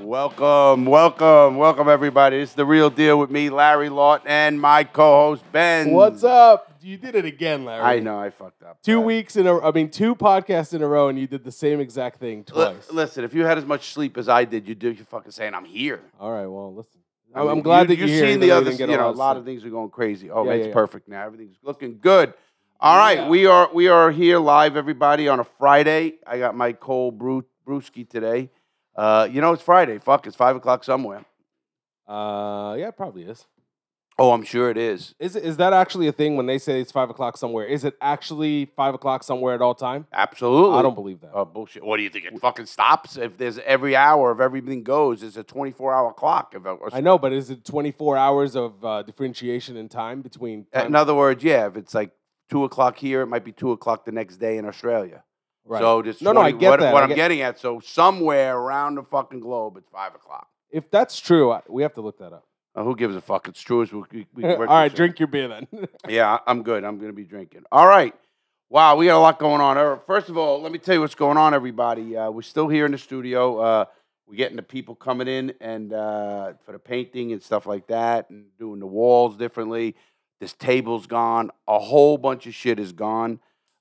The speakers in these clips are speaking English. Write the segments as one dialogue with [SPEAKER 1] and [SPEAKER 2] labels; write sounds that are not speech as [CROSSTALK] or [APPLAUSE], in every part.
[SPEAKER 1] Welcome, welcome, welcome, everybody. It's the real deal with me, Larry Lott, and my co-host Ben.
[SPEAKER 2] What's up? You did it again, Larry.
[SPEAKER 1] I know I fucked up.
[SPEAKER 2] Two
[SPEAKER 1] but-
[SPEAKER 2] weeks in a I mean, two podcasts in a row, and you did the same exact thing
[SPEAKER 1] L-
[SPEAKER 2] twice.
[SPEAKER 1] listen, if you had as much sleep as I did, you do. You fucking saying I'm here.
[SPEAKER 2] All right, well, listen.
[SPEAKER 1] I
[SPEAKER 2] I'm, I'm
[SPEAKER 1] mean,
[SPEAKER 2] glad
[SPEAKER 1] you-
[SPEAKER 2] that you're
[SPEAKER 1] you've
[SPEAKER 2] here.
[SPEAKER 1] seen
[SPEAKER 2] even
[SPEAKER 1] the
[SPEAKER 2] though
[SPEAKER 1] other.
[SPEAKER 2] didn't get
[SPEAKER 1] you know, a
[SPEAKER 2] of
[SPEAKER 1] lot
[SPEAKER 2] sleep.
[SPEAKER 1] of things are going crazy. Oh,
[SPEAKER 2] Yeah,
[SPEAKER 1] it's
[SPEAKER 2] yeah, yeah.
[SPEAKER 1] perfect now. Everything's looking good. All right,
[SPEAKER 2] Yeah.
[SPEAKER 1] we are we are here live, everybody, on a Friday. I got my cold brew brewski today. Uh, you know it's Friday. Fuck, it's five o'clock somewhere.
[SPEAKER 2] Uh, yeah, it probably is.
[SPEAKER 1] Oh, I'm sure it is.
[SPEAKER 2] Is it- is that actually a thing when they say it's five o'clock somewhere? Is it actually five o'clock somewhere at all time?
[SPEAKER 1] Absolutely.
[SPEAKER 2] I don't believe that.
[SPEAKER 1] Oh bullshit! What do you think? It fucking stops if there's every hour of everything goes. It's a 24-hour clock. If it- or-
[SPEAKER 2] I know, but is it 24 hours of uh, differentiation in time between? Time
[SPEAKER 1] uh, in other words, yeah, if it's like two o'clock here, it might be two o'clock the next day in Australia.
[SPEAKER 2] right.
[SPEAKER 1] So just
[SPEAKER 2] No, no, I get
[SPEAKER 1] what,
[SPEAKER 2] that,
[SPEAKER 1] what
[SPEAKER 2] I
[SPEAKER 1] I'm
[SPEAKER 2] get-
[SPEAKER 1] getting at. So somewhere around the fucking globe, it's five o'clock.
[SPEAKER 2] if that's true, I, we have to look that up.
[SPEAKER 1] Uh, who gives a fuck? It's true. As we, we, [LAUGHS] we
[SPEAKER 2] [LAUGHS] all
[SPEAKER 1] work
[SPEAKER 2] right,
[SPEAKER 1] this
[SPEAKER 2] drink your beer then. [LAUGHS]
[SPEAKER 1] out. Yeah, I- I'm good. I'm gonna be drinking. All right. Wow, we got a lot going on. Uh, First of all, let me tell you what's going on, everybody. Uh, we're still here in the studio. Uh, we're getting the people coming in and uh, for the painting and stuff like that, and doing the walls differently. This table's gone. A whole bunch of shit is gone.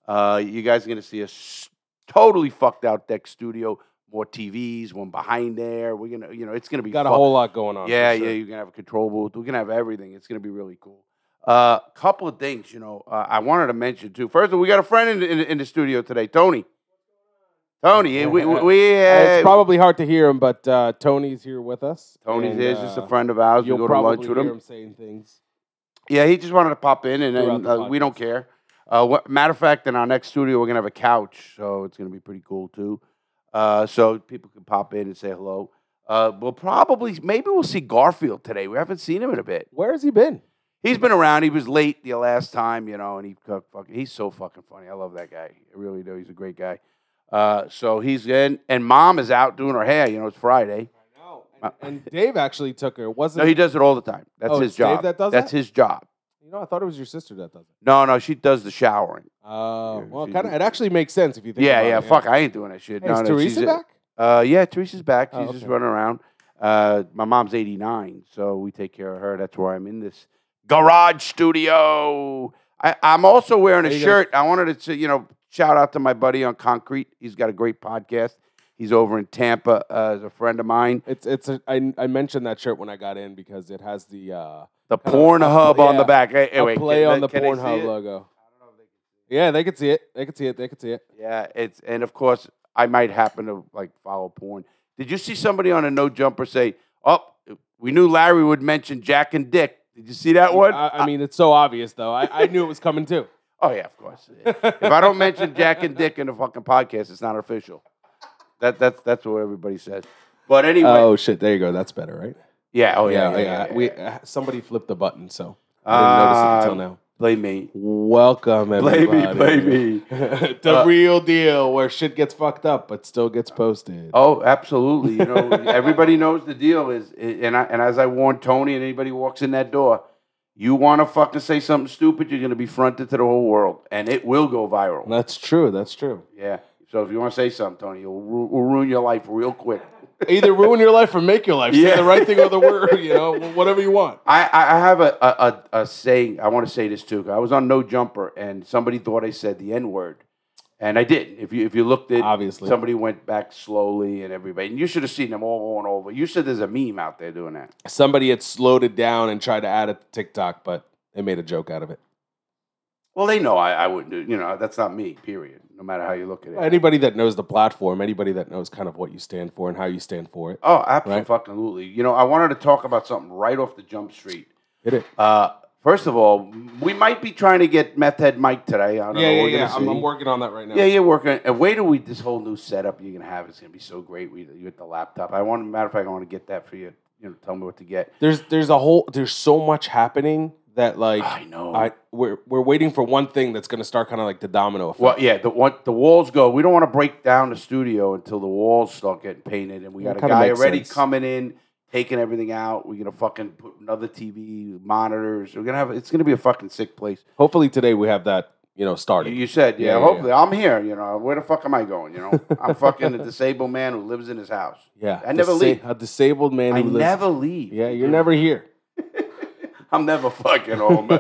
[SPEAKER 1] Uh, you guys are gonna see a s- totally fucked out deck studio. More TVs, one behind there. We're gonna, you know, it's gonna be
[SPEAKER 2] Got a
[SPEAKER 1] fuck-
[SPEAKER 2] whole lot going on. Oh, for
[SPEAKER 1] yeah,
[SPEAKER 2] sure.
[SPEAKER 1] yeah, you're gonna have a control booth. We're gonna have everything. It's gonna be really cool. A uh, couple of things, you know, uh, I wanted to mention too. First of all, we got a friend in, in, in the studio today, Tony. Tony, eh, we
[SPEAKER 2] [LAUGHS]
[SPEAKER 1] we, we
[SPEAKER 2] Uh, it's
[SPEAKER 1] uh,
[SPEAKER 2] probably hard to hear him, but uh, Tony's here with us.
[SPEAKER 1] Tony's
[SPEAKER 2] and,
[SPEAKER 1] here, just
[SPEAKER 2] uh,
[SPEAKER 1] a friend of ours. We
[SPEAKER 2] You'll
[SPEAKER 1] go to
[SPEAKER 2] probably
[SPEAKER 1] lunch with
[SPEAKER 2] hear
[SPEAKER 1] him.
[SPEAKER 2] him saying things.
[SPEAKER 1] Yeah, he just wanted to pop in, and,
[SPEAKER 2] Throughout
[SPEAKER 1] and,
[SPEAKER 2] the
[SPEAKER 1] uh, we don't
[SPEAKER 2] podcast.
[SPEAKER 1] care. Uh, wha- matter of fact, in our next studio, we're gonna have a couch, so it's gonna be pretty cool too. Uh, so people can pop in and say hello. Uh, we'll probably, maybe we'll see Garfield today. We haven't seen him in a bit.
[SPEAKER 2] Where has he been?
[SPEAKER 1] He's been around. He was late the last time, you know, and he cooked fucking. He's so fucking funny. I love that guy. I really do. He's a great guy. Uh, so he's in, and mom is out doing her hair. You know, it's Friday.
[SPEAKER 2] I know. And, and Dave actually took her. Wasn't
[SPEAKER 1] Uh, No, he does it all the time. That's
[SPEAKER 2] Oh,
[SPEAKER 1] his
[SPEAKER 2] it's Dave
[SPEAKER 1] job.
[SPEAKER 2] that does
[SPEAKER 1] That's
[SPEAKER 2] that?
[SPEAKER 1] his job.
[SPEAKER 2] you know? I thought it was your sister that does it.
[SPEAKER 1] No, no, she does the showering.
[SPEAKER 2] Oh, well,
[SPEAKER 1] she
[SPEAKER 2] kind of.
[SPEAKER 1] did.
[SPEAKER 2] It actually makes sense if you think.
[SPEAKER 1] yeah,
[SPEAKER 2] about
[SPEAKER 1] yeah.
[SPEAKER 2] it,
[SPEAKER 1] Fuck, I ain't doing that shit.
[SPEAKER 2] Hey,
[SPEAKER 1] no,
[SPEAKER 2] is
[SPEAKER 1] no,
[SPEAKER 2] Teresa
[SPEAKER 1] she's-
[SPEAKER 2] back?
[SPEAKER 1] Uh, yeah, Teresa's back. She's
[SPEAKER 2] Oh,
[SPEAKER 1] just
[SPEAKER 2] okay.
[SPEAKER 1] running around. Uh, my mom's 89, so we take care of her. That's why I'm in this garage studio. I, I'm also wearing a
[SPEAKER 2] There you go.
[SPEAKER 1] shirt. I wanted to, say, you know, shout out to my buddy on Concrete. He's got a great podcast. He's over in Tampa uh, as a friend of mine.
[SPEAKER 2] It's it's. A, I I mentioned that shirt when I got in because it has the uh,
[SPEAKER 1] The
[SPEAKER 2] Kinda a
[SPEAKER 1] Pornhub
[SPEAKER 2] pl-
[SPEAKER 1] on the
[SPEAKER 2] yeah,
[SPEAKER 1] back. Hey,
[SPEAKER 2] a
[SPEAKER 1] wait, can-
[SPEAKER 2] play on the
[SPEAKER 1] can I see
[SPEAKER 2] Pornhub
[SPEAKER 1] it?
[SPEAKER 2] logo. Yeah, they could see it. They could see it. They could see it.
[SPEAKER 1] Yeah, it's and of course I might happen to like follow porn. Did you see somebody on a no jumper say, "Oh, we knew Larry would mention Jack and Dick"? Did you see that one?
[SPEAKER 2] I, I mean, it's so obvious though. I, I knew it was coming too.
[SPEAKER 1] oh yeah, of course. if I don't mention Jack and Dick in the fucking podcast, it's not official. That that's that's what everybody says. But anyway,
[SPEAKER 2] [LAUGHS] Oh shit! There you go. That's better, right?
[SPEAKER 1] yeah, oh yeah,
[SPEAKER 2] yeah, yeah, We uh, somebody flipped the button, so
[SPEAKER 1] Ah.
[SPEAKER 2] I didn't notice it until now.
[SPEAKER 1] blame me.
[SPEAKER 2] Welcome, everybody.
[SPEAKER 1] Blame me, blame me.
[SPEAKER 2] [LAUGHS]
[SPEAKER 1] [LAUGHS]
[SPEAKER 2] the
[SPEAKER 1] Uh,
[SPEAKER 2] real deal, where shit gets fucked up but still gets posted.
[SPEAKER 1] Oh, absolutely. You know, everybody knows the deal is, and I, and as I warn Tony and anybody who walks in that door, you want to fucking say something stupid, you're going to be fronted to the whole world, and it will go viral.
[SPEAKER 2] That's true. That's true.
[SPEAKER 1] Yeah. So if you want to say something, Tony, it'll, ru- will ruin your life real quick.
[SPEAKER 2] Either ruin your life or make your life. Say
[SPEAKER 1] Yeah.
[SPEAKER 2] the right
[SPEAKER 1] [LAUGHS]
[SPEAKER 2] thing or the word. You know, whatever you want.
[SPEAKER 1] I, I I have a, a, a, a saying. I want to say this too. 'cause I was on No Jumper, and somebody thought I said the N word, and I didn't. If you if you looked at
[SPEAKER 2] Obviously.
[SPEAKER 1] somebody went back slowly, and everybody, and you should have seen them all going over. You said there's a meme out there doing that.
[SPEAKER 2] Somebody had slowed it down and tried to add it to TikTok, but they made a joke out of it.
[SPEAKER 1] Well, they know I, I wouldn't do. You know, that's not me. Period. No matter how you look at it.
[SPEAKER 2] Anybody that knows the platform, anybody that knows kind of what you stand for and how you stand for it,
[SPEAKER 1] oh, absolutely. You know, I wanted to talk about something right off the jump street.
[SPEAKER 2] hit it.
[SPEAKER 1] Uh, first of all, we might be trying to get Meth Head Mike today. I don't know.
[SPEAKER 2] Yeah, yeah,
[SPEAKER 1] We're
[SPEAKER 2] yeah.
[SPEAKER 1] gonna
[SPEAKER 2] I'm,
[SPEAKER 1] see.
[SPEAKER 2] I'm working on that right now.
[SPEAKER 1] Yeah, you're working. And wait till we this whole new setup you're gonna have. It's gonna be so great. We you get the laptop. I want. Matter of fact, I want to get that for you. You know, tell me what to get.
[SPEAKER 2] there's there's a whole there's so much happening that like
[SPEAKER 1] I know.
[SPEAKER 2] I we're we're waiting for one thing that's gonna start kind of like the domino effect.
[SPEAKER 1] well, yeah. The one, the walls go. We don't want to break down the studio until the walls start getting painted, and we
[SPEAKER 2] That
[SPEAKER 1] got a
[SPEAKER 2] kinda
[SPEAKER 1] guy
[SPEAKER 2] makes
[SPEAKER 1] already
[SPEAKER 2] sense.
[SPEAKER 1] coming in, taking everything out. We're gonna fucking put another TV, monitors. We're gonna have. It's gonna be a fucking sick place.
[SPEAKER 2] Hopefully today we have that you know,
[SPEAKER 1] You,
[SPEAKER 2] starting.
[SPEAKER 1] you said, yeah,
[SPEAKER 2] Yeah, yeah,
[SPEAKER 1] hopefully I'm here. You know, where the fuck am I going? You know, I'm
[SPEAKER 2] [LAUGHS]
[SPEAKER 1] fucking a disabled man who lives in his house.
[SPEAKER 2] yeah,
[SPEAKER 1] I never
[SPEAKER 2] disa-
[SPEAKER 1] leave.
[SPEAKER 2] A disabled man.
[SPEAKER 1] I
[SPEAKER 2] who lives-
[SPEAKER 1] never leave.
[SPEAKER 2] Yeah, you're never here.
[SPEAKER 1] I'm never fucking home. My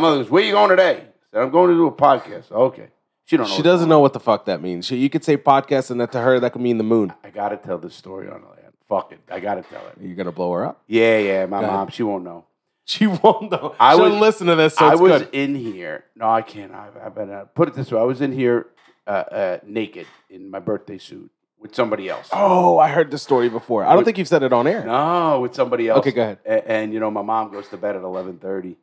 [SPEAKER 1] mother goes, "Where you going today?" I said, "I'm going to do a podcast." Okay, she don't know.
[SPEAKER 2] She
[SPEAKER 1] what's going
[SPEAKER 2] doesn't know what the fuck that means. She, you could say podcast, and that to her that could mean the moon.
[SPEAKER 1] on. I gotta tell this story on the land. Fuck it, I gotta tell it.
[SPEAKER 2] You're gonna blow her up. [LAUGHS]
[SPEAKER 1] Yeah, yeah. My
[SPEAKER 2] Go ahead.
[SPEAKER 1] mom, she won't know.
[SPEAKER 2] She won't though.
[SPEAKER 1] I
[SPEAKER 2] I would
[SPEAKER 1] was-
[SPEAKER 2] listen to this. So
[SPEAKER 1] I
[SPEAKER 2] it's
[SPEAKER 1] was
[SPEAKER 2] good.
[SPEAKER 1] in here. No, I can't. I, I better uh, put it this way. I was in here uh, uh, naked in my birthday suit with somebody else.
[SPEAKER 2] Oh, I heard this story before. I don't think you've said it on air.
[SPEAKER 1] No, with somebody else.
[SPEAKER 2] Okay, go ahead.
[SPEAKER 1] A- And, you know, my mom goes to bed at eleven thirty,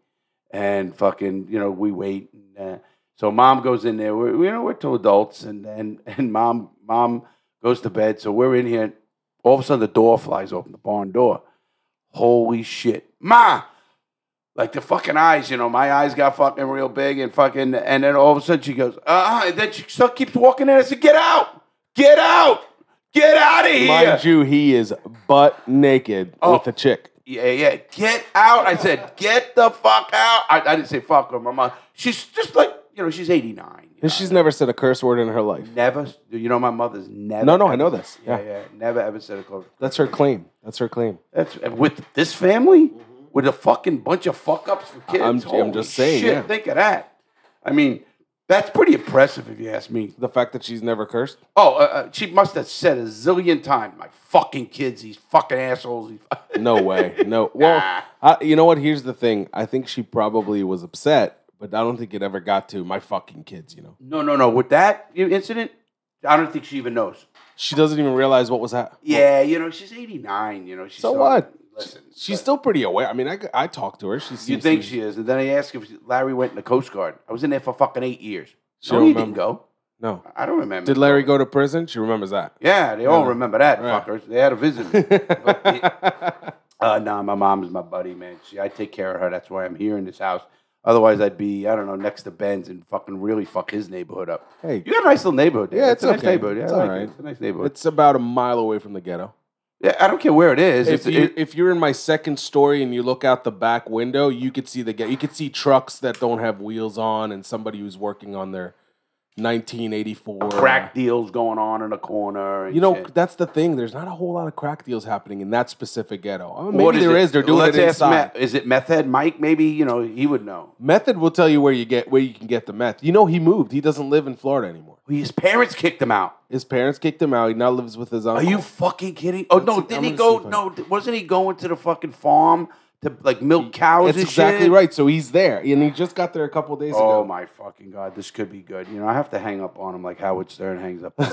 [SPEAKER 1] and fucking, you know, we wait. And, uh, so mom goes in there. We're, you know, we're two adults, and and and mom mom goes to bed. So we're in here. All of a sudden, the door flies open, the barn door. Holy shit, ma! Like the fucking eyes, you know, my eyes got fucking real big and fucking, and then all of a sudden she goes, uh, and then she still keeps walking in. I said, get out, get out, get out of here.
[SPEAKER 2] Mind you, he is butt naked
[SPEAKER 1] Oh.
[SPEAKER 2] with a chick.
[SPEAKER 1] Yeah, yeah. Get out. I said, get the fuck out. I, I didn't say fuck her. My mom, she's just like, you know, she's 89. you know.
[SPEAKER 2] And she's never said a curse word in her life.
[SPEAKER 1] never, you know, my mother's never.
[SPEAKER 2] No, no, I
[SPEAKER 1] ever-
[SPEAKER 2] know this.
[SPEAKER 1] Yeah,
[SPEAKER 2] Yeah.
[SPEAKER 1] yeah. Never ever said a close.
[SPEAKER 2] That's her claim. That's her claim.
[SPEAKER 1] That's with this family? With a fucking bunch of fuck ups for kids?
[SPEAKER 2] Mm-hmm. I'm- I'm
[SPEAKER 1] Holy
[SPEAKER 2] just saying,
[SPEAKER 1] Shit,
[SPEAKER 2] yeah.
[SPEAKER 1] think of that. I mean, that's pretty impressive if you ask me.
[SPEAKER 2] The fact that she's never cursed.
[SPEAKER 1] Oh, uh, uh, she must have said a zillion times, my fucking kids, these fucking assholes. These fu-" [LAUGHS]
[SPEAKER 2] No way. No. Well, I, you know what? Here's the thing. I think she probably was upset, but I don't think it ever got to my fucking kids. You know,
[SPEAKER 1] no, no, no. With that incident, I don't think she even knows.
[SPEAKER 2] she doesn't even realize what was happening.
[SPEAKER 1] Yeah, you know, she's 89. You know, she's
[SPEAKER 2] So
[SPEAKER 1] still-
[SPEAKER 2] what?
[SPEAKER 1] Listen,
[SPEAKER 2] She's
[SPEAKER 1] but
[SPEAKER 2] still pretty aware. I mean, I, I talked to her. She seems
[SPEAKER 1] You
[SPEAKER 2] to
[SPEAKER 1] think
[SPEAKER 2] be-
[SPEAKER 1] she is? And then I asked if Larry went in the Coast Guard. I was in there for fucking eight years.
[SPEAKER 2] She
[SPEAKER 1] No,
[SPEAKER 2] don't
[SPEAKER 1] he didn't
[SPEAKER 2] remember.
[SPEAKER 1] go. [LAUGHS]
[SPEAKER 2] No.
[SPEAKER 1] I don't remember.
[SPEAKER 2] Did Larry go to prison? She remembers that.
[SPEAKER 1] Yeah, they all remember that
[SPEAKER 2] Right.
[SPEAKER 1] fuckers. They had a
[SPEAKER 2] [LAUGHS]
[SPEAKER 1] visit. me. But the- uh, nah, my mom is my buddy, man. She, I take care of her. That's why I'm here in this house. Otherwise, I'd be I don't know next to Ben's and fucking really fuck his neighborhood up.
[SPEAKER 2] hey,
[SPEAKER 1] You got a nice little neighborhood. There.
[SPEAKER 2] Yeah,
[SPEAKER 1] That's
[SPEAKER 2] it's
[SPEAKER 1] a nice
[SPEAKER 2] okay.
[SPEAKER 1] neighborhood. Yeah,
[SPEAKER 2] It's
[SPEAKER 1] I like
[SPEAKER 2] all
[SPEAKER 1] it.
[SPEAKER 2] right.
[SPEAKER 1] It's a nice neighborhood.
[SPEAKER 2] it's about a mile away from the ghetto.
[SPEAKER 1] yeah, I don't care where it is.
[SPEAKER 2] If
[SPEAKER 1] It's,
[SPEAKER 2] you
[SPEAKER 1] it-
[SPEAKER 2] if you're in my second story and you look out the back window, you could see the ghetto. You could see trucks that don't have wheels on and somebody who's working on their 1984
[SPEAKER 1] crack deals going on in the corner. and
[SPEAKER 2] You know,
[SPEAKER 1] shit.
[SPEAKER 2] that's the thing. There's not a whole lot of crack deals happening in that specific ghetto. Oh,
[SPEAKER 1] What
[SPEAKER 2] maybe there is. They're doing
[SPEAKER 1] Let's
[SPEAKER 2] it
[SPEAKER 1] ask
[SPEAKER 2] inside.
[SPEAKER 1] Meth- Is it meth head Mike? Maybe you know he would know.
[SPEAKER 2] Method will tell you where you get where you can get the meth. You know, he moved. He doesn't live in Florida anymore.
[SPEAKER 1] His parents kicked him out.
[SPEAKER 2] His parents kicked him out. He now lives with his
[SPEAKER 1] Are
[SPEAKER 2] uncle.
[SPEAKER 1] you fucking kidding? Oh no!
[SPEAKER 2] I'm
[SPEAKER 1] Didn't he
[SPEAKER 2] gonna
[SPEAKER 1] go?
[SPEAKER 2] see if I-
[SPEAKER 1] No, wasn't he going to the fucking farm to like milk cows?
[SPEAKER 2] That's
[SPEAKER 1] and
[SPEAKER 2] exactly
[SPEAKER 1] shit?
[SPEAKER 2] right. So he's there, and he just got there a couple days
[SPEAKER 1] Oh
[SPEAKER 2] ago.
[SPEAKER 1] my fucking god! This could be good. You know, I have to hang up on him like Howard Stern hangs up. [LAUGHS]
[SPEAKER 2] [LAUGHS]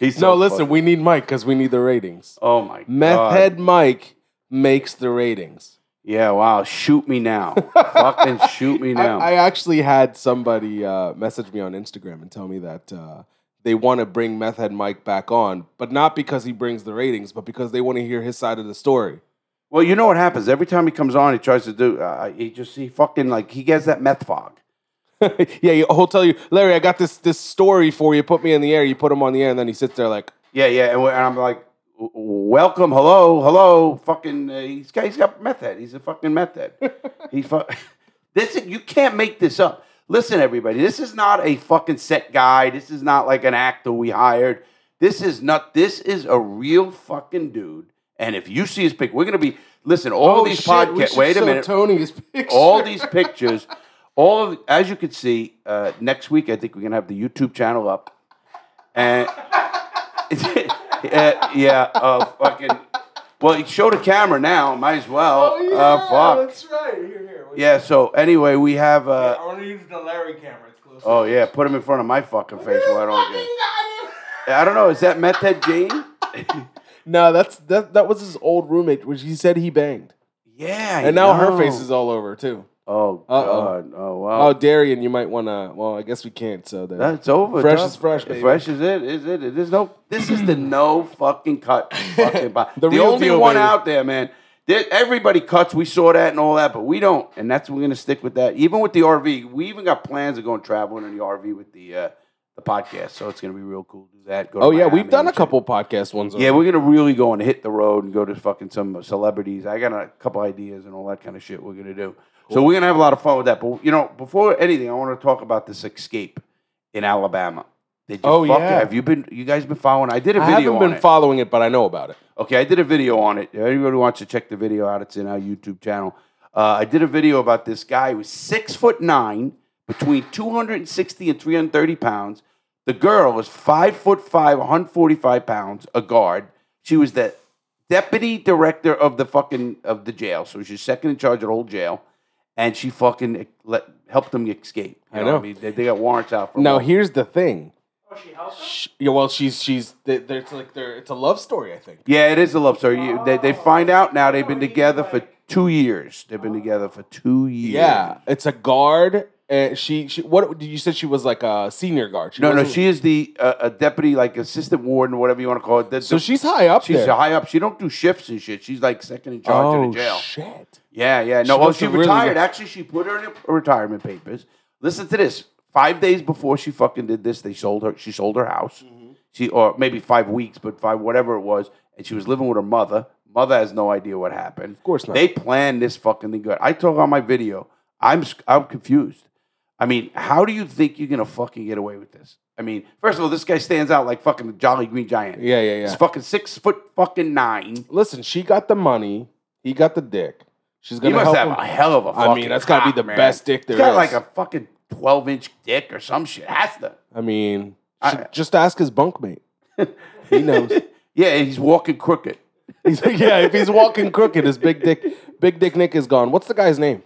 [SPEAKER 1] He's Oh, so
[SPEAKER 2] no, listen,
[SPEAKER 1] fucking-
[SPEAKER 2] we need Mike because we need the ratings.
[SPEAKER 1] oh my
[SPEAKER 2] Meth
[SPEAKER 1] god!
[SPEAKER 2] head Mike makes the ratings.
[SPEAKER 1] Yeah, wow. Shoot me
[SPEAKER 2] [LAUGHS]
[SPEAKER 1] now. fucking shoot me
[SPEAKER 2] I,
[SPEAKER 1] now.
[SPEAKER 2] I actually had somebody uh, message me on Instagram and tell me that uh, they want to bring Meth Head Mike back on, but not because he brings the ratings, but because they want to hear his side of the story. [LAUGHS]
[SPEAKER 1] Well, you know what happens every time he comes on, he tries to do. Uh, he just he fucking like he gets that meth fog.
[SPEAKER 2] yeah, he'll tell you, Larry, I got this this story for you. Put me in the air. You put him on the air, and then he sits there like,
[SPEAKER 1] Yeah, yeah, and, we- and I'm like, "W- welcome, hello, hello, fucking. Uh, he's got he's got meth head. He's a fucking meth head. he fuck. [LAUGHS] This is- you can't make this up. Listen, everybody, this is not a fucking set guy. This is not like an actor we hired. This is not. This is a real fucking dude. And if you see his pic, we're gonna be listen.
[SPEAKER 2] Oh,
[SPEAKER 1] All these podcasts. Wait a minute. Oh,
[SPEAKER 2] Tony's picture.
[SPEAKER 1] all these pictures, all of as you can see, uh, next week I think we're gonna have the YouTube channel up, and [LAUGHS] uh, yeah, uh, fucking. Well, show the camera now. Might as well.
[SPEAKER 2] Oh,
[SPEAKER 1] uh, fuck.
[SPEAKER 2] that's right. Here, here.
[SPEAKER 1] Yeah. So anyway, we have. Uh,
[SPEAKER 2] want to use the Larry camera. It's close.
[SPEAKER 1] oh yeah, [LAUGHS] put him in front of my fucking face. Why don't you? I don't know. Is that Meth Head Jane?
[SPEAKER 2] No, that's that. That was his old roommate, which he said he banged,
[SPEAKER 1] [LAUGHS] Yeah. I
[SPEAKER 2] and now her
[SPEAKER 1] know.
[SPEAKER 2] face is all over too.
[SPEAKER 1] Oh
[SPEAKER 2] Uh-oh.
[SPEAKER 1] god. Oh wow.
[SPEAKER 2] Oh, Darian, you might want to. Well, I guess we can't. So that
[SPEAKER 1] That's over.
[SPEAKER 2] Fresh
[SPEAKER 1] dog.
[SPEAKER 2] is fresh, baby.
[SPEAKER 1] Fresh is it. Is it? There's no. This is the no fucking
[SPEAKER 2] [LAUGHS]
[SPEAKER 1] cut. Fucking bo- the
[SPEAKER 2] The real
[SPEAKER 1] only
[SPEAKER 2] deal,
[SPEAKER 1] one
[SPEAKER 2] baby.
[SPEAKER 1] out there, man. There, everybody cuts. We saw that and all that, but we don't. And that's we're gonna stick with that. Even with the RV, we even got plans of going traveling in the RV with the uh, the podcast. So it's going to be real cool to do that. Go to
[SPEAKER 2] Oh yeah,
[SPEAKER 1] Miami
[SPEAKER 2] we've done a
[SPEAKER 1] and shit.
[SPEAKER 2] couple podcast ones.
[SPEAKER 1] Yeah, we're gonna really go and hit the road and go to fucking some celebrities. I got a couple ideas and all that kind of shit we're gonna do. So we're gonna have a lot of fun with that. But you know, before anything, I want to talk about this escape in Alabama. Did you
[SPEAKER 2] Oh,
[SPEAKER 1] fuck-
[SPEAKER 2] yeah.
[SPEAKER 1] Have you been? You guys been following? I did a
[SPEAKER 2] I
[SPEAKER 1] video
[SPEAKER 2] haven't
[SPEAKER 1] on
[SPEAKER 2] been
[SPEAKER 1] it.
[SPEAKER 2] following it, but I know about it.
[SPEAKER 1] Okay, I did a video on it. If anybody wants to check the video out, it's in our YouTube channel. Uh, I did a video about this guy who was six foot nine, between 260 and 330 pounds. The girl was five foot five, 145 pounds, a guard. She was the deputy director of the fucking of the jail. So she's second in charge of the whole jail. And she fucking let, helped them escape. You
[SPEAKER 2] I
[SPEAKER 1] what
[SPEAKER 2] know.
[SPEAKER 1] mean? They, they got warrants out for
[SPEAKER 2] Now
[SPEAKER 1] them.
[SPEAKER 2] here's the thing.
[SPEAKER 3] Oh, she helped him?
[SPEAKER 2] Sh yeah, well, she's she's they, they're, it's like they're it's a love story, I think.
[SPEAKER 1] Yeah, it is a love story. You, they, they find out now they've been
[SPEAKER 3] Oh, he's
[SPEAKER 1] together for
[SPEAKER 3] like-
[SPEAKER 1] two years. They've been together for two years.
[SPEAKER 2] Yeah, it's a guard, and she she what did you said she was like a senior guard? She
[SPEAKER 1] No, no,
[SPEAKER 2] wasn't-
[SPEAKER 1] she is the uh, a deputy, like assistant warden, whatever you want to call it. The-
[SPEAKER 2] So
[SPEAKER 1] the-
[SPEAKER 2] she's high up
[SPEAKER 1] she's
[SPEAKER 2] there.
[SPEAKER 1] high up. She don't do shifts and shit. She's like second in charge
[SPEAKER 2] oh
[SPEAKER 1] of the jail.
[SPEAKER 2] shit!
[SPEAKER 1] Yeah, yeah. No,
[SPEAKER 2] She
[SPEAKER 1] well,
[SPEAKER 2] must
[SPEAKER 1] she
[SPEAKER 2] have really
[SPEAKER 1] retired.
[SPEAKER 2] looked-
[SPEAKER 1] Actually, she put her in her retirement papers. Listen to this. Five days before she fucking did this, they sold her. She sold her house.
[SPEAKER 2] Mm-hmm.
[SPEAKER 1] She or maybe five weeks, but five whatever it was, and she was living with her mother. Mother has no idea what happened. Of
[SPEAKER 2] course not.
[SPEAKER 1] They planned this fucking thing good. I talk on my video. I'm s- I'm confused. I mean, how do you think you're gonna fucking get away with this? I mean, first of all, this guy stands out like fucking the Jolly Green Giant.
[SPEAKER 2] Yeah, yeah, yeah.
[SPEAKER 1] He's fucking six foot fucking nine.
[SPEAKER 2] Listen, she got the money. He got the dick. She's
[SPEAKER 1] He
[SPEAKER 2] gonna
[SPEAKER 1] must
[SPEAKER 2] help
[SPEAKER 1] have
[SPEAKER 2] him.
[SPEAKER 1] a hell of a
[SPEAKER 2] I
[SPEAKER 1] fucking
[SPEAKER 2] mean, that's gotta be
[SPEAKER 1] cock,
[SPEAKER 2] the
[SPEAKER 1] man.
[SPEAKER 2] best dick there
[SPEAKER 1] He's got
[SPEAKER 2] is.
[SPEAKER 1] like a fucking 12 inch dick or some shit. Has to.
[SPEAKER 2] I mean,
[SPEAKER 1] I-
[SPEAKER 2] sh- just ask his
[SPEAKER 1] [LAUGHS]
[SPEAKER 2] bunkmate. He knows.
[SPEAKER 1] Yeah, he's walking crooked.
[SPEAKER 2] He's like, yeah, if he's walking crooked, his big dick, big dick Nick is gone. What's the guy's name?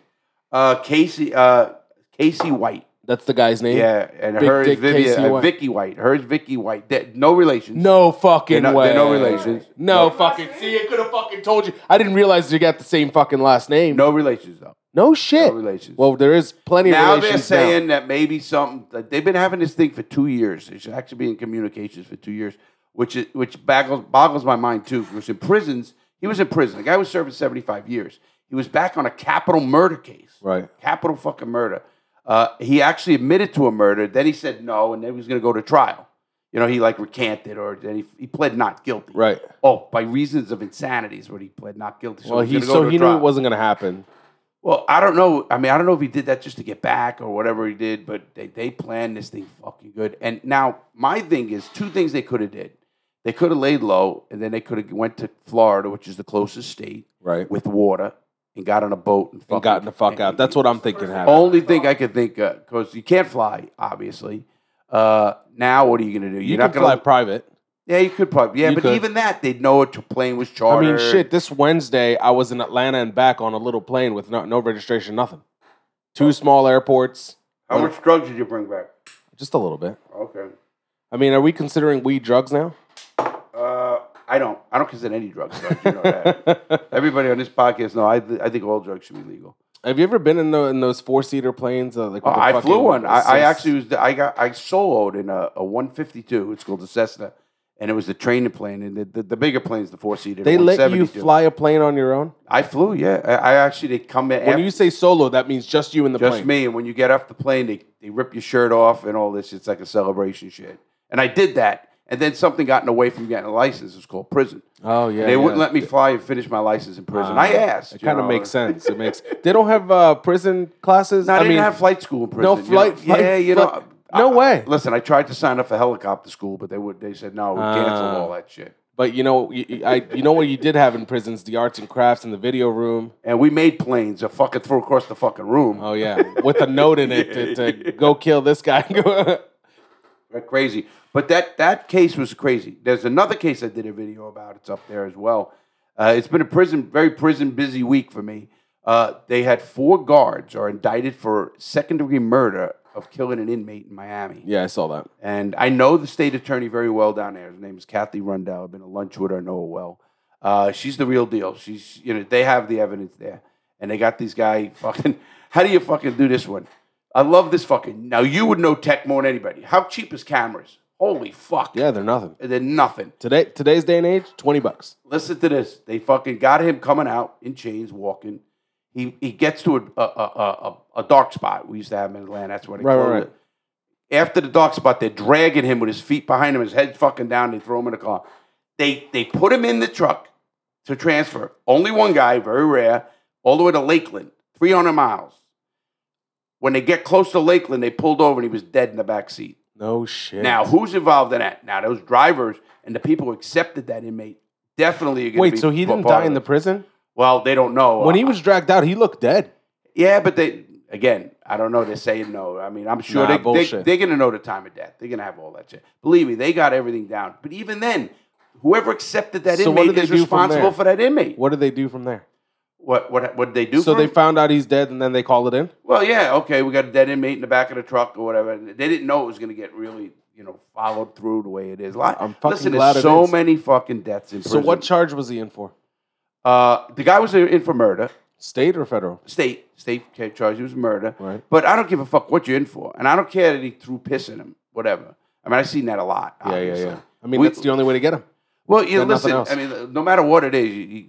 [SPEAKER 1] Uh, Casey, uh, Casey White.
[SPEAKER 2] That's the guy's name.
[SPEAKER 1] Yeah, and
[SPEAKER 2] Big
[SPEAKER 1] hers
[SPEAKER 2] dick Casey
[SPEAKER 1] Vivian, uh,
[SPEAKER 2] White.
[SPEAKER 1] Vicky White. Hers Vicky White. They- no relation.
[SPEAKER 2] No fucking
[SPEAKER 1] They're no-
[SPEAKER 2] way.
[SPEAKER 1] they're no relations.
[SPEAKER 2] No
[SPEAKER 1] No.
[SPEAKER 2] fucking. See, I could have fucking told you. I didn't realize you got the same fucking last name.
[SPEAKER 1] No relations though.
[SPEAKER 2] no shit.
[SPEAKER 1] No relations.
[SPEAKER 2] Well, there is plenty
[SPEAKER 1] now
[SPEAKER 2] of
[SPEAKER 1] they're
[SPEAKER 2] relations
[SPEAKER 1] saying that maybe something that they've been having this thing for two years. They should actually be in communications for two years, which is, which boggles, boggles my mind too. Because in prisons, he was in prison. The guy was serving seventy five years. He was back on a capital murder case.
[SPEAKER 2] Right.
[SPEAKER 1] Capital fucking murder. Uh, he actually admitted to a murder. Then he said no, and then he was going to go to trial. You know, he like recanted or then he, he pled not guilty.
[SPEAKER 2] Right.
[SPEAKER 1] Oh, by reasons of insanity is what he pled not guilty. So
[SPEAKER 2] Well,
[SPEAKER 1] he's
[SPEAKER 2] he
[SPEAKER 1] gonna go
[SPEAKER 2] so
[SPEAKER 1] to
[SPEAKER 2] he knew
[SPEAKER 1] trial.
[SPEAKER 2] it wasn't gonna happen.
[SPEAKER 1] Well, I don't know. I mean, I don't know if he did that just to get back or whatever he did, but they, they planned this thing fucking good. And now my thing is two things they could have did. They could have laid low, and then they could have went to Florida, which is the closest state,
[SPEAKER 2] Right.
[SPEAKER 1] with water, and got on a boat and, fucking,
[SPEAKER 2] And gotten the fuck out. That's what I'm thinking happened.
[SPEAKER 1] only thing I could think of because you can't fly, obviously. Uh, now what are you gonna do? You're
[SPEAKER 2] you
[SPEAKER 1] not
[SPEAKER 2] can
[SPEAKER 1] gonna
[SPEAKER 2] fly private.
[SPEAKER 1] yeah, you could probably yeah,
[SPEAKER 2] You
[SPEAKER 1] but
[SPEAKER 2] could.
[SPEAKER 1] even that they'd know a t- plane was
[SPEAKER 2] I
[SPEAKER 1] chartered.
[SPEAKER 2] mean, shit. This Wednesday, I was in Atlanta and back on a little plane with no, no registration, nothing.
[SPEAKER 1] Oh.
[SPEAKER 2] Two small airports,
[SPEAKER 1] How much drugs did you bring back?
[SPEAKER 2] just a little bit.
[SPEAKER 1] Okay.
[SPEAKER 2] I mean, are we considering weed drugs now?
[SPEAKER 1] Uh, I don't. I don't consider any drugs. drugs you know that. Everybody on this podcast, no, I, th- I think all drugs should be legal.
[SPEAKER 2] Have you ever been in the in those four seater planes? Uh, like with the
[SPEAKER 1] I
[SPEAKER 2] fucking-
[SPEAKER 1] flew one. I, I
[SPEAKER 2] Cess-
[SPEAKER 1] actually was. I got. I soloed in a, a 152. It's called the Cessna, and it was the training plane. And the, the, the bigger plane's the four seater.
[SPEAKER 2] They let you fly a plane on your own.
[SPEAKER 1] I flew. Yeah, I, I actually they come in.
[SPEAKER 2] When
[SPEAKER 1] after-
[SPEAKER 2] you say solo, that means just you in the
[SPEAKER 1] just
[SPEAKER 2] plane.
[SPEAKER 1] me. And when you get off the plane, they, they rip your shirt off and all this. It's like a celebration shit. And I did that. And then something got in the way from getting a license. It's called prison.
[SPEAKER 2] Oh yeah,
[SPEAKER 1] they wouldn't
[SPEAKER 2] yeah.
[SPEAKER 1] let me fly and finish my license in prison. I asked.
[SPEAKER 2] It
[SPEAKER 1] you
[SPEAKER 2] kind of
[SPEAKER 1] know.
[SPEAKER 2] makes sense. It makes. [LAUGHS] They don't have uh, prison classes.
[SPEAKER 1] No, I,
[SPEAKER 2] I
[SPEAKER 1] didn't
[SPEAKER 2] mean,
[SPEAKER 1] have flight school in prison.
[SPEAKER 2] no
[SPEAKER 1] you know.
[SPEAKER 2] flight- flight-
[SPEAKER 1] yeah, you
[SPEAKER 2] flight-
[SPEAKER 1] know.
[SPEAKER 2] no
[SPEAKER 1] I-
[SPEAKER 2] way.
[SPEAKER 1] Listen, I tried to sign up for helicopter school, but they would. They said no, we canceled
[SPEAKER 2] Ah.
[SPEAKER 1] all that shit.
[SPEAKER 2] but you know, you, you- I you know what you did have in prisons: the arts and crafts in the video room.
[SPEAKER 1] And we made planes that fucking threw across the fucking room.
[SPEAKER 2] Oh yeah, with a note in it
[SPEAKER 1] [LAUGHS]
[SPEAKER 2] to, to go kill this guy. [LAUGHS]
[SPEAKER 1] Like crazy. But that that case was crazy. There's another case I did a video about. It's up there as well. Uh, it's been a prison, very prison busy week for me. Uh, they had four guards are indicted for second degree murder of killing an inmate in Miami.
[SPEAKER 2] yeah, I saw that.
[SPEAKER 1] And I know the state attorney very well down there. Her name is Kathy Rundell. I've been to lunch with her. I know her well. Uh, she's the real deal. She's, you know, they have the evidence there. And they got these guy fucking, [LAUGHS] how do you fucking do this one? I love this fucking, now you would know tech more than anybody. How cheap is cameras? Holy fuck.
[SPEAKER 2] Yeah, they're nothing
[SPEAKER 1] They're nothing.
[SPEAKER 2] today. Today's day and age, twenty bucks.
[SPEAKER 1] Listen to this. They fucking got him coming out in chains, walking. He he gets to a a, a, a, a dark spot. We used to have him in Atlanta. That's where they
[SPEAKER 2] Right,
[SPEAKER 1] closed
[SPEAKER 2] right, right.
[SPEAKER 1] it. After the dark spot, they're dragging him with his feet behind him, his head fucking down. They throw him in the car. They they put him in the truck to transfer. Only one guy, very rare, all the way to Lakeland, 300 miles. When they get close to Lakeland, they pulled over and he was dead in the back seat.
[SPEAKER 2] No shit.
[SPEAKER 1] Now, who's involved in that? Now, those drivers and the people who accepted that inmate definitely are going
[SPEAKER 2] wait, so he didn't die in the prison
[SPEAKER 1] Well, they don't know.
[SPEAKER 2] when he
[SPEAKER 1] Uh,
[SPEAKER 2] was dragged out. He looked dead.
[SPEAKER 1] Yeah, but they again, I don't know. They're saying no. I mean, I'm sure
[SPEAKER 2] Nah,
[SPEAKER 1] they, they
[SPEAKER 2] bullshit.
[SPEAKER 1] they're gonna know the time of death. They're gonna have all that shit. Believe me, they got everything down. But even then, whoever accepted that
[SPEAKER 2] So what
[SPEAKER 1] inmate
[SPEAKER 2] did they
[SPEAKER 1] is
[SPEAKER 2] do from
[SPEAKER 1] responsible
[SPEAKER 2] there?
[SPEAKER 1] for that inmate.
[SPEAKER 2] What did they do from there?
[SPEAKER 1] What what what did they do?
[SPEAKER 2] so
[SPEAKER 1] for
[SPEAKER 2] they
[SPEAKER 1] him?
[SPEAKER 2] found out he's dead, and then they call it in.
[SPEAKER 1] well, yeah, okay, we got a dead inmate in the back of the truck or whatever. They didn't know it was gonna get really you know followed through the way it is. Li-
[SPEAKER 2] I'm fucking
[SPEAKER 1] Listen,
[SPEAKER 2] glad
[SPEAKER 1] there's
[SPEAKER 2] it
[SPEAKER 1] so
[SPEAKER 2] is.
[SPEAKER 1] many fucking deaths in
[SPEAKER 2] So
[SPEAKER 1] prison.
[SPEAKER 2] what charge was he in for?
[SPEAKER 1] uh, the guy was in for murder.
[SPEAKER 2] State or federal?
[SPEAKER 1] state state ca- charge. He was murder.
[SPEAKER 2] Right.
[SPEAKER 1] But I don't give a fuck what you're in for, and I don't care that he threw piss in him. Whatever. I mean, I've seen that a lot. obviously.
[SPEAKER 2] I mean,
[SPEAKER 1] We-
[SPEAKER 2] that's the only way to get him.
[SPEAKER 1] Well, you know,
[SPEAKER 2] Then nothing
[SPEAKER 1] listen.
[SPEAKER 2] else.
[SPEAKER 1] I mean, no matter what it is, you, you,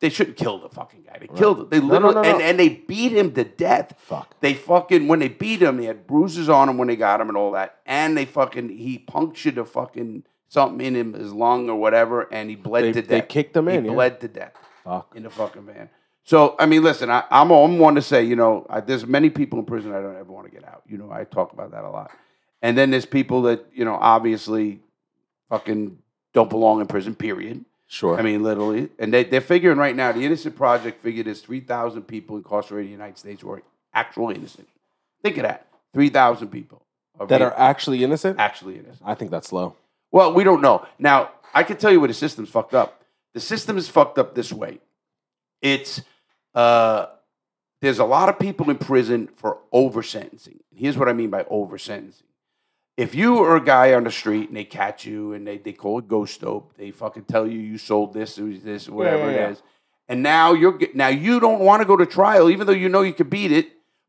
[SPEAKER 1] they shouldn't kill the fucking guy. They killed him. They
[SPEAKER 2] no,
[SPEAKER 1] literally
[SPEAKER 2] no, no.
[SPEAKER 1] And, and they beat him to death.
[SPEAKER 2] Fuck.
[SPEAKER 1] They fucking when they beat him, they had bruises on him when they got him and all that, and they fucking he punctured a fucking something in him his lung or whatever, and he bled
[SPEAKER 2] They-
[SPEAKER 1] to death.
[SPEAKER 2] they kicked him
[SPEAKER 1] He
[SPEAKER 2] in, yeah.
[SPEAKER 1] bled to death
[SPEAKER 2] Fuck.
[SPEAKER 1] in the fucking van. So I mean, listen, I, I'm I'm one to say, you know, I, there's many people in prison I don't ever want to get out. You know, I talk about that a lot. And then there's people that you know obviously fucking don't belong in prison. Period.
[SPEAKER 2] Sure.
[SPEAKER 1] I mean, literally. And they, they're figuring right now, the Innocent Project figured there's 3,000 people incarcerated in the United States who are actual innocent. Think of that. 3,000 people
[SPEAKER 2] that
[SPEAKER 1] being
[SPEAKER 2] are actually innocent.
[SPEAKER 1] actually innocent.
[SPEAKER 2] I think that's low.
[SPEAKER 1] Well, we don't know. Now, I can tell you where the system's fucked up. The system is fucked up this way. It's uh, there's a lot of people in prison for over sentencing. Here's what I mean by over sentencing. If you are a guy on the street and they catch you and they, they call it ghost dope, they fucking tell you you sold this, it was this, whatever
[SPEAKER 2] yeah, yeah.
[SPEAKER 1] it is. And now you're get- now you don't want to go to trial, even though you know you could beat it,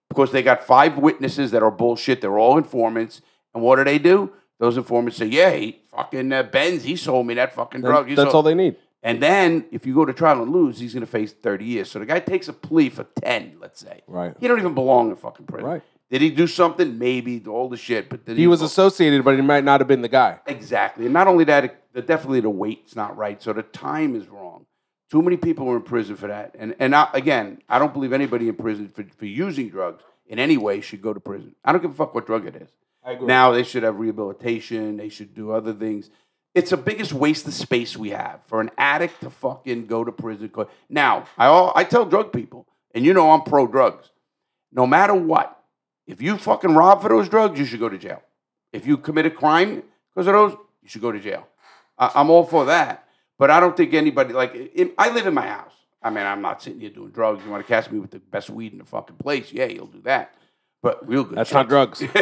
[SPEAKER 1] because they got five witnesses that are bullshit. They're all informants. And what do they do? Those informants say, "Yeah, he fucking uh, Benz, he sold me that fucking drug." he
[SPEAKER 2] That's
[SPEAKER 1] sold-"
[SPEAKER 2] all they need.
[SPEAKER 1] And then if you go to trial and lose, he's going to face 30 years. So the guy takes a plea for 10, let's say.
[SPEAKER 2] Right.
[SPEAKER 1] He don't even belong in fucking prison.
[SPEAKER 2] Right.
[SPEAKER 1] Did he do something? Maybe all the shit, but did he,
[SPEAKER 2] He was associated, but he might not have been the guy.
[SPEAKER 1] exactly. And not only that, it- the, definitely the weight's not right. So the time is wrong. Too many people were in prison for that. And and I, again, I don't believe anybody in prison for, for using drugs in any way should go to prison. I don't give a fuck what drug it is.
[SPEAKER 2] I agree.
[SPEAKER 1] Now they should have rehabilitation. They should do other things. It's the biggest waste of space we have for an addict to fucking go to prison. Co- Now I all, I tell drug people, and you know I'm pro drugs. No matter what, if you fucking rob for those drugs, you should go to jail. If you commit a crime because of those, you should go to jail. I, I'm all for that, but I don't think anybody like i I live in my house. I mean, I'm not sitting here doing drugs. You want to catch me with the best weed in the fucking place? Yeah, you'll do that. But real good.
[SPEAKER 2] That's
[SPEAKER 1] shit
[SPEAKER 2] not drugs.
[SPEAKER 1] [LAUGHS]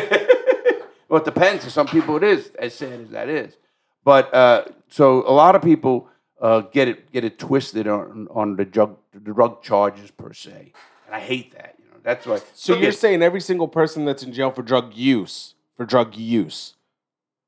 [SPEAKER 1] well, it depends. For some people, it is as sad as that is. But uh, so a lot of people uh, get it get it twisted on on the drug the drug charges per se, and I hate that. You know, that's why.
[SPEAKER 2] So
[SPEAKER 1] Look
[SPEAKER 2] you're
[SPEAKER 1] at-
[SPEAKER 2] saying every single person that's in jail for drug use, for drug use,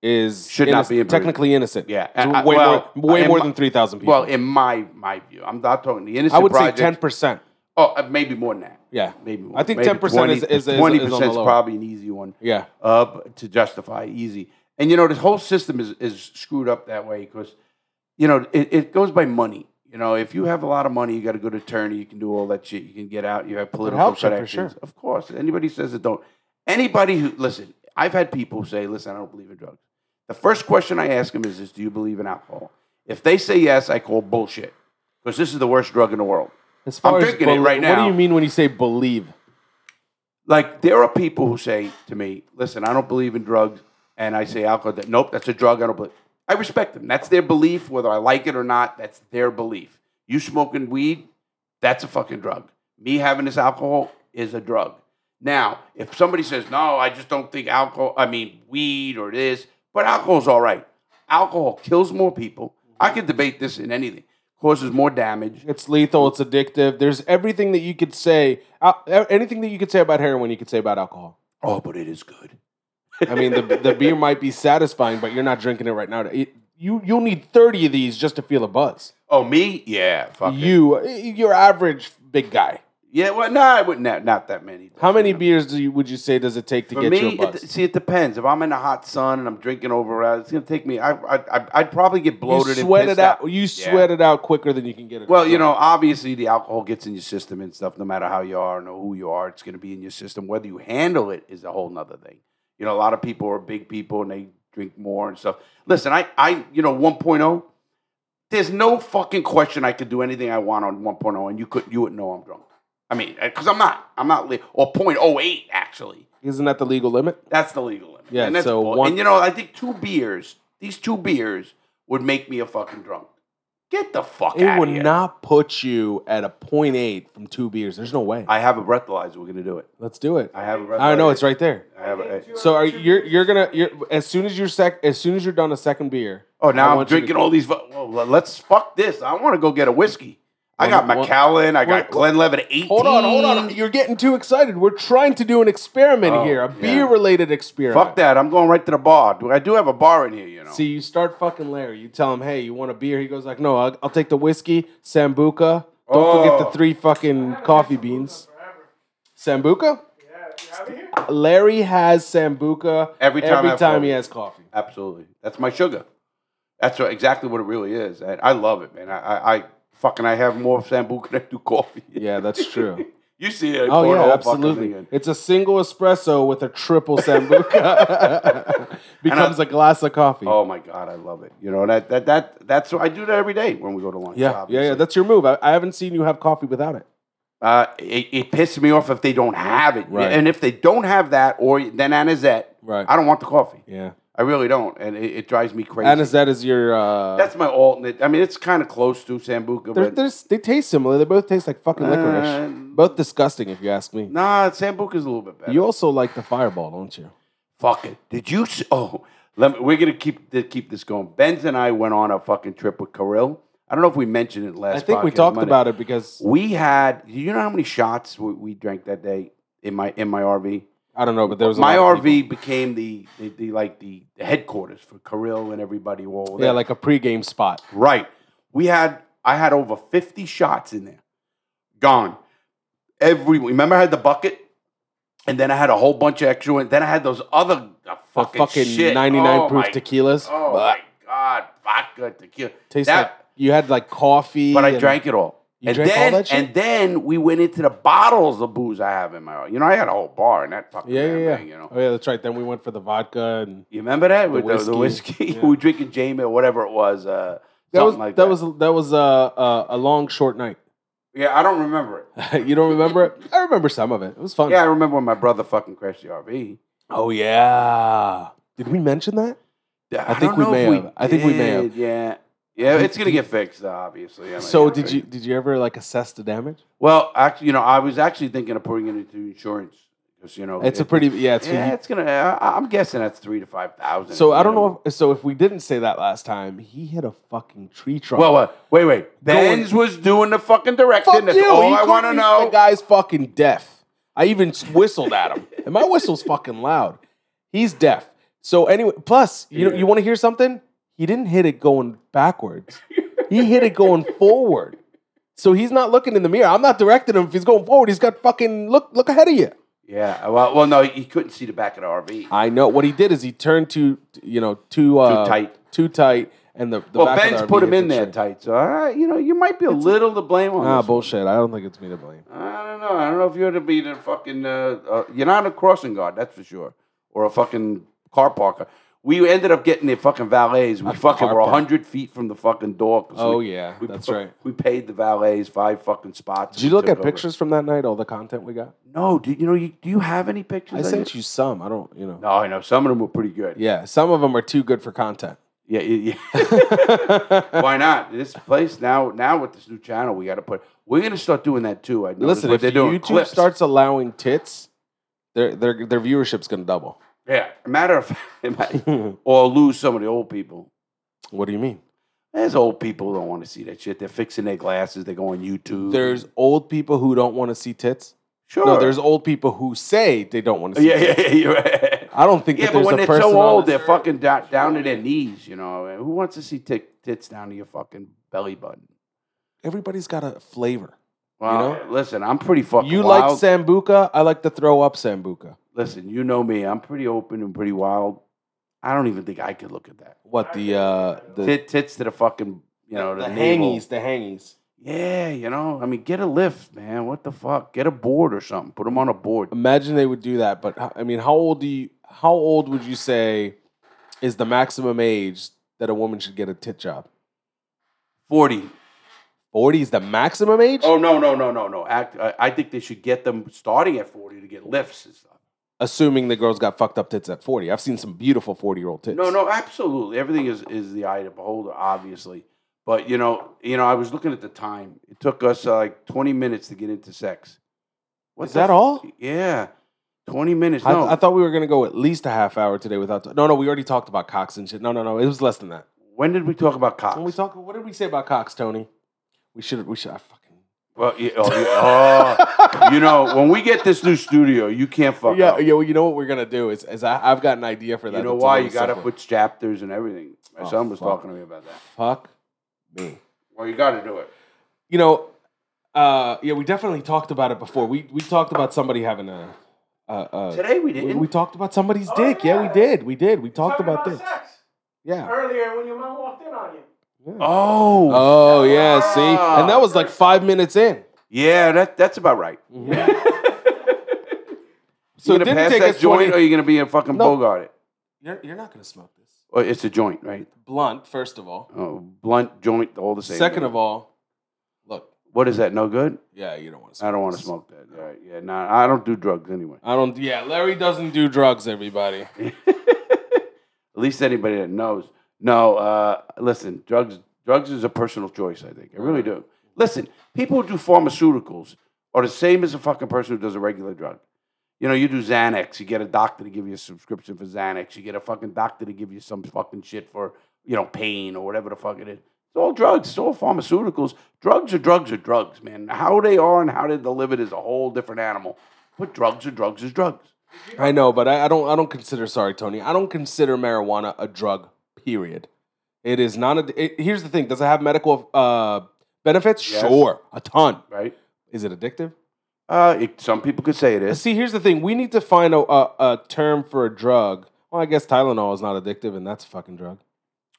[SPEAKER 2] is
[SPEAKER 1] Should not be in prison.
[SPEAKER 2] technically innocent.
[SPEAKER 1] Yeah,
[SPEAKER 2] So
[SPEAKER 1] I- I-
[SPEAKER 2] way
[SPEAKER 1] well,
[SPEAKER 2] more, way
[SPEAKER 1] in
[SPEAKER 2] more
[SPEAKER 1] my-
[SPEAKER 2] than three thousand people.
[SPEAKER 1] well, in my my view, I'm not talking the innocent.
[SPEAKER 2] I would say
[SPEAKER 1] project,
[SPEAKER 2] ten percent.
[SPEAKER 1] Oh, uh, maybe more than that.
[SPEAKER 2] Yeah,
[SPEAKER 1] Maybe more.
[SPEAKER 2] I think
[SPEAKER 1] Maybe
[SPEAKER 2] 10% is-
[SPEAKER 1] 20
[SPEAKER 2] is- is- is on the
[SPEAKER 1] 20% is
[SPEAKER 2] lower.
[SPEAKER 1] probably an easy one.
[SPEAKER 2] yeah.
[SPEAKER 1] up to justify easy. And you know, this whole system is, is screwed up that way because, you know, it, it goes by money. You know, if you have a lot of money, you got a good attorney, you can do all that shit, you can get out, you have political
[SPEAKER 2] helps you, for
[SPEAKER 1] connections.
[SPEAKER 2] sure.
[SPEAKER 1] Of course. Anybody says it don't. Anybody who listen, I've had people say, listen, I don't believe in drugs. The first question I ask them is, is do you believe in alcohol? If they say yes, I call bullshit. Because this is the worst drug in the world.
[SPEAKER 2] As far
[SPEAKER 1] drinking it right
[SPEAKER 2] What
[SPEAKER 1] now.
[SPEAKER 2] do you mean when you say believe?
[SPEAKER 1] like there are people who say to me, "Listen, I don't believe in drugs," and I say alcohol. That, nope, that's a drug. I don't believe. I respect them. That's their belief, whether I like it or not. That's their belief. You smoking weed, that's a fucking drug. Me having this alcohol is a drug. Now, if somebody says, "No, I just don't think alcohol," I mean weed or this, but alcohol's all right. Alcohol kills more people. I could debate this in anything. Causes more damage.
[SPEAKER 2] It's lethal. It's addictive. There's everything that you could say. al- Anything that you could say about heroin, you could say about alcohol.
[SPEAKER 1] Oh, but it is good.
[SPEAKER 2] I mean, the the beer might be satisfying, but you're not drinking it right now. It, you you'll need thirty of these just to feel a buzz.
[SPEAKER 1] Oh, me? Yeah, fuck it.
[SPEAKER 2] You you're average big guy.
[SPEAKER 1] Yeah, well, no, I wouldn't. Not, not that many.
[SPEAKER 2] How many beers do you would you say does it take to
[SPEAKER 1] For
[SPEAKER 2] get you
[SPEAKER 1] me,
[SPEAKER 2] a
[SPEAKER 1] it,
[SPEAKER 2] buzz?
[SPEAKER 1] d- see, it depends. If I'm in the hot sun and I'm drinking over, uh, it's gonna take me. I, I, I- I'd probably get
[SPEAKER 2] you
[SPEAKER 1] bloated.
[SPEAKER 2] sweat
[SPEAKER 1] and
[SPEAKER 2] it
[SPEAKER 1] pissed
[SPEAKER 2] out. You sweat it out quicker than you can get it.
[SPEAKER 1] Well, you
[SPEAKER 2] drunk.
[SPEAKER 1] know, obviously the alcohol gets in your system and stuff. No matter how you are, no who you are, it's going to be in your system. Whether you handle it is a whole nother thing. You know, a lot of people are big people and they drink more and stuff. Listen, I, I, you know, 1.0. There's no fucking question I could do anything I want on 1.0, and you could, you wouldn't know I'm drunk. I mean, because I'm not, I'm not, li- or 0.08 actually.
[SPEAKER 2] isn't that the legal limit?
[SPEAKER 1] That's the legal limit.
[SPEAKER 2] Yeah,
[SPEAKER 1] and that's
[SPEAKER 2] so
[SPEAKER 1] bull-
[SPEAKER 2] one-
[SPEAKER 1] and you know, I think two beers, these two beers would make me a fucking drunk. Get the fuck
[SPEAKER 2] It
[SPEAKER 1] out
[SPEAKER 2] would
[SPEAKER 1] here.
[SPEAKER 2] not put you at a point eight from two beers. There's no way.
[SPEAKER 1] I have a breathalyzer. We're gonna do it.
[SPEAKER 2] Let's do it.
[SPEAKER 1] I have a breathalyzer.
[SPEAKER 2] I know it's right there.
[SPEAKER 1] I have a,
[SPEAKER 2] So are you're you're gonna you're as soon as you're sec as soon as you're done a second beer.
[SPEAKER 1] oh,
[SPEAKER 2] I
[SPEAKER 1] now I'm
[SPEAKER 2] want you to-
[SPEAKER 1] drinking all these. vo- oh, Well, le- let's fuck this. I want to go get a whiskey. I got
[SPEAKER 2] One- one-
[SPEAKER 1] Macallan. I got
[SPEAKER 2] wait,
[SPEAKER 1] Glenlivet. Eighteen.
[SPEAKER 2] Hold on, hold on. You're getting too excited. We're trying to do an experiment
[SPEAKER 1] Oh,
[SPEAKER 2] here, a
[SPEAKER 1] yeah.
[SPEAKER 2] beer related experiment.
[SPEAKER 1] Fuck that. I'm going right to the bar. Do- I do have a bar in here. You know.
[SPEAKER 2] See, you start fucking Larry. You tell him, "Hey, you want a beer?" He goes like, "No, I'll, I'll take the whiskey, sambuca. Don't forget
[SPEAKER 1] Oh.
[SPEAKER 2] the three fucking coffee beans." Sambuca? Larry has sambuca
[SPEAKER 1] Every time I have
[SPEAKER 2] he
[SPEAKER 1] coffee.
[SPEAKER 2] has coffee.
[SPEAKER 1] Absolutely. That's my sugar. That's what, exactly what it really is. And I love it, man. I, I, I fucking I have more sambuca [LAUGHS] than I do coffee.
[SPEAKER 2] Yeah, that's true.
[SPEAKER 1] [LAUGHS] You see it. I
[SPEAKER 2] oh
[SPEAKER 1] pour the
[SPEAKER 2] yeah,
[SPEAKER 1] whole fucking thing
[SPEAKER 2] absolutely.
[SPEAKER 1] in.
[SPEAKER 2] It's a single espresso with a
[SPEAKER 1] [LAUGHS]
[SPEAKER 2] triple sambuca. [LAUGHS] Becomes a glass of coffee.
[SPEAKER 1] Oh my god, I love it. You know that that that that's what I do that every day when we go to lunch.
[SPEAKER 2] yeah, yeah, yeah.
[SPEAKER 1] obviously.
[SPEAKER 2] That's your move. I, I haven't seen you have coffee without it.
[SPEAKER 1] Uh, it, it pisses me off if they don't have it.
[SPEAKER 2] Right.
[SPEAKER 1] And if they don't have that, or then anisette,
[SPEAKER 2] Right.
[SPEAKER 1] I don't want the coffee.
[SPEAKER 2] Yeah.
[SPEAKER 1] I really don't, and it, it drives me crazy.
[SPEAKER 2] Anisette is your. Uh,
[SPEAKER 1] That's my alternate. I mean, it's kind of close to sambuca,
[SPEAKER 2] They're,
[SPEAKER 1] but
[SPEAKER 2] they're, they taste similar. They both taste like fucking licorice.
[SPEAKER 1] Uh,
[SPEAKER 2] both disgusting, if you ask me.
[SPEAKER 1] nah, sambuca's a little bit better.
[SPEAKER 2] You also like the fireball, don't you?
[SPEAKER 1] Fuck it. Did you? s oh, let me, we're gonna keep th- keep this going. Benz and I went on a fucking trip with Kirill. I don't know if we mentioned it last.
[SPEAKER 2] I think we
[SPEAKER 1] podcast,
[SPEAKER 2] talked
[SPEAKER 1] Monday.
[SPEAKER 2] about it because
[SPEAKER 1] We had. Do you know how many shots we, we drank that day in my in my RV?
[SPEAKER 2] I don't know, but there was a
[SPEAKER 1] my
[SPEAKER 2] lot of
[SPEAKER 1] RV became the, the, the like the headquarters for Kirill and everybody. All
[SPEAKER 2] people.
[SPEAKER 1] there.
[SPEAKER 2] Yeah, like a pregame spot.
[SPEAKER 1] right. We had I had over fifty shots in there, gone. Every remember I had the bucket, and then I had a whole bunch of extra, and then I had those other uh,
[SPEAKER 2] The
[SPEAKER 1] fucking,
[SPEAKER 2] fucking,
[SPEAKER 1] shit.
[SPEAKER 2] 99
[SPEAKER 1] Oh,
[SPEAKER 2] proof
[SPEAKER 1] my-
[SPEAKER 2] tequilas.
[SPEAKER 1] Oh
[SPEAKER 2] Blah.
[SPEAKER 1] my god, vodka tequila.
[SPEAKER 2] Tastes
[SPEAKER 1] That-
[SPEAKER 2] like you had like coffee.
[SPEAKER 1] but I
[SPEAKER 2] and-
[SPEAKER 1] drank it all.
[SPEAKER 2] You
[SPEAKER 1] and
[SPEAKER 2] drank all
[SPEAKER 1] then,
[SPEAKER 2] that shit?
[SPEAKER 1] And then we went into the bottles of booze I have in my. You know, I had a whole bar in that fucking
[SPEAKER 2] Yeah,
[SPEAKER 1] damn
[SPEAKER 2] yeah, yeah.
[SPEAKER 1] thing. You know,
[SPEAKER 2] Oh yeah, that's right. Then we went for the vodka and
[SPEAKER 1] you remember that with the, the
[SPEAKER 2] whiskey.
[SPEAKER 1] whiskey? [LAUGHS]
[SPEAKER 2] Yeah.
[SPEAKER 1] we were drinking Jamie or whatever it was. Uh,
[SPEAKER 2] that was
[SPEAKER 1] something like
[SPEAKER 2] that, was that was a a, a long short night. [LAUGHS]
[SPEAKER 1] yeah. I don't remember it.
[SPEAKER 2] you don't remember it? I remember some of it. It was fun.
[SPEAKER 1] Yeah, I remember when my brother fucking crashed the RV.
[SPEAKER 2] Oh yeah. Did we mention that?
[SPEAKER 1] Yeah,
[SPEAKER 2] I think
[SPEAKER 1] don't
[SPEAKER 2] we
[SPEAKER 1] know
[SPEAKER 2] may
[SPEAKER 1] if
[SPEAKER 2] have. I think we may have.
[SPEAKER 1] did, Yeah. Yeah, it's gonna get fixed, obviously. I mean,
[SPEAKER 2] So
[SPEAKER 1] yeah,
[SPEAKER 2] did
[SPEAKER 1] but-
[SPEAKER 2] you did you ever like assess the damage?
[SPEAKER 1] Well, actually, you know, I was actually thinking of putting it into insurance because you know
[SPEAKER 2] It's a
[SPEAKER 1] it-
[SPEAKER 2] pretty yeah. It's
[SPEAKER 1] yeah,
[SPEAKER 2] yeah.
[SPEAKER 1] it's gonna. I, I'm guessing that's three to five thousand.
[SPEAKER 2] So I don't
[SPEAKER 1] know.
[SPEAKER 2] know. If, so if we didn't say that last time, he hit a fucking tree trunk.
[SPEAKER 1] Well, uh, wait, wait. Benz was doing the fucking directing.
[SPEAKER 2] fuck
[SPEAKER 1] That's
[SPEAKER 2] you.
[SPEAKER 1] all
[SPEAKER 2] He
[SPEAKER 1] I want to
[SPEAKER 2] couldn't-
[SPEAKER 1] know.
[SPEAKER 2] The guy's fucking deaf. I even whistled at him, and my whistle's fucking loud. He's deaf. So anyway, plus you know,
[SPEAKER 1] Yeah.
[SPEAKER 2] you want to hear something? He didn't hit it going backwards. he hit it
[SPEAKER 1] [LAUGHS]
[SPEAKER 2] going forward. So he's not looking in the mirror. I'm not directing him. If he's going forward, he's got fucking look look ahead of you.
[SPEAKER 1] yeah. Well, well, no, he couldn't see the back of the RV.
[SPEAKER 2] I know what he did is he turned too, you know, too uh,
[SPEAKER 1] tight.
[SPEAKER 2] too tight, and the, the
[SPEAKER 1] well,
[SPEAKER 2] back of
[SPEAKER 1] Benz
[SPEAKER 2] the
[SPEAKER 1] put
[SPEAKER 2] RV
[SPEAKER 1] him
[SPEAKER 2] hit
[SPEAKER 1] in
[SPEAKER 2] the
[SPEAKER 1] there
[SPEAKER 2] tree.
[SPEAKER 1] tight. So, uh, you know, you might be a little to blame on
[SPEAKER 2] Nah,
[SPEAKER 1] this.
[SPEAKER 2] bullshit. I don't think it's me to blame.
[SPEAKER 1] I don't know. I don't know if you're to be the fucking. Uh, uh, you're not a crossing guard, that's for sure, or a fucking car parker. We ended up getting the fucking valets. We fucking
[SPEAKER 2] car
[SPEAKER 1] were
[SPEAKER 2] park.
[SPEAKER 1] hundred feet from the fucking door. 'cause
[SPEAKER 2] Oh,
[SPEAKER 1] we-
[SPEAKER 2] yeah,
[SPEAKER 1] we
[SPEAKER 2] that's
[SPEAKER 1] put-
[SPEAKER 2] right.
[SPEAKER 1] We paid the valets five fucking spots.
[SPEAKER 2] Did you
[SPEAKER 1] We
[SPEAKER 2] look
[SPEAKER 1] took
[SPEAKER 2] at
[SPEAKER 1] over.
[SPEAKER 2] pictures from that night? All the content we got.
[SPEAKER 1] No, do you know? You, do you have any pictures?
[SPEAKER 2] I
[SPEAKER 1] of
[SPEAKER 2] sent
[SPEAKER 1] it?
[SPEAKER 2] you some. I don't, you know.
[SPEAKER 1] No, I know some of them were pretty good.
[SPEAKER 2] Yeah, some of them are too good
[SPEAKER 1] [LAUGHS]
[SPEAKER 2] for content.
[SPEAKER 1] Yeah, yeah. [LAUGHS] yeah. Why not? This place now, now with this new channel, we got to put. We're gonna start doing that too. I noticed
[SPEAKER 2] Listen,
[SPEAKER 1] what
[SPEAKER 2] if
[SPEAKER 1] they're doing.
[SPEAKER 2] YouTube
[SPEAKER 1] Clips.
[SPEAKER 2] starts allowing tits, their their their viewership's gonna double.
[SPEAKER 1] yeah. Matter of [LAUGHS] fact,
[SPEAKER 2] [LAUGHS]
[SPEAKER 1] or lose some of the old people.
[SPEAKER 2] What do you mean?
[SPEAKER 1] There's old people who don't want to see that shit. They're fixing their glasses. They go on YouTube.
[SPEAKER 2] There's old people who don't want to see tits.
[SPEAKER 1] sure.
[SPEAKER 2] No, there's old people who say they don't want to
[SPEAKER 1] [LAUGHS]
[SPEAKER 2] see.
[SPEAKER 1] yeah,
[SPEAKER 2] tits.
[SPEAKER 1] yeah, yeah. You're right.
[SPEAKER 2] I don't think
[SPEAKER 1] Yeah,
[SPEAKER 2] that
[SPEAKER 1] but
[SPEAKER 2] there's
[SPEAKER 1] when
[SPEAKER 2] a
[SPEAKER 1] they're
[SPEAKER 2] person
[SPEAKER 1] so
[SPEAKER 2] on
[SPEAKER 1] old,
[SPEAKER 2] the-
[SPEAKER 1] they're
[SPEAKER 2] [LAUGHS]
[SPEAKER 1] fucking do- down to their knees. You know, who wants to see tit- tits down to your fucking belly button?
[SPEAKER 2] everybody's got a flavor.
[SPEAKER 1] Well,
[SPEAKER 2] know?
[SPEAKER 1] listen, I'm pretty fucking
[SPEAKER 2] You
[SPEAKER 1] wild.
[SPEAKER 2] like Sambuca? I like to throw up Sambuca.
[SPEAKER 1] listen, you know me. I'm pretty open and pretty wild. I don't even think I could look at that.
[SPEAKER 2] What the uh the
[SPEAKER 1] Tit, tits to the fucking, you know,
[SPEAKER 2] the,
[SPEAKER 1] the, navel.
[SPEAKER 2] hangies, the hangies.
[SPEAKER 1] Yeah, you know, I mean, get a lift, man. What the fuck? Get a board or something. Put them on a board.
[SPEAKER 2] Imagine they would do that, but h- I mean, how old do you? How old would you say is the maximum age that a woman should get a tit job?
[SPEAKER 1] Forty.
[SPEAKER 2] Forty is the maximum age.
[SPEAKER 1] Oh no, no, no, no, no. Act. I, I think they should get them starting at forty to get lifts and stuff.
[SPEAKER 2] Assuming the girls got fucked up tits at forty. I've seen some beautiful forty-year-old tits.
[SPEAKER 1] No, no, absolutely. Everything is is the eye of the beholder, obviously. But you know, you know, I was looking at the time. It took us uh, like twenty minutes to get into sex. What's
[SPEAKER 2] Is that all?
[SPEAKER 1] Yeah, twenty minutes.
[SPEAKER 2] I,
[SPEAKER 1] No,
[SPEAKER 2] I thought we were gonna go at least a half hour today without. no, no, we already talked about cocks and shit. No, no, no, it was less than that.
[SPEAKER 1] when did we talk about cocks?
[SPEAKER 2] When we talk, what did we say about cocks, Tony? We should. We should. I fucking.
[SPEAKER 1] Well, yeah, oh, yeah, [LAUGHS] oh, you know, when we get this new studio, you can't fuck
[SPEAKER 2] yeah,
[SPEAKER 1] up.
[SPEAKER 2] yeah. Well, you know what we're gonna do is, is I, I've got an idea for that.
[SPEAKER 1] you know
[SPEAKER 2] that's a
[SPEAKER 1] why?
[SPEAKER 2] little
[SPEAKER 1] You got to
[SPEAKER 2] simpler.
[SPEAKER 1] put chapters and everything. My
[SPEAKER 2] Oh,
[SPEAKER 1] son was
[SPEAKER 2] fuck.
[SPEAKER 1] talking to me about that.
[SPEAKER 2] fuck me.
[SPEAKER 1] Well, you got to do it.
[SPEAKER 2] You know, uh, yeah, we definitely talked about it before. We we talked about somebody having a. Uh, uh,
[SPEAKER 1] Today we
[SPEAKER 2] we,
[SPEAKER 1] didn't.
[SPEAKER 2] we talked about somebody's
[SPEAKER 3] Oh,
[SPEAKER 2] dick. Yeah.
[SPEAKER 3] yeah.
[SPEAKER 2] we did. We did. We talked
[SPEAKER 3] Talking
[SPEAKER 2] about, this.
[SPEAKER 3] sex
[SPEAKER 2] Yeah.
[SPEAKER 3] earlier when your mom walked in on you.
[SPEAKER 2] yeah.
[SPEAKER 1] oh, Ah.
[SPEAKER 2] Oh yeah. See, and that was like five minutes in.
[SPEAKER 1] yeah, that that's about right.
[SPEAKER 2] [LAUGHS] So
[SPEAKER 1] you
[SPEAKER 2] it
[SPEAKER 1] gonna
[SPEAKER 2] Mm-hmm. didn't
[SPEAKER 1] pass
[SPEAKER 2] take
[SPEAKER 1] that
[SPEAKER 2] us
[SPEAKER 1] joint,
[SPEAKER 2] twenty.
[SPEAKER 1] or you gonna be a fucking
[SPEAKER 2] No.
[SPEAKER 1] bogart it?
[SPEAKER 2] You're, you're not gonna smoke this.
[SPEAKER 1] Or it's a joint, right?
[SPEAKER 2] Blunt, first of all.
[SPEAKER 1] Oh, blunt joint, all the same.
[SPEAKER 2] Second of all, look.
[SPEAKER 1] what is that? No good.
[SPEAKER 2] Yeah, you don't want to. Smoke
[SPEAKER 1] I don't want to
[SPEAKER 2] this.
[SPEAKER 1] smoke that. All right, yeah, nah, I don't do drugs anyway.
[SPEAKER 2] I don't. Yeah, Larry doesn't do drugs. Everybody.
[SPEAKER 1] At least anybody that knows. No, uh, listen, drugs, drugs is a personal choice. I think I really do. Listen, people who do pharmaceuticals are the same as a fucking person who does a regular drug. You know, you do Xanax, you get a doctor to give you a subscription for Xanax, you get a fucking doctor to give you some fucking shit for, you know, pain or whatever the fuck it is. It's all drugs, it's all pharmaceuticals. Drugs are drugs are drugs, man. How they are and how they're delivered is a whole different animal. But drugs are drugs is drugs.
[SPEAKER 2] I know, but I, I don't. I don't consider. Sorry, Tony. I don't consider marijuana a drug. Period. It is not a. It, here's the thing. Does it have medical uh, benefits?
[SPEAKER 1] Yes.
[SPEAKER 2] Sure, a ton.
[SPEAKER 1] Right?
[SPEAKER 2] Is it addictive?
[SPEAKER 1] Uh, it, some people could say it is.
[SPEAKER 2] See, here's the thing. We need to find a, a, a term for a drug. Well, I guess Tylenol is not addictive, and that's a fucking drug.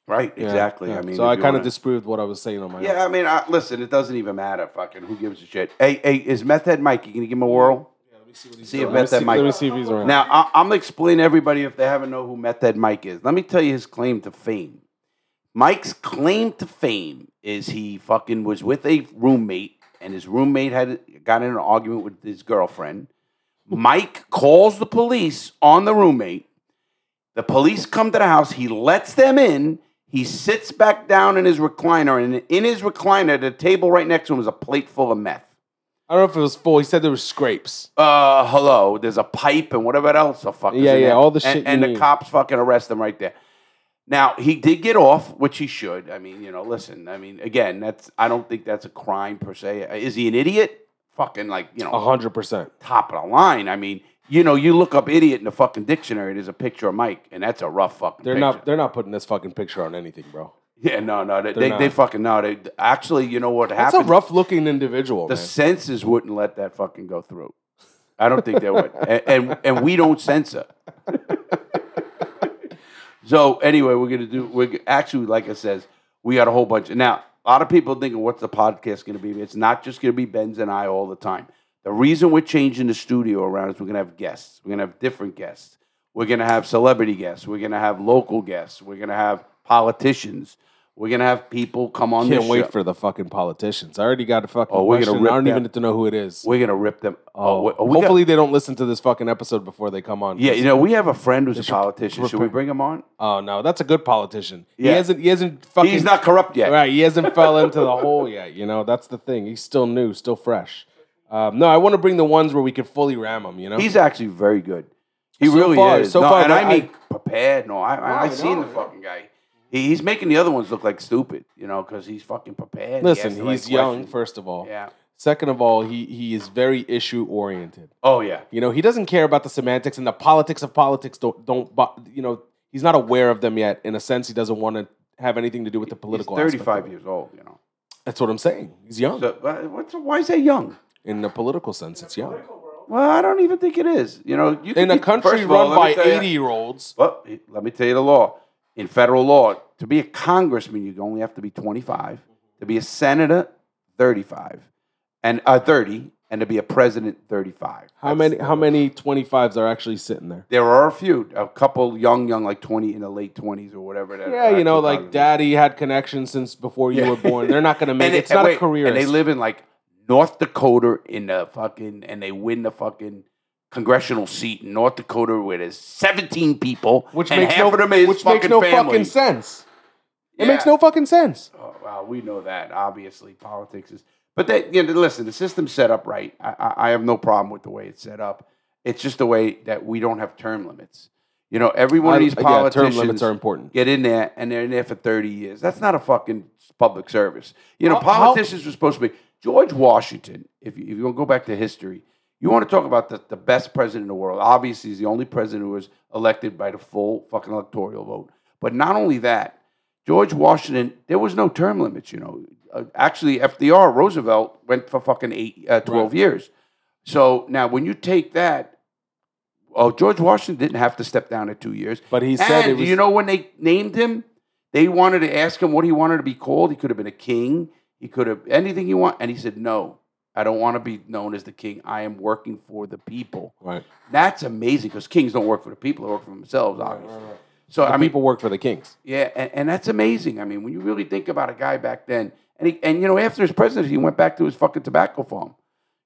[SPEAKER 1] Right,
[SPEAKER 2] Yeah,
[SPEAKER 1] exactly.
[SPEAKER 2] yeah.
[SPEAKER 1] I mean,
[SPEAKER 2] so
[SPEAKER 1] if
[SPEAKER 2] I
[SPEAKER 1] you
[SPEAKER 2] kind
[SPEAKER 1] wanna-
[SPEAKER 2] of disproved what I was saying on my.
[SPEAKER 1] Yeah, I mean, I, listen, it doesn't even matter. Fucking, who gives a shit? Hey, hey, is Meth Head Mike? You gonna give him a whirl?
[SPEAKER 2] let me see what he's
[SPEAKER 1] See if
[SPEAKER 2] Let me
[SPEAKER 1] Meth Head
[SPEAKER 2] see, let me
[SPEAKER 1] Mike.
[SPEAKER 2] see if he's around.
[SPEAKER 1] Now, I, I'm gonna explain to everybody if they haven't know who Meth Head Mike is. Let me tell you his claim to fame. Mike's claim to fame is he fucking was with a roommate, and his roommate had got in an argument with his girlfriend. Mike calls the police on the roommate. The police come to the house. He lets them in. He sits back down in his recliner, and in his recliner, the table right next to him is a plate full of meth.
[SPEAKER 2] I don't know if it was full. He said there were scrapes.
[SPEAKER 1] Uh, hello. There's a pipe and whatever else the fuck. is
[SPEAKER 2] Yeah,
[SPEAKER 1] in
[SPEAKER 2] yeah,
[SPEAKER 1] there.
[SPEAKER 2] all the
[SPEAKER 1] And,
[SPEAKER 2] shit you
[SPEAKER 1] and the
[SPEAKER 2] need.
[SPEAKER 1] cops fucking arrest him right there. Now he did get off, which he should. I mean, you know, listen. I mean, again, that's I don't think that's a crime per se. Uh, Is he an idiot? Fucking like you know,
[SPEAKER 2] A hundred percent.
[SPEAKER 1] top of the line. I mean, you know, you look up idiot in the fucking dictionary. There's a picture of Mike, and that's a rough fucking.
[SPEAKER 2] They're
[SPEAKER 1] picture. [LAUGHS]
[SPEAKER 2] not. They're not putting this fucking picture on anything, bro.
[SPEAKER 1] Yeah, no, no, they they,
[SPEAKER 2] They're
[SPEAKER 1] they
[SPEAKER 2] not.
[SPEAKER 1] fucking no. They actually, you know what
[SPEAKER 2] That's
[SPEAKER 1] happened?
[SPEAKER 2] a rough looking individual.
[SPEAKER 1] the
[SPEAKER 2] man.
[SPEAKER 1] censors wouldn't let that fucking go through. I don't think they would, and, and and we don't censor. so anyway, we're gonna do. We're g- actually, like I says, we got a whole bunch. Now, a lot of people thinking, what's the podcast gonna be? It's not just gonna be Ben's and I all the time. The reason we're changing the studio around is we're gonna have guests. We're gonna have different guests. We're gonna have celebrity guests. We're gonna have local guests. We're gonna have politicians. We're gonna have people come on.
[SPEAKER 2] Can't
[SPEAKER 1] this
[SPEAKER 2] wait
[SPEAKER 1] show.
[SPEAKER 2] for the fucking politicians. I already got a fucking
[SPEAKER 1] Oh, we're gonna
[SPEAKER 2] question.
[SPEAKER 1] rip
[SPEAKER 2] I don't
[SPEAKER 1] that-
[SPEAKER 2] even need to know who it is.
[SPEAKER 1] We're gonna rip them.
[SPEAKER 2] oh,
[SPEAKER 1] we- we got-
[SPEAKER 2] hopefully they don't listen to this fucking episode before they come on.
[SPEAKER 1] Yeah, you know, we have a friend who's a
[SPEAKER 2] should
[SPEAKER 1] politician. Should we
[SPEAKER 2] prepare-
[SPEAKER 1] bring him on?
[SPEAKER 2] Oh no, that's a good politician.
[SPEAKER 1] Yeah.
[SPEAKER 2] He hasn't. He hasn't fucking.
[SPEAKER 1] He's not corrupt yet.
[SPEAKER 2] right. He hasn't fell into the hole yet. You know, that's the thing. He's still new, still fresh. Um, no, I want to bring the ones where we can fully ram them. You know,
[SPEAKER 1] He's actually very good. He
[SPEAKER 2] So
[SPEAKER 1] really
[SPEAKER 2] far-
[SPEAKER 1] is.
[SPEAKER 2] so
[SPEAKER 1] no,
[SPEAKER 2] far,
[SPEAKER 1] and I,
[SPEAKER 2] I-
[SPEAKER 1] mean prepared. No, I, I, I seen the fucking guy. He, he's making the other ones look like stupid, you know, because he's fucking prepared. He
[SPEAKER 2] listen.
[SPEAKER 1] asks the right
[SPEAKER 2] he's young,
[SPEAKER 1] questions.
[SPEAKER 2] first of all.
[SPEAKER 1] Yeah.
[SPEAKER 2] Second of all, he he is very issue oriented.
[SPEAKER 1] Oh yeah.
[SPEAKER 2] You know, he doesn't care about the semantics and the politics of politics. Don't, don't bo- you know? He's not aware of them yet. In a sense, he doesn't want to have anything to do with the
[SPEAKER 1] He's
[SPEAKER 2] political. aspect of
[SPEAKER 1] thirty-five
[SPEAKER 2] it.
[SPEAKER 1] years old. You know.
[SPEAKER 2] That's what I'm saying. He's young.
[SPEAKER 1] So, uh, what's, why is that young?
[SPEAKER 2] In the political sense, it's young.
[SPEAKER 3] Political world.
[SPEAKER 1] Well, I don't even think it is. You know, you
[SPEAKER 2] In
[SPEAKER 1] could
[SPEAKER 2] a
[SPEAKER 1] be- first
[SPEAKER 2] country
[SPEAKER 1] of all,
[SPEAKER 2] run
[SPEAKER 1] let me
[SPEAKER 2] by
[SPEAKER 1] tell you-
[SPEAKER 2] 80 year olds,
[SPEAKER 1] Well, let me tell you the law. In federal law, to be a congressman, you only have to be 25. To be a senator, 35, and uh, 30, and to be a president, 35.
[SPEAKER 2] how many how many 25s are actually sitting there?
[SPEAKER 1] There are a few, a couple young, young, like 20 in the late 20s or whatever. that uh,
[SPEAKER 2] Yeah,
[SPEAKER 1] are
[SPEAKER 2] you know,
[SPEAKER 1] actual
[SPEAKER 2] like
[SPEAKER 1] congressmen.
[SPEAKER 2] daddy had connections since before you
[SPEAKER 1] Yeah.
[SPEAKER 2] were born. They're [LAUGHS] not going to make
[SPEAKER 1] And
[SPEAKER 2] it.
[SPEAKER 1] they-
[SPEAKER 2] It's not
[SPEAKER 1] wait,
[SPEAKER 2] a career.
[SPEAKER 1] And they live in like North Dakota in the fucking, and they win the fucking congressional seat in North Dakota where there's 17 people,
[SPEAKER 2] which
[SPEAKER 1] and
[SPEAKER 2] makes
[SPEAKER 1] half of
[SPEAKER 2] no,
[SPEAKER 1] them is
[SPEAKER 2] which
[SPEAKER 1] fucking
[SPEAKER 2] makes no
[SPEAKER 1] family.
[SPEAKER 2] fucking sense. It
[SPEAKER 1] Yeah.
[SPEAKER 2] makes no fucking sense.
[SPEAKER 1] Oh, well, we know that. Obviously, politics is. But that you know, listen, the system's set up right. I, I, I have no problem with the way it's set up. It's just the way that we don't have term limits. You know, every one
[SPEAKER 2] I-
[SPEAKER 1] of these
[SPEAKER 2] yeah,
[SPEAKER 1] politicians
[SPEAKER 2] term limits are important.
[SPEAKER 1] get in there and they're in there for 30 years. That's not a fucking public service. You know,
[SPEAKER 2] How- how-
[SPEAKER 1] politicians were supposed to be. George Washington, if you, if you want to go back to history, you want to talk about the, the best president in the world. Obviously, he's the only president who was elected by the full fucking electoral vote. But not only that, George Washington, there was no term limits, you know. Uh, actually, FDR, Roosevelt, went for fucking eight, uh, 12 years. So now when you take that, Oh, George Washington didn't have to step down in two years.
[SPEAKER 2] But he said
[SPEAKER 1] And
[SPEAKER 2] it was-
[SPEAKER 1] you know when they named him, they wanted to ask him what he wanted to be called. He could have been a king. He could have anything he want, and he said, "No, I don't want to be known as the king. I am working for the people."
[SPEAKER 2] Right.
[SPEAKER 1] That's amazing because kings don't work for the people; they work for themselves, obviously. So I
[SPEAKER 2] The
[SPEAKER 1] mean,
[SPEAKER 2] people work for the kings.
[SPEAKER 1] yeah, and, and that's amazing. I mean, when you really think about a guy back then, and he, and you know, after his presidency, he went back to his fucking tobacco farm.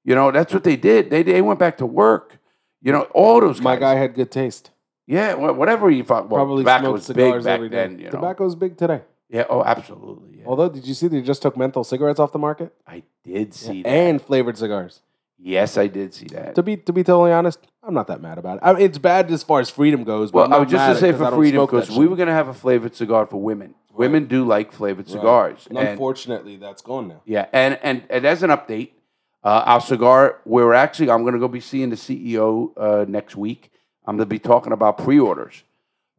[SPEAKER 1] You know, that's what they did. They they went back to work. You know, all those
[SPEAKER 2] My
[SPEAKER 1] guys.
[SPEAKER 2] guy had good taste.
[SPEAKER 1] Yeah, wha- whatever you thought. Well,
[SPEAKER 2] Probably
[SPEAKER 1] tobacco
[SPEAKER 2] smoked
[SPEAKER 1] was big
[SPEAKER 2] cigars
[SPEAKER 1] back
[SPEAKER 2] every day.
[SPEAKER 1] then. You know.
[SPEAKER 2] Tobacco's big today.
[SPEAKER 1] Yeah. Oh, absolutely. Yeah.
[SPEAKER 2] Although, did you see they just took menthol cigarettes off the market
[SPEAKER 1] I did see that.
[SPEAKER 2] and flavored cigars?
[SPEAKER 1] yes, I did see that.
[SPEAKER 2] To be to be totally honest, I'm not that mad about it. I mean, it's bad as far as freedom goes. But
[SPEAKER 1] well,
[SPEAKER 2] I'm not
[SPEAKER 1] I was just
[SPEAKER 2] mad
[SPEAKER 1] to
[SPEAKER 2] at
[SPEAKER 1] say
[SPEAKER 2] it 'cause I
[SPEAKER 1] for
[SPEAKER 2] don't
[SPEAKER 1] freedom
[SPEAKER 2] smoke that
[SPEAKER 1] because we
[SPEAKER 2] shit.
[SPEAKER 1] were gonna have a flavored cigar for women. Women do like flavored cigars.
[SPEAKER 2] And
[SPEAKER 1] and-
[SPEAKER 2] unfortunately, that's gone now.
[SPEAKER 1] Yeah, and and, and as an update, uh, our cigar. We're actually I'm going to go be seeing the CEO uh, next week. I'm going to be talking about pre-orders.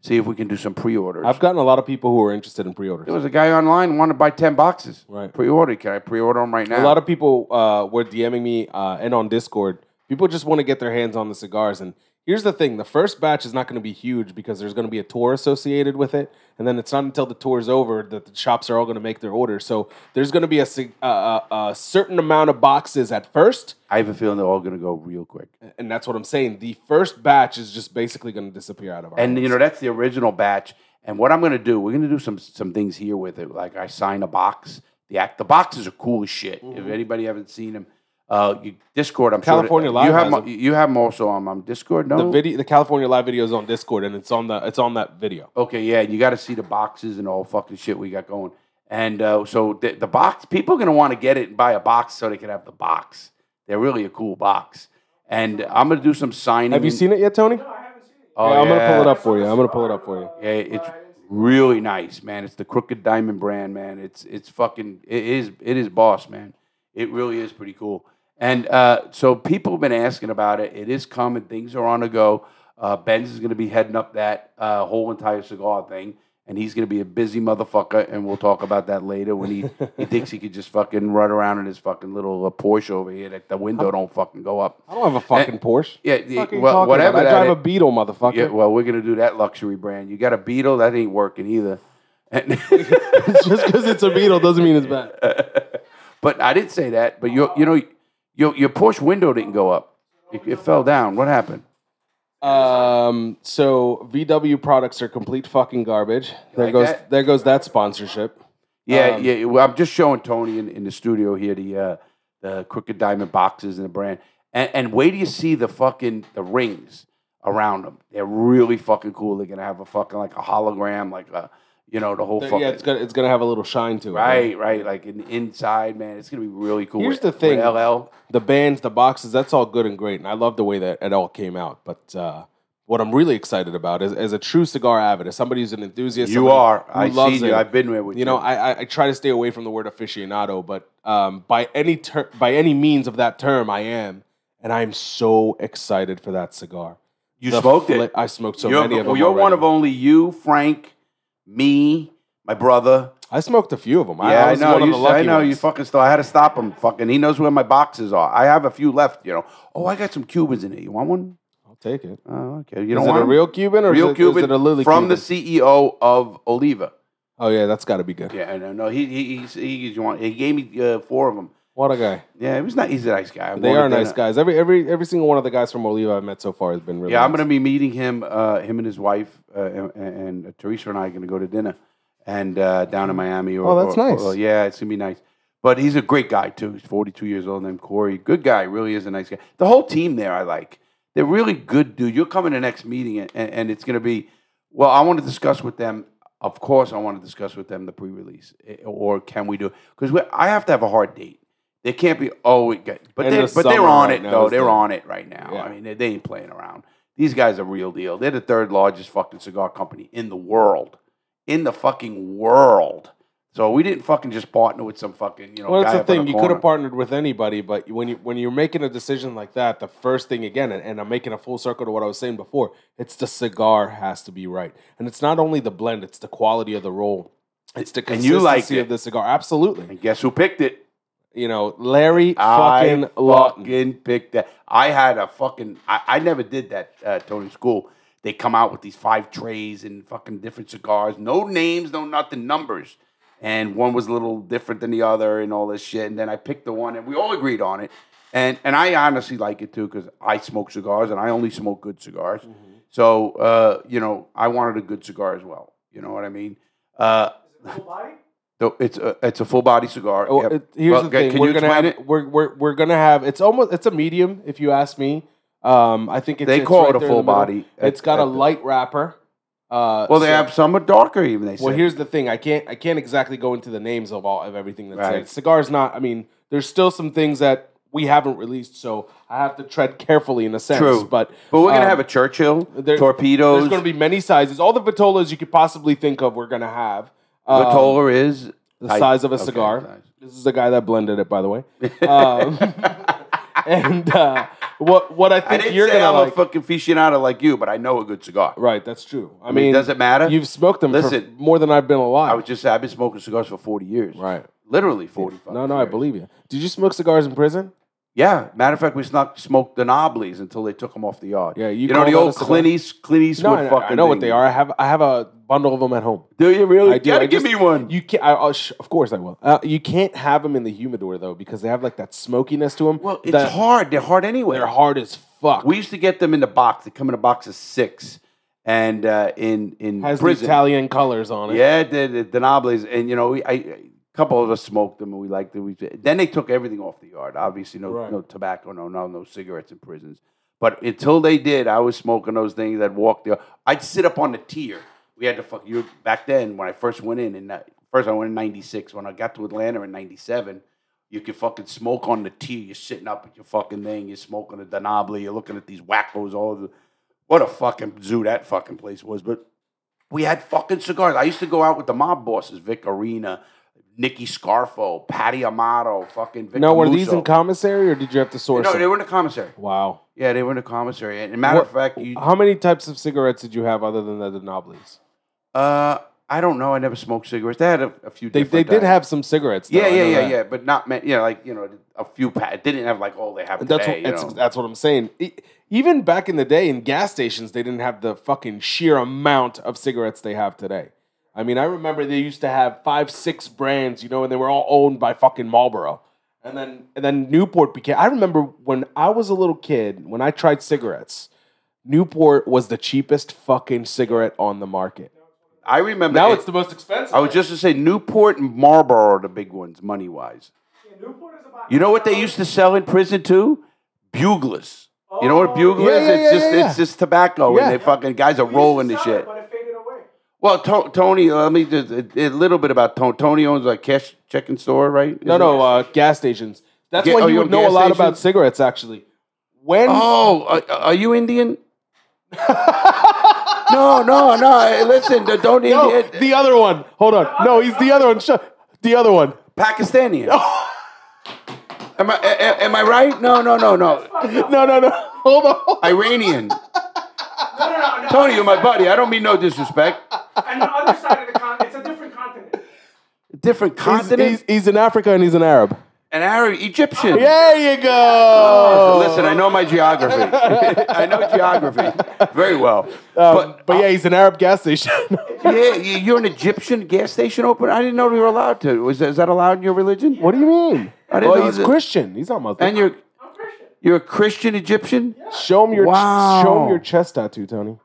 [SPEAKER 1] See if we can do some pre-orders.
[SPEAKER 2] I've gotten a lot of people who are interested in pre-orders.
[SPEAKER 1] there was a guy online who wanted to buy ten boxes.
[SPEAKER 2] Right.
[SPEAKER 1] Pre-order. Can I pre-order them right now?
[SPEAKER 2] A lot of people uh, were DMing me uh, and on Discord. People just want to get their hands on the cigars. And here's the thing: the first batch is not going to be huge because there's going to be a tour associated with it, and then it's not until the tour's over that the shops are all going to make their orders. So there's going to be a, sig- uh, uh, a certain amount of boxes at first,
[SPEAKER 1] I have a feeling they're all going to go real quick.
[SPEAKER 2] and that's what I'm saying. The first batch is just basically going to disappear out of our.
[SPEAKER 1] And
[SPEAKER 2] hands.
[SPEAKER 1] you know that's the original batch. And what I'm going to do, we're going to do some some things here with it. Like I sign a box. The act the boxes are cool as shit. If anybody haven't seen them, uh, you, Discord. I'm
[SPEAKER 2] Mm-hmm. California
[SPEAKER 1] sure that-
[SPEAKER 2] Live
[SPEAKER 1] You have
[SPEAKER 2] has
[SPEAKER 1] them,
[SPEAKER 2] 'em.
[SPEAKER 1] you have 'em also on, on Discord. No,
[SPEAKER 2] the video, the California Live video is on Discord, and it's on the it's on that video.
[SPEAKER 1] Okay, yeah, you got to see the boxes and all fucking shit we got going. And uh, so the, the box, people are gonna want to get it and buy a box so they can have the box. They're really a cool box. And I'm gonna do some signing.
[SPEAKER 2] Have you seen it yet, Tony?
[SPEAKER 3] No, I haven't seen it.
[SPEAKER 1] Oh,
[SPEAKER 2] Yeah, I'm gonna
[SPEAKER 1] yeah.
[SPEAKER 2] pull it up for you. I'm gonna pull it up for you.
[SPEAKER 1] Yeah, it's really nice, man. It's the Crooked Diamond brand, man. It's it's fucking it is it is boss, man. It really is pretty cool. And uh, so people have been asking about it. It is coming. Things are on the go. Uh, Benz is going to be heading up that uh, whole entire cigar thing, and he's going to be a busy motherfucker. And we'll talk about that later when he,
[SPEAKER 2] [LAUGHS]
[SPEAKER 1] he thinks he could just fucking run around in his fucking little uh, Porsche over here that the window don't fucking go up.
[SPEAKER 2] I don't have a fucking Porsche.
[SPEAKER 1] Yeah,
[SPEAKER 2] Fucking
[SPEAKER 1] well,
[SPEAKER 2] talking
[SPEAKER 1] whatever
[SPEAKER 2] about? I
[SPEAKER 1] that
[SPEAKER 2] drive
[SPEAKER 1] is-
[SPEAKER 2] a Beetle, motherfucker.
[SPEAKER 1] yeah, well, we're gonna do that luxury brand. You got a Beetle that ain't working either. And- [LAUGHS]
[SPEAKER 2] [LAUGHS] Just because it's a Beetle doesn't mean it's bad.
[SPEAKER 1] but I didn't say that. But you, you know, your your Porsche window didn't go up. It, it fell down. What happened?
[SPEAKER 2] Um, so VW products are complete fucking garbage. There
[SPEAKER 1] like
[SPEAKER 2] goes
[SPEAKER 1] that?
[SPEAKER 2] there goes that sponsorship.
[SPEAKER 1] Yeah,
[SPEAKER 2] Um,
[SPEAKER 1] yeah. Well, I'm just showing Tony in, in the studio here the uh, the crooked diamond boxes and the brand. And, and wait till you see the fucking the rings around them. They're really fucking cool. They're gonna have a fucking like a hologram, like a you know the whole
[SPEAKER 2] There-
[SPEAKER 1] fucking
[SPEAKER 2] yeah, it's gonna it's gonna have a little shine to it.
[SPEAKER 1] right, right. Like an inside man. It's gonna be really cool.
[SPEAKER 2] Here's
[SPEAKER 1] with-
[SPEAKER 2] the
[SPEAKER 1] with
[SPEAKER 2] thing.
[SPEAKER 1] LL.
[SPEAKER 2] The bands, the boxes, that's all good and great, and I love the way that it all came out. But uh, what I'm really excited about is, as a true cigar avid, as somebody who's an enthusiast,
[SPEAKER 1] You
[SPEAKER 2] somebody
[SPEAKER 1] are.
[SPEAKER 2] who
[SPEAKER 1] I
[SPEAKER 2] loves
[SPEAKER 1] see you.
[SPEAKER 2] it,
[SPEAKER 1] I've been there with you.
[SPEAKER 2] you know, I, I I try to stay away from the word aficionado, but um, by any ter- by any means of that term, I am, and I am so excited for that cigar.
[SPEAKER 1] you
[SPEAKER 2] The
[SPEAKER 1] smoked
[SPEAKER 2] fla-
[SPEAKER 1] it.
[SPEAKER 2] I smoked so
[SPEAKER 1] you're
[SPEAKER 2] many of them.
[SPEAKER 1] you're one
[SPEAKER 2] already.
[SPEAKER 1] of only you, Frank, me, my brother,
[SPEAKER 2] I smoked a few of them.
[SPEAKER 1] yeah, I
[SPEAKER 2] was
[SPEAKER 1] know.
[SPEAKER 2] one of
[SPEAKER 1] You,
[SPEAKER 2] the
[SPEAKER 1] s- I
[SPEAKER 2] lucky
[SPEAKER 1] know. You
[SPEAKER 2] ones.
[SPEAKER 1] fucking still. I had to stop him. Fucking. He knows where my boxes are. I have a few left. You know. Oh, I got some Cubans in it. You want one?
[SPEAKER 2] I'll take it.
[SPEAKER 1] Oh, okay. You don't
[SPEAKER 2] is it
[SPEAKER 1] want
[SPEAKER 2] a real Cuban or
[SPEAKER 1] real
[SPEAKER 2] is, it,
[SPEAKER 1] Cuban
[SPEAKER 2] is it a lily
[SPEAKER 1] from
[SPEAKER 2] Cuban?
[SPEAKER 1] the CEO of Oliva?
[SPEAKER 2] Oh yeah, that's got to be good.
[SPEAKER 1] Yeah, no, no. He he he's, he, gives you one. he gave me uh, four of them.
[SPEAKER 2] What a guy.
[SPEAKER 1] Yeah, he was not. He's a nice guy. I
[SPEAKER 2] They
[SPEAKER 1] wanted
[SPEAKER 2] are nice
[SPEAKER 1] dinner.
[SPEAKER 2] guys. Every every every single one of the guys from Oliva I've met so far has been really.
[SPEAKER 1] Yeah, I'm
[SPEAKER 2] nice.
[SPEAKER 1] going to be meeting him, uh, him and his wife, uh, and, and Teresa and I are going to go to dinner and uh, down in Miami. Or,
[SPEAKER 2] Oh, that's
[SPEAKER 1] or- or-
[SPEAKER 2] nice.
[SPEAKER 1] yeah, it's going to be nice. But he's a great guy, too. He's 42 years old, named Corey. Good guy, really is a nice guy. The whole team there, I like. They're really good, dude. You'll come in the next meeting, and, and, and it's going to be, well, I want to discuss with them. Of course, I want to discuss with them the pre release, or can we do Because I have to have a hard date. They can't be, oh, we got, but,
[SPEAKER 2] And
[SPEAKER 1] they,
[SPEAKER 2] the
[SPEAKER 1] but they're
[SPEAKER 2] summer
[SPEAKER 1] on
[SPEAKER 2] right
[SPEAKER 1] it,
[SPEAKER 2] now
[SPEAKER 1] though.
[SPEAKER 2] is
[SPEAKER 1] They're
[SPEAKER 2] the-
[SPEAKER 1] on on it right now.
[SPEAKER 2] Yeah.
[SPEAKER 1] I mean, they, they ain't playing around. These guys are real deal. They're the third largest fucking cigar company in the world, in the fucking world. So we didn't fucking just partner with some fucking you know.
[SPEAKER 2] Well, that's
[SPEAKER 1] guy
[SPEAKER 2] the
[SPEAKER 1] up on
[SPEAKER 2] thing. You could
[SPEAKER 1] corner.
[SPEAKER 2] have partnered with anybody, but when you when you're making a decision like that, the first thing again, and, and I'm making a full circle to what I was saying before, it's the cigar has to be right, and it's not only the blend, it's the quality of the roll, it's the
[SPEAKER 1] And
[SPEAKER 2] consistency
[SPEAKER 1] you liked
[SPEAKER 2] of
[SPEAKER 1] it.
[SPEAKER 2] the cigar. Absolutely,
[SPEAKER 1] And guess who picked it?
[SPEAKER 2] you know, Larry
[SPEAKER 1] I
[SPEAKER 2] fucking Lawton.
[SPEAKER 1] fucking picked that. I had a fucking. I, I never did that. Uh, Tony School. They come out with these five trays and fucking different cigars. No names, no nothing. Numbers. And one was a little different than the other, and all this shit. And then I picked the one, and we all agreed on it. And and I honestly like it too because I smoke cigars, and I only smoke good cigars.
[SPEAKER 2] Mm-hmm.
[SPEAKER 1] So uh, you know, I wanted a good cigar as well. You know what I mean? Uh,
[SPEAKER 3] Full
[SPEAKER 1] [LAUGHS]
[SPEAKER 3] body?
[SPEAKER 1] so it's a it's a full body cigar.
[SPEAKER 2] Oh,
[SPEAKER 1] Yep.
[SPEAKER 2] it- here's
[SPEAKER 1] Well,
[SPEAKER 2] the
[SPEAKER 1] ca-
[SPEAKER 2] thing.
[SPEAKER 1] Can
[SPEAKER 2] we're
[SPEAKER 1] you
[SPEAKER 2] gonna
[SPEAKER 1] explain
[SPEAKER 2] have
[SPEAKER 1] it?
[SPEAKER 2] we're, we're we're gonna have it's almost it's a medium if you ask me. Um, I think it's,
[SPEAKER 1] They
[SPEAKER 2] it's
[SPEAKER 1] call
[SPEAKER 2] right
[SPEAKER 1] it a
[SPEAKER 2] there in the
[SPEAKER 1] full
[SPEAKER 2] middle.
[SPEAKER 1] body. at-
[SPEAKER 2] It's got
[SPEAKER 1] at
[SPEAKER 2] a
[SPEAKER 1] the-
[SPEAKER 2] light wrapper. Uh,
[SPEAKER 1] Well, they
[SPEAKER 2] so-
[SPEAKER 1] have some are darker even. They
[SPEAKER 2] Well,
[SPEAKER 1] said.
[SPEAKER 2] here's the thing. I can't I can't exactly go into the names of all of everything that's
[SPEAKER 1] Right.
[SPEAKER 2] said. Cigar's not. I mean, there's still some things that we haven't released, so I have to tread carefully in a sense.
[SPEAKER 1] True.
[SPEAKER 2] but
[SPEAKER 1] but we're gonna
[SPEAKER 2] um,
[SPEAKER 1] have a Churchill
[SPEAKER 2] there-
[SPEAKER 1] torpedoes.
[SPEAKER 2] There's going to be many sizes. All the vitolas you could possibly think of, we're going to have. Um,
[SPEAKER 1] Vitola is
[SPEAKER 2] the
[SPEAKER 1] type-
[SPEAKER 2] size of a
[SPEAKER 1] okay,
[SPEAKER 2] cigar.
[SPEAKER 1] size.
[SPEAKER 2] This is the guy that blended it, by the way.
[SPEAKER 1] [LAUGHS]
[SPEAKER 2] Um, and uh, what what I
[SPEAKER 1] I
[SPEAKER 2] think
[SPEAKER 1] didn't
[SPEAKER 2] you're
[SPEAKER 1] say
[SPEAKER 2] going to
[SPEAKER 1] I'm
[SPEAKER 2] like.
[SPEAKER 1] a fucking aficionado like you, but I know a good cigar.
[SPEAKER 2] Right, that's true. I,
[SPEAKER 1] I mean,
[SPEAKER 2] mean,
[SPEAKER 1] does it matter?
[SPEAKER 2] You've smoked them
[SPEAKER 1] Listen.
[SPEAKER 2] for more than I've been alive.
[SPEAKER 1] I was just I've been smoking cigars for forty years.
[SPEAKER 2] right.
[SPEAKER 1] Literally forty. fucking
[SPEAKER 2] No, no, I
[SPEAKER 1] years.
[SPEAKER 2] believe you. Did you smoke cigars in prison?
[SPEAKER 1] Yeah, matter of fact, we snuck, smoked the Noblies until they took them off the yard.
[SPEAKER 2] Yeah,
[SPEAKER 1] you,
[SPEAKER 2] you
[SPEAKER 1] know
[SPEAKER 2] call
[SPEAKER 1] the
[SPEAKER 2] that a
[SPEAKER 1] old
[SPEAKER 2] cigar?
[SPEAKER 1] Clint, East, Clint
[SPEAKER 2] No,
[SPEAKER 1] Eastwood
[SPEAKER 2] I,
[SPEAKER 1] fucking.
[SPEAKER 2] I know what
[SPEAKER 1] thing.
[SPEAKER 2] they are. I have I have a bundle of them at home.
[SPEAKER 1] Do you really?
[SPEAKER 2] I do.
[SPEAKER 1] Gotta
[SPEAKER 2] I
[SPEAKER 1] give
[SPEAKER 2] just-
[SPEAKER 1] me one.
[SPEAKER 2] You can I, I'll sh- of course I will. Uh, you can't have them in the humidor though because they have like that smokiness to them.
[SPEAKER 1] well, it's hard. They're hard anyway.
[SPEAKER 2] They're hard as fuck.
[SPEAKER 1] We used to get them in the box. They come in a box of six, and uh, in in
[SPEAKER 2] has
[SPEAKER 1] prison.
[SPEAKER 2] the Italian colors on it.
[SPEAKER 1] yeah, the, the, the Nobles, and you know, we, I, a couple of us smoked them, and we liked it. We, then they took everything off the yard. Obviously, no
[SPEAKER 2] Right.
[SPEAKER 1] no tobacco, no no no cigarettes in prisons. But until they did, I was smoking those things. I'd walk the. I'd sit up on the tier. We had to fuck you back then when I first went in, and that, first I went in '96. When I got to Atlanta in '97. You could fucking smoke on the tier. You're sitting up at your fucking thing. You're smoking a Denobly. You're looking at these wackos. All the what a fucking zoo that fucking place was. But we had fucking cigars. I used to go out with the mob bosses, Vic Arena, Nicky Scarfo, Patty Amato, fucking Vic
[SPEAKER 2] Now were these
[SPEAKER 1] Camuso.
[SPEAKER 2] in commissary or did you have to source
[SPEAKER 1] No,
[SPEAKER 2] them?
[SPEAKER 1] they were in the commissary.
[SPEAKER 2] wow.
[SPEAKER 1] Yeah, they were in the commissary. And matter of fact, you,
[SPEAKER 2] How many types of cigarettes did you have other than the Denoblis?
[SPEAKER 1] uh, I don't know. I never smoked cigarettes. They had a, a few.
[SPEAKER 2] They, they
[SPEAKER 1] different
[SPEAKER 2] did
[SPEAKER 1] types.
[SPEAKER 2] have some cigarettes. Though,
[SPEAKER 1] Yeah,
[SPEAKER 2] I
[SPEAKER 1] yeah,
[SPEAKER 2] know
[SPEAKER 1] yeah,
[SPEAKER 2] that.
[SPEAKER 1] yeah. But not many. You know, like you know, a few. Pa- it didn't have like all they have today.
[SPEAKER 2] That's what,
[SPEAKER 1] you
[SPEAKER 2] that's,
[SPEAKER 1] know?
[SPEAKER 2] that's what I'm saying. E- Even back in the day in gas stations, they didn't have the fucking sheer amount of cigarettes they have today. I mean, I remember they used to have five, six brands, you know, and they were all owned by fucking Marlboro. And then and then Newport became. I remember when I was a little kid, when I tried cigarettes, Newport was the cheapest fucking cigarette on the market.
[SPEAKER 1] I remember.
[SPEAKER 2] Now
[SPEAKER 1] it-
[SPEAKER 2] it's the most expensive.
[SPEAKER 1] I was just to say Newport and Marlboro are the big ones, money wise.
[SPEAKER 3] Yeah, Newport is about.
[SPEAKER 1] You know what they used to sell in prison too? Buglers. You know what a bugler
[SPEAKER 2] Yeah,
[SPEAKER 1] is?
[SPEAKER 2] yeah,
[SPEAKER 1] it's
[SPEAKER 2] yeah,
[SPEAKER 1] just
[SPEAKER 2] yeah,
[SPEAKER 1] it's
[SPEAKER 2] yeah.
[SPEAKER 1] just tobacco,
[SPEAKER 2] Yeah.
[SPEAKER 1] and they fucking guys are
[SPEAKER 3] We Oh. used to
[SPEAKER 1] rolling the
[SPEAKER 3] sell it,
[SPEAKER 1] shit.
[SPEAKER 3] But it faded away.
[SPEAKER 1] Well, to- Tony, let me just a, a little bit about Tony. Tony owns a cash checking store, right? Is
[SPEAKER 2] no,
[SPEAKER 1] it-
[SPEAKER 2] no, uh, gas stations. That's
[SPEAKER 1] Ga-
[SPEAKER 2] why
[SPEAKER 1] oh,
[SPEAKER 2] you
[SPEAKER 1] you
[SPEAKER 2] would
[SPEAKER 1] own
[SPEAKER 2] know a
[SPEAKER 1] gas
[SPEAKER 2] lot about
[SPEAKER 1] stations?
[SPEAKER 2] cigarettes, actually. When
[SPEAKER 1] Oh, are, are you
[SPEAKER 3] [LAUGHS]
[SPEAKER 1] Indian? no, no, no. hey, Listen, don't
[SPEAKER 2] No,
[SPEAKER 1] Indian.
[SPEAKER 2] Oh, the other one. Hold on. No, he's the other one. Shut. The other one.
[SPEAKER 3] [LAUGHS]
[SPEAKER 1] Pakistani. am I a- a- am I right? No, no, no, no.
[SPEAKER 2] No, no, [LAUGHS] no. Hold on.
[SPEAKER 1] Iranian.
[SPEAKER 3] No, no, no. no. [LAUGHS]
[SPEAKER 1] Tony, you're my buddy. I don't mean no disrespect.
[SPEAKER 3] And the other side of the continent, it's a different continent.
[SPEAKER 1] different
[SPEAKER 2] He's,
[SPEAKER 1] continent.
[SPEAKER 2] he's- he's in Africa and he's an Arab.
[SPEAKER 1] An Arab Egyptian.
[SPEAKER 2] There you go.
[SPEAKER 1] So
[SPEAKER 2] Oh.
[SPEAKER 1] listen, I know my
[SPEAKER 2] [LAUGHS]
[SPEAKER 1] geography. I know geography very well.
[SPEAKER 2] Um,
[SPEAKER 1] uh,
[SPEAKER 2] but, but yeah, he's an Arab gas station. [LAUGHS]
[SPEAKER 1] yeah, you- you're an Egyptian gas station opener. I didn't know we were allowed to. Was that, is that allowed in your religion?
[SPEAKER 2] what do you mean?
[SPEAKER 1] I didn't
[SPEAKER 2] well,
[SPEAKER 1] know
[SPEAKER 2] he's
[SPEAKER 1] that-
[SPEAKER 2] Christian. He's not Muslim.
[SPEAKER 1] And you're
[SPEAKER 3] I'm Christian.
[SPEAKER 1] you're a Christian Egyptian?
[SPEAKER 2] show him your
[SPEAKER 1] Wow.
[SPEAKER 2] show him your chest tattoo, Tony.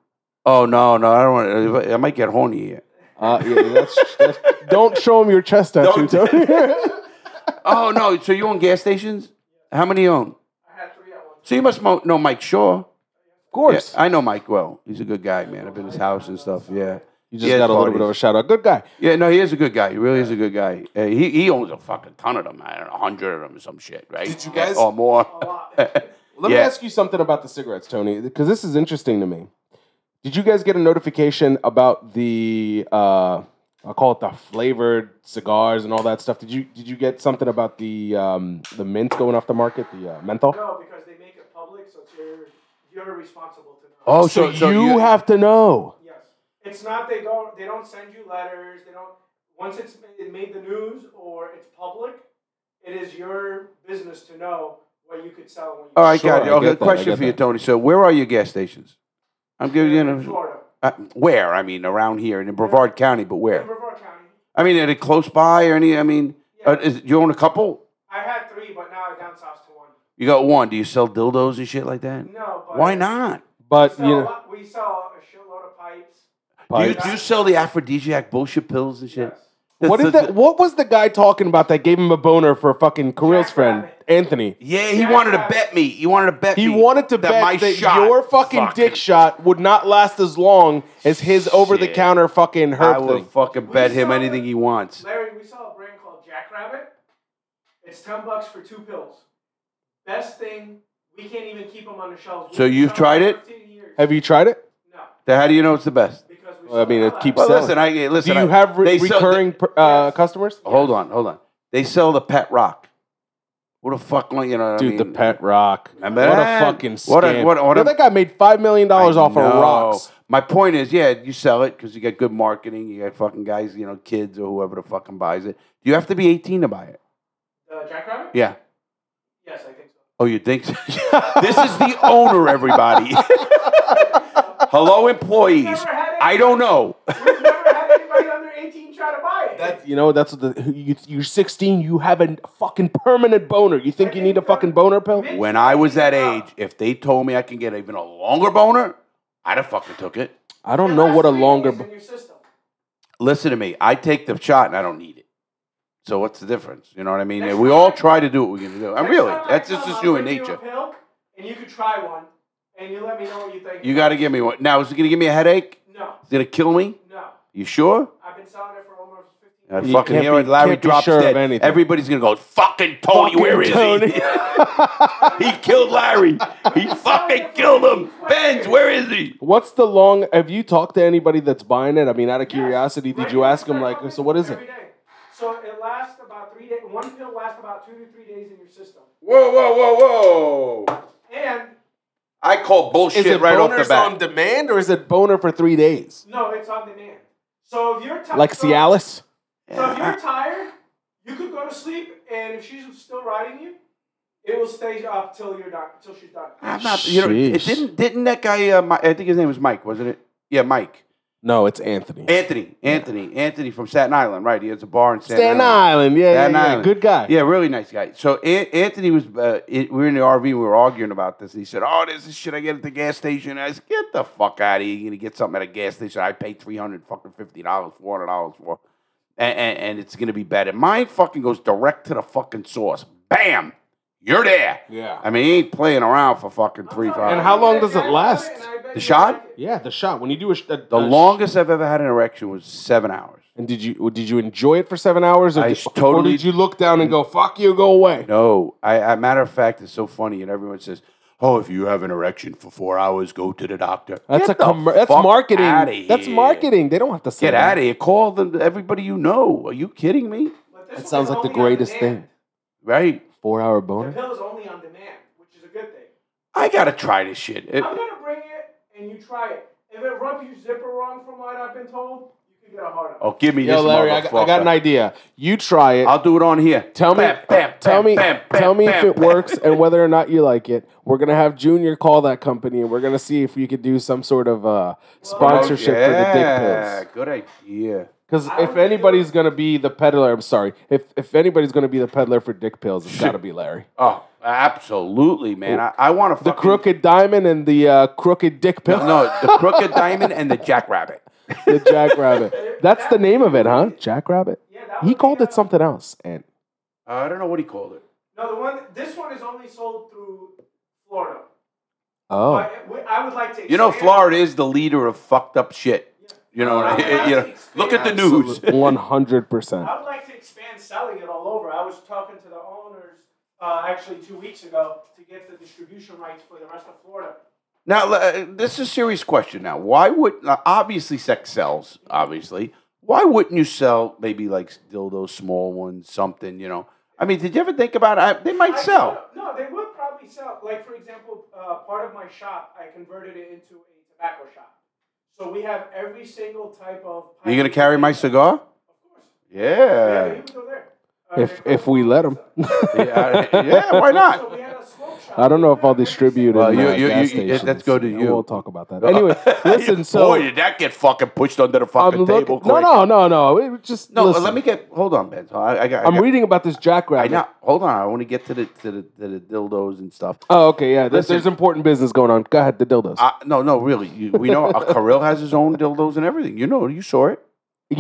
[SPEAKER 1] Oh no, no, I don't want. I might get horny here.
[SPEAKER 2] Uh, yeah, that's, that's, [LAUGHS] don't show him your chest tattoo,
[SPEAKER 1] Don't-
[SPEAKER 2] Tony. [LAUGHS]
[SPEAKER 1] Oh no, so you own gas stations? How many you own?
[SPEAKER 3] I had three at once.
[SPEAKER 1] So you must mo- know Mike Shaw.
[SPEAKER 2] of course.
[SPEAKER 1] Yeah, uh, I know Mike well. He's a good guy, man. I've been to his house and stuff. Yeah.
[SPEAKER 2] you just got a little bit of a shout out. Good guy.
[SPEAKER 1] Yeah, no, he is a good guy. He really is a good guy. Uh, he he owns a fucking ton of them. I don't know, hundred of them or some shit, right?
[SPEAKER 2] Did you
[SPEAKER 1] Yeah,
[SPEAKER 2] guys-
[SPEAKER 1] or
[SPEAKER 2] [LAUGHS]
[SPEAKER 1] more? [LAUGHS]
[SPEAKER 3] A
[SPEAKER 2] Let
[SPEAKER 3] lot.
[SPEAKER 2] me
[SPEAKER 1] Yeah.
[SPEAKER 2] ask you something about the cigarettes, Tony, because this is interesting to me. Did you guys get a notification about the uh, I'll call it the flavored cigars and all that stuff? Did you did you get something about the um, the mint going off the market, the uh, menthol?
[SPEAKER 3] No, because they make it public, so it's your, you're responsible to know.
[SPEAKER 1] Oh,
[SPEAKER 2] So, you,
[SPEAKER 1] you-
[SPEAKER 2] have to know.
[SPEAKER 3] Yes. It's not they don't they don't send you letters. They don't once it's ma- it made the news or it's public, it is your business to know what you could sell and what
[SPEAKER 1] All
[SPEAKER 3] you
[SPEAKER 1] right,
[SPEAKER 2] Sure,
[SPEAKER 1] got you.
[SPEAKER 2] I
[SPEAKER 1] Okay,
[SPEAKER 2] get that, I
[SPEAKER 1] question
[SPEAKER 2] get
[SPEAKER 1] for you,
[SPEAKER 2] that.
[SPEAKER 1] Tony. So where are your gas stations? I'm giving you
[SPEAKER 3] in
[SPEAKER 1] an,
[SPEAKER 3] Florida.
[SPEAKER 1] uh, where. I mean, around here in Brevard County, but
[SPEAKER 3] In
[SPEAKER 1] where?
[SPEAKER 3] Brevard County.
[SPEAKER 1] I mean, are they close by or any? I mean,
[SPEAKER 3] Yeah.
[SPEAKER 1] uh, is, do you own a couple?
[SPEAKER 3] I had three, but now I downsized to one.
[SPEAKER 1] You got one. Do you sell dildos and shit like that?
[SPEAKER 3] No, but
[SPEAKER 1] Why not?
[SPEAKER 3] We
[SPEAKER 2] But
[SPEAKER 3] sell,
[SPEAKER 2] you
[SPEAKER 3] a
[SPEAKER 2] know,
[SPEAKER 3] lot- we sell a shitload of pipes.
[SPEAKER 1] Do uh, you,
[SPEAKER 2] but-
[SPEAKER 1] do you sell the aphrodisiac bullshit pills and shit?
[SPEAKER 3] Yes.
[SPEAKER 2] what did that? What was the guy talking about that gave him a boner for fucking Kirill's friend
[SPEAKER 3] Jackrabbit.
[SPEAKER 2] Anthony?
[SPEAKER 1] Yeah, he wanted to bet me. He wanted to bet
[SPEAKER 2] He
[SPEAKER 1] me
[SPEAKER 2] wanted to bet that your fucking dick shot would not last as long as his over the counter fucking
[SPEAKER 1] I
[SPEAKER 2] herb
[SPEAKER 1] will
[SPEAKER 2] thing.
[SPEAKER 1] fucking bet him
[SPEAKER 3] saw
[SPEAKER 1] anything
[SPEAKER 3] it.
[SPEAKER 1] he wants.
[SPEAKER 3] Larry, we saw a brand called Jackrabbit. It's ten bucks for two pills. Best thing. We can't even keep them on the shelves. We
[SPEAKER 1] So you've
[SPEAKER 3] sell them
[SPEAKER 1] tried
[SPEAKER 3] for
[SPEAKER 1] it?
[SPEAKER 3] 15 years.
[SPEAKER 2] Have you tried it?
[SPEAKER 3] No,
[SPEAKER 1] Then how do you know it's the best?
[SPEAKER 3] because we.
[SPEAKER 2] Well, I
[SPEAKER 3] sold
[SPEAKER 2] mean, it
[SPEAKER 3] out.
[SPEAKER 2] keeps
[SPEAKER 1] Well,
[SPEAKER 2] Sell
[SPEAKER 1] listen,
[SPEAKER 2] it.
[SPEAKER 1] I eh,
[SPEAKER 2] Do
[SPEAKER 1] listen.
[SPEAKER 2] you
[SPEAKER 1] I-
[SPEAKER 2] have re-
[SPEAKER 1] they sell- Oh,
[SPEAKER 2] recurring per- uh,
[SPEAKER 3] Yes.
[SPEAKER 2] customers?
[SPEAKER 1] hold on, hold on. They sell the pet rock. What the fuck, like, you know what I
[SPEAKER 2] Dude,
[SPEAKER 1] mean?
[SPEAKER 2] the pet rock.
[SPEAKER 1] Remember
[SPEAKER 2] what
[SPEAKER 1] that?
[SPEAKER 2] a fucking scam.
[SPEAKER 1] What a- what a- what
[SPEAKER 2] Yo,
[SPEAKER 1] a-
[SPEAKER 2] that guy made $5 million
[SPEAKER 1] I
[SPEAKER 2] off of
[SPEAKER 1] know.
[SPEAKER 2] rocks.
[SPEAKER 1] My point is, yeah, you sell it because you got good marketing. You got fucking guys, you know, kids or whoever the fucking buys it. Do you have to be 18 to buy it?
[SPEAKER 3] Uh, Jackrabbit?
[SPEAKER 1] Yeah.
[SPEAKER 3] Yes, I think so.
[SPEAKER 1] Oh, you think
[SPEAKER 3] [LAUGHS]
[SPEAKER 1] so? this is the owner, everybody. Hello, employees.
[SPEAKER 3] Never had
[SPEAKER 1] I don't know.
[SPEAKER 3] We've never had anybody under 18 try to buy it.
[SPEAKER 2] That, you know, that's what the. You, you're 16, you have a fucking permanent boner. You think you need a fucking boner pill?
[SPEAKER 1] When I was that age, if they told me I can get even a longer boner, I'd have fucking took it.
[SPEAKER 2] I don't know what a longer.
[SPEAKER 3] In your system.
[SPEAKER 1] Listen to me. I take the shot and I don't need it. So what's the difference? You know what I mean? we all try to do what we're gonna do. And
[SPEAKER 3] Next
[SPEAKER 1] really,
[SPEAKER 3] time I
[SPEAKER 1] that's just,
[SPEAKER 3] come,
[SPEAKER 1] just
[SPEAKER 3] I'll
[SPEAKER 1] human
[SPEAKER 3] bring you a
[SPEAKER 1] nature.
[SPEAKER 3] pill, and you could try one, and you let me know what you think.
[SPEAKER 1] You got to give me one. Now, is it going to give me a headache?
[SPEAKER 3] No,
[SPEAKER 1] Is it going to kill me?
[SPEAKER 3] no.
[SPEAKER 1] You sure?
[SPEAKER 3] I've been selling it for almost 15
[SPEAKER 1] I
[SPEAKER 2] You
[SPEAKER 1] fucking
[SPEAKER 2] can't
[SPEAKER 1] hear
[SPEAKER 2] be-
[SPEAKER 1] it. Larry
[SPEAKER 2] can't be
[SPEAKER 1] drops
[SPEAKER 2] sure of
[SPEAKER 1] dead.
[SPEAKER 2] anything.
[SPEAKER 1] Everybody's going to go, fucking Tony, Oh, where is [LAUGHS] he? he killed Larry. He fucking killed him. Benz, where is he?
[SPEAKER 2] [LAUGHS] What's the long? Have you talked to anybody that's buying it? I mean, out of curiosity, did
[SPEAKER 3] Right
[SPEAKER 2] you
[SPEAKER 3] now,
[SPEAKER 2] ask them
[SPEAKER 3] they're
[SPEAKER 2] like,
[SPEAKER 3] coming
[SPEAKER 2] so what is it?
[SPEAKER 3] every day. So it lasts about three days. One pill lasts about two to three days in your system.
[SPEAKER 1] Whoa, whoa, whoa, whoa.
[SPEAKER 3] And
[SPEAKER 1] I call bullshit right off the bat.
[SPEAKER 2] demand or is it boner for three days?
[SPEAKER 3] no, it's on demand. So if you're tired,
[SPEAKER 2] Like Cialis?
[SPEAKER 3] So if you're tired, you could go to sleep, and if she's still riding you, it will stay up till you're done, till she's done.
[SPEAKER 1] I'm not, you know, it
[SPEAKER 2] Sheesh.
[SPEAKER 1] didn't, didn't that guy, uh, Mi- I think his name was Mike, wasn't it? Yeah, Mike.
[SPEAKER 2] No, it's Anthony.
[SPEAKER 1] Anthony, Anthony, Anthony from Staten Island, right? He has a bar in Staten,
[SPEAKER 2] Staten Island, yeah, yeah,
[SPEAKER 1] Staten
[SPEAKER 2] yeah,
[SPEAKER 1] Island.
[SPEAKER 2] good guy.
[SPEAKER 1] Yeah, really nice guy. So An- Anthony was, uh, it, we were in the RV, we were arguing about this. And he said, "Oh, this is shit I get at the gas station." I said, "Get the fuck out of here! You're gonna get something at a gas station I pay three hundred fucking fifty dollars, four hundred dollars for, and, and and it's gonna be better." Mine fucking goes direct to the fucking source. Bam, you're there.
[SPEAKER 2] Yeah.
[SPEAKER 1] I mean, he ain't playing around for fucking three five.
[SPEAKER 2] And how long does it last?
[SPEAKER 1] The shot?
[SPEAKER 2] Yeah, the shot when you do a, sh- a
[SPEAKER 1] The
[SPEAKER 2] a sh-
[SPEAKER 1] longest I've ever had an erection was seven hours.
[SPEAKER 2] and did you did you enjoy it for seven hours or,
[SPEAKER 1] I
[SPEAKER 2] did,
[SPEAKER 1] s- totally-
[SPEAKER 2] or did you look down and go fuck you go away?
[SPEAKER 1] No, I, I matter of fact, it's so funny, and everyone says, "Oh, if you have an erection for four hours, go to the doctor."
[SPEAKER 2] That's
[SPEAKER 1] Get
[SPEAKER 2] a
[SPEAKER 1] the
[SPEAKER 2] com- that's
[SPEAKER 1] fuck outta
[SPEAKER 2] marketing. That's
[SPEAKER 1] here.
[SPEAKER 2] marketing. They don't have to say
[SPEAKER 1] Get
[SPEAKER 2] that.
[SPEAKER 1] out of here. Call them everybody you know. Are you kidding me?
[SPEAKER 2] That sounds like the greatest thing.
[SPEAKER 1] Right?
[SPEAKER 2] Four hour
[SPEAKER 3] The
[SPEAKER 2] boner.
[SPEAKER 3] pill is only on demand, which is a good thing.
[SPEAKER 1] I gotta try this shit. It-
[SPEAKER 3] I'm gonna bring it, and you try it. If it rubs your zipper wrong, from what I've been told, you you get a hard on.
[SPEAKER 1] Oh, give me
[SPEAKER 2] Yo,
[SPEAKER 1] this
[SPEAKER 2] Larry, I,
[SPEAKER 1] motherfucker.
[SPEAKER 2] got- I got an idea. You try it.
[SPEAKER 1] I'll do it on here.
[SPEAKER 2] Tell me,
[SPEAKER 1] Bam, bam,
[SPEAKER 2] tell
[SPEAKER 1] bam,
[SPEAKER 2] me,
[SPEAKER 1] bam, bam,
[SPEAKER 2] tell me if
[SPEAKER 1] bam,
[SPEAKER 2] it
[SPEAKER 1] bam. [LAUGHS]
[SPEAKER 2] works and whether or not you like it. We're gonna have Junior call that company and we're gonna see if we could do some sort of uh, sponsorship for the dick pills.
[SPEAKER 1] Oh, Good idea.
[SPEAKER 2] Because
[SPEAKER 3] I
[SPEAKER 2] if
[SPEAKER 3] would
[SPEAKER 2] anybody's gonna be the peddler, I'm sorry. If if anybody's gonna be the peddler for dick pills, it's gotta
[SPEAKER 1] [LAUGHS]
[SPEAKER 2] be Larry.
[SPEAKER 1] Oh, absolutely, man. I, I want to
[SPEAKER 2] Oh, The crooked diamond and the uh, crooked dick pill,
[SPEAKER 1] [LAUGHS] No, the crooked diamond and the jackrabbit.
[SPEAKER 2] [LAUGHS] the jackrabbit. That's the name of
[SPEAKER 1] [LAUGHS]
[SPEAKER 2] it, huh? Jackrabbit.
[SPEAKER 3] Yeah, that
[SPEAKER 2] He
[SPEAKER 3] would
[SPEAKER 2] called
[SPEAKER 3] be,
[SPEAKER 2] it something else, and
[SPEAKER 1] Uh, I don't know what he called it.
[SPEAKER 3] No, the one. This one is only sold through Florida.
[SPEAKER 2] oh,
[SPEAKER 3] But it, we, I would like to.
[SPEAKER 1] You know,
[SPEAKER 3] expand-
[SPEAKER 1] Florida is the leader of fucked up shit. You know, [LAUGHS]
[SPEAKER 3] Yeah.
[SPEAKER 1] it- you know, look at the news.
[SPEAKER 2] one hundred percent.
[SPEAKER 3] I would like to expand selling it all over. I was talking to the owners uh, actually two weeks ago to get the distribution rights for the rest of Florida.
[SPEAKER 1] Now, uh, this is a serious question. Now, why would now, obviously sex sells? Obviously, why wouldn't you sell maybe like dildos, small ones, something? You know, I mean, did you ever think about it? I, they might
[SPEAKER 3] I-
[SPEAKER 1] sell.
[SPEAKER 3] No, they would probably sell. Like for example, uh, part of my shop, I converted it into a tobacco shop. So we have every single type of.
[SPEAKER 1] You gonna carry my cigar?
[SPEAKER 3] Of course. Yeah,
[SPEAKER 1] Yeah.
[SPEAKER 3] you can go there. Uh,
[SPEAKER 2] If
[SPEAKER 3] they're
[SPEAKER 2] if we let him. [LAUGHS]
[SPEAKER 1] Yeah, I- yeah, why
[SPEAKER 3] So
[SPEAKER 1] not?
[SPEAKER 3] we had a smoke shop.
[SPEAKER 2] I don't know if I'll
[SPEAKER 3] Every
[SPEAKER 2] distribute it.
[SPEAKER 3] single-
[SPEAKER 1] Well, you-
[SPEAKER 2] in, uh,
[SPEAKER 1] you-
[SPEAKER 2] gas
[SPEAKER 1] you- you- that's
[SPEAKER 2] stations.
[SPEAKER 1] good to you. Uh,
[SPEAKER 2] We'll talk about that. [LAUGHS]
[SPEAKER 1] [LAUGHS]
[SPEAKER 2] Anyway, listen. So
[SPEAKER 1] boy, did that get fucking pushed under the fucking
[SPEAKER 2] I'm
[SPEAKER 1] table?
[SPEAKER 2] looking.
[SPEAKER 1] quick.
[SPEAKER 2] No, no, no, no. It was just
[SPEAKER 1] no.
[SPEAKER 2] listen.
[SPEAKER 1] Let me get. Hold on, Ben. I, I got. I
[SPEAKER 2] I'm
[SPEAKER 1] got-
[SPEAKER 2] reading about this
[SPEAKER 1] I
[SPEAKER 2] jackrabbit.
[SPEAKER 1] know. Hold on. I want to get to the to the to the dildos and stuff.
[SPEAKER 2] Oh, okay, yeah. There's,
[SPEAKER 1] Listen.
[SPEAKER 2] there's important business going on. Go ahead, the dildos.
[SPEAKER 1] Uh, no, no, really. You, we know uh, Kirill has his own dildos and everything. You know, you saw it.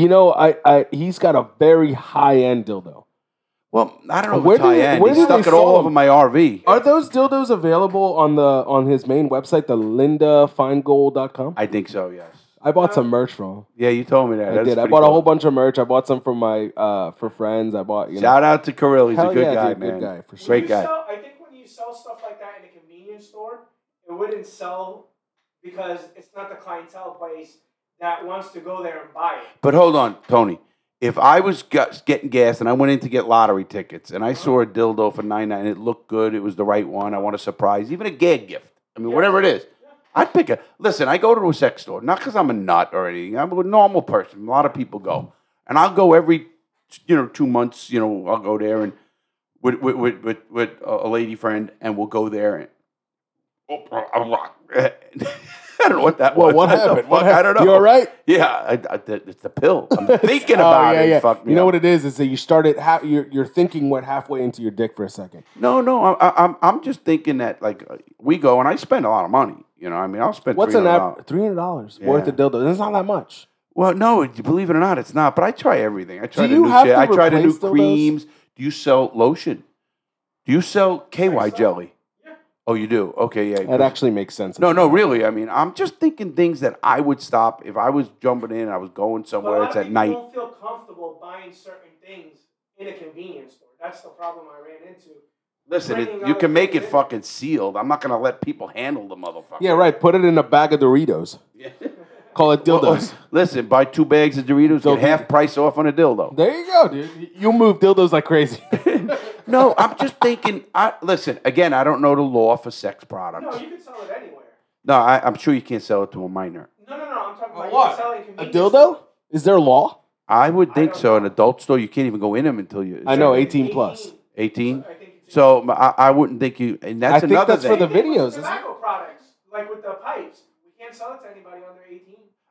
[SPEAKER 2] you know, I, I he's got a very high end dildo.
[SPEAKER 1] Well, I don't know.
[SPEAKER 2] Where
[SPEAKER 1] Uh, Where if it's high end.
[SPEAKER 2] do they- where
[SPEAKER 1] He
[SPEAKER 2] do they
[SPEAKER 1] stuck it
[SPEAKER 2] sell
[SPEAKER 1] all over
[SPEAKER 2] them?
[SPEAKER 1] my RV.
[SPEAKER 2] Are those dildos available on the on his main website, the lindafeingold.com?
[SPEAKER 1] I think so. Yes.
[SPEAKER 2] I bought some merch from him.
[SPEAKER 1] Yeah, you told me that.
[SPEAKER 2] I
[SPEAKER 1] That's
[SPEAKER 2] did. I
[SPEAKER 1] pretty
[SPEAKER 2] bought a
[SPEAKER 1] cool.
[SPEAKER 2] whole bunch of merch. I bought some for my uh for friends. I bought you know.
[SPEAKER 1] Shout out to Kirill. He's
[SPEAKER 2] Hell
[SPEAKER 1] a good
[SPEAKER 2] yeah,
[SPEAKER 1] guy,
[SPEAKER 2] dude, good
[SPEAKER 1] man.
[SPEAKER 2] guy, for sure.
[SPEAKER 1] Great
[SPEAKER 3] you
[SPEAKER 1] guy.
[SPEAKER 3] Sell, I think when you sell stuff like that in a convenience store, it wouldn't sell because it's not the clientele base that wants to go there and buy it.
[SPEAKER 1] But hold on, Tony. If I was gu- getting gas and I went in to get lottery tickets and I saw a dildo for nine nine, it looked good. It was the right one. I want a surprise, even a gag gift. I mean, whatever it is, I'd pick a. Listen, I go to a sex store not because I'm a nut or anything. I'm a normal person. A lot of people go, and I'll go every, you know, two months. You know, I'll go there and with with with with, with a a lady friend, and we'll go there and. Oh, I'm rock. [LAUGHS] I don't know [LAUGHS] what that
[SPEAKER 2] Well,
[SPEAKER 1] was.
[SPEAKER 2] what
[SPEAKER 1] I don't know.
[SPEAKER 2] happened? What
[SPEAKER 1] Fuck, I don't know.
[SPEAKER 2] happened? You all right?
[SPEAKER 1] Yeah, I, I, th- it's the pill. I'm
[SPEAKER 2] [LAUGHS]
[SPEAKER 1] thinking
[SPEAKER 2] Oh,
[SPEAKER 1] about
[SPEAKER 2] yeah,
[SPEAKER 1] it.
[SPEAKER 2] yeah.
[SPEAKER 1] Yeah. Fuck me
[SPEAKER 2] you know
[SPEAKER 1] up.
[SPEAKER 2] what it is? Is that you started half. You're, you're thinking what halfway into your dick for a second.
[SPEAKER 1] No, no. I, I, I'm I'm just thinking that like uh, we go and I spend a lot of money. You know, I mean, I'll spend.
[SPEAKER 2] What's
[SPEAKER 1] What's
[SPEAKER 2] an
[SPEAKER 1] an
[SPEAKER 2] app? Three hundred dollars worth
[SPEAKER 1] Yeah.
[SPEAKER 2] of dildo. It's not that much.
[SPEAKER 1] Well, no, you believe it or not, it's not. But I try everything. I try
[SPEAKER 2] Do
[SPEAKER 1] the
[SPEAKER 2] you
[SPEAKER 1] new
[SPEAKER 2] have
[SPEAKER 1] shit.
[SPEAKER 2] to
[SPEAKER 1] I try the new
[SPEAKER 2] replace dildos?
[SPEAKER 1] creams. Do you sell lotion? Do you sell KY jelly? Oh, you do. Okay, yeah.
[SPEAKER 2] That
[SPEAKER 1] 'cause-
[SPEAKER 2] actually makes sense.
[SPEAKER 1] no, no, really. I mean, I'm just thinking things that I would stop if I was jumping in. and I was going
[SPEAKER 3] But a
[SPEAKER 1] somewhere.
[SPEAKER 3] lot
[SPEAKER 1] It's
[SPEAKER 3] of
[SPEAKER 1] at
[SPEAKER 3] people
[SPEAKER 1] night.
[SPEAKER 3] don't feel comfortable buying certain things in a convenience store. That's the problem I ran into.
[SPEAKER 1] Listen,
[SPEAKER 3] bringing
[SPEAKER 1] it, you
[SPEAKER 3] out
[SPEAKER 1] can make it
[SPEAKER 3] the-
[SPEAKER 1] fucking sealed. I'm not gonna let people handle the motherfucker.
[SPEAKER 2] Yeah, right. Put it in a bag of Doritos. Call it dildos.
[SPEAKER 1] Well, Oh, Listen, buy two bags of Doritos,
[SPEAKER 2] Don't
[SPEAKER 1] get
[SPEAKER 2] be-
[SPEAKER 1] half price off on a dildo.
[SPEAKER 2] there you go, dude. You move dildos like
[SPEAKER 1] [LAUGHS]
[SPEAKER 2] crazy.
[SPEAKER 1] No, I'm just thinking. I listen again. I don't know the law for sex
[SPEAKER 3] No,
[SPEAKER 1] products.
[SPEAKER 3] you can sell it anywhere.
[SPEAKER 1] No, I, I'm sure you can't sell it to a minor.
[SPEAKER 3] No, no, no. I'm talking about you can sell it in
[SPEAKER 2] A
[SPEAKER 3] convenience
[SPEAKER 2] dildo? Is there law?
[SPEAKER 1] I would think
[SPEAKER 3] don't
[SPEAKER 1] so. An
[SPEAKER 3] know.
[SPEAKER 1] adult store, you can't even go in them until you.
[SPEAKER 2] I know,
[SPEAKER 1] certain age.
[SPEAKER 2] 18
[SPEAKER 3] stores.
[SPEAKER 2] plus.
[SPEAKER 1] 18?
[SPEAKER 3] I think it's
[SPEAKER 1] Oh, So m- I, I wouldn't think you. And that's
[SPEAKER 2] I think
[SPEAKER 1] another
[SPEAKER 2] that's for
[SPEAKER 1] thing.
[SPEAKER 2] the- videos,
[SPEAKER 3] With
[SPEAKER 2] isn't it?
[SPEAKER 3] tobacco products, like with the pipes, we can't sell it to anybody under 18.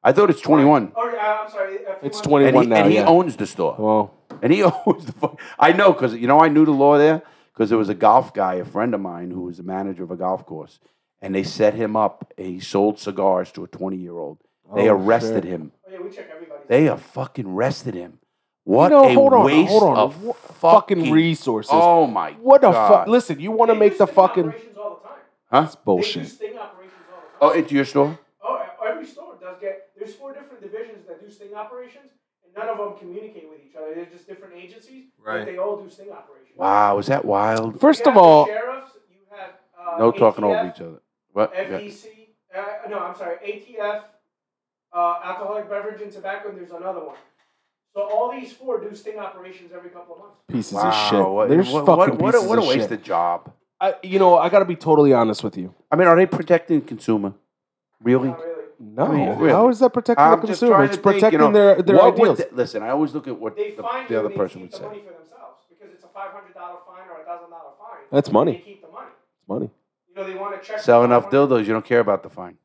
[SPEAKER 1] I thought it's 21.
[SPEAKER 3] Or, uh, I'm sorry. if you
[SPEAKER 2] It's
[SPEAKER 3] want-
[SPEAKER 1] And
[SPEAKER 2] 21
[SPEAKER 1] he,
[SPEAKER 2] now.
[SPEAKER 1] and he
[SPEAKER 2] yeah.
[SPEAKER 1] owns the store.
[SPEAKER 2] well,
[SPEAKER 1] And he [LAUGHS] owns the fuck. I know because you know I knew the law there because there was a golf guy, a friend of mine, who was the manager of a golf course, and they set him up. And he sold cigars to a twenty-year-old. They
[SPEAKER 2] Oh,
[SPEAKER 1] arrested
[SPEAKER 2] shit.
[SPEAKER 1] him.
[SPEAKER 3] Oh, yeah, we check everybody's.
[SPEAKER 1] They have fucking arrested him. What
[SPEAKER 2] know,
[SPEAKER 1] a
[SPEAKER 2] hold on,
[SPEAKER 1] waste
[SPEAKER 2] hold on.
[SPEAKER 1] of
[SPEAKER 2] What
[SPEAKER 1] fucking,
[SPEAKER 2] fucking resources.
[SPEAKER 1] Oh my!
[SPEAKER 2] what the
[SPEAKER 1] God.
[SPEAKER 2] fuck? Listen, you want to
[SPEAKER 3] They
[SPEAKER 2] make
[SPEAKER 3] do
[SPEAKER 2] the
[SPEAKER 3] sting
[SPEAKER 2] fucking
[SPEAKER 3] Operations all the time.
[SPEAKER 1] Huh?
[SPEAKER 3] They do
[SPEAKER 2] bullshit.
[SPEAKER 3] sting operations all the time.
[SPEAKER 1] Oh, into your store?
[SPEAKER 3] Oh, e- every store does get. There's four different divisions that do sting operations, and none of them communicate with each other. They're just different agencies,
[SPEAKER 2] Right.
[SPEAKER 3] but they all do sting operations.
[SPEAKER 1] Wow, is that wild?
[SPEAKER 3] You
[SPEAKER 2] First
[SPEAKER 3] have
[SPEAKER 2] of all,
[SPEAKER 3] the sheriffs, you have uh,
[SPEAKER 1] No talking
[SPEAKER 3] ATF,
[SPEAKER 2] E
[SPEAKER 1] over each other. What? Yeah.
[SPEAKER 3] FEC, E uh, no, I'm sorry, ATF, uh, alcoholic beverage and tobacco, and there's another one. So all these four do sting operations every couple of months.
[SPEAKER 2] pieces
[SPEAKER 1] Wow,
[SPEAKER 2] of shit.
[SPEAKER 1] what,
[SPEAKER 2] There's
[SPEAKER 1] what,
[SPEAKER 2] fucking
[SPEAKER 1] what, what, a-
[SPEAKER 2] pieces
[SPEAKER 1] what a
[SPEAKER 2] of shit.
[SPEAKER 1] wasted job.
[SPEAKER 2] I, you know, I got to be totally honest with you.
[SPEAKER 1] I mean, are they protecting consumer? Really?
[SPEAKER 3] Not really.
[SPEAKER 2] No,
[SPEAKER 1] mean, really.
[SPEAKER 2] how is that protecting
[SPEAKER 1] I'm
[SPEAKER 2] the
[SPEAKER 1] just
[SPEAKER 2] consumer?
[SPEAKER 1] trying
[SPEAKER 2] It's
[SPEAKER 1] to think, you
[SPEAKER 2] protecting
[SPEAKER 1] know,
[SPEAKER 2] their their
[SPEAKER 1] what would
[SPEAKER 2] ideals.
[SPEAKER 1] the- listen, I always look at what
[SPEAKER 3] They
[SPEAKER 1] the,
[SPEAKER 3] find
[SPEAKER 1] the
[SPEAKER 3] you
[SPEAKER 1] other
[SPEAKER 3] and they
[SPEAKER 1] person would
[SPEAKER 3] keep the
[SPEAKER 1] say.
[SPEAKER 3] money for themselves because it's a five hundred dollar fine or a thousand dollar fine.
[SPEAKER 2] That's money.
[SPEAKER 3] They keep the money.
[SPEAKER 2] It's money.
[SPEAKER 3] You know they want to check.
[SPEAKER 1] Sell
[SPEAKER 3] the
[SPEAKER 1] enough
[SPEAKER 3] phone.
[SPEAKER 1] dildos, you don't care about the fine.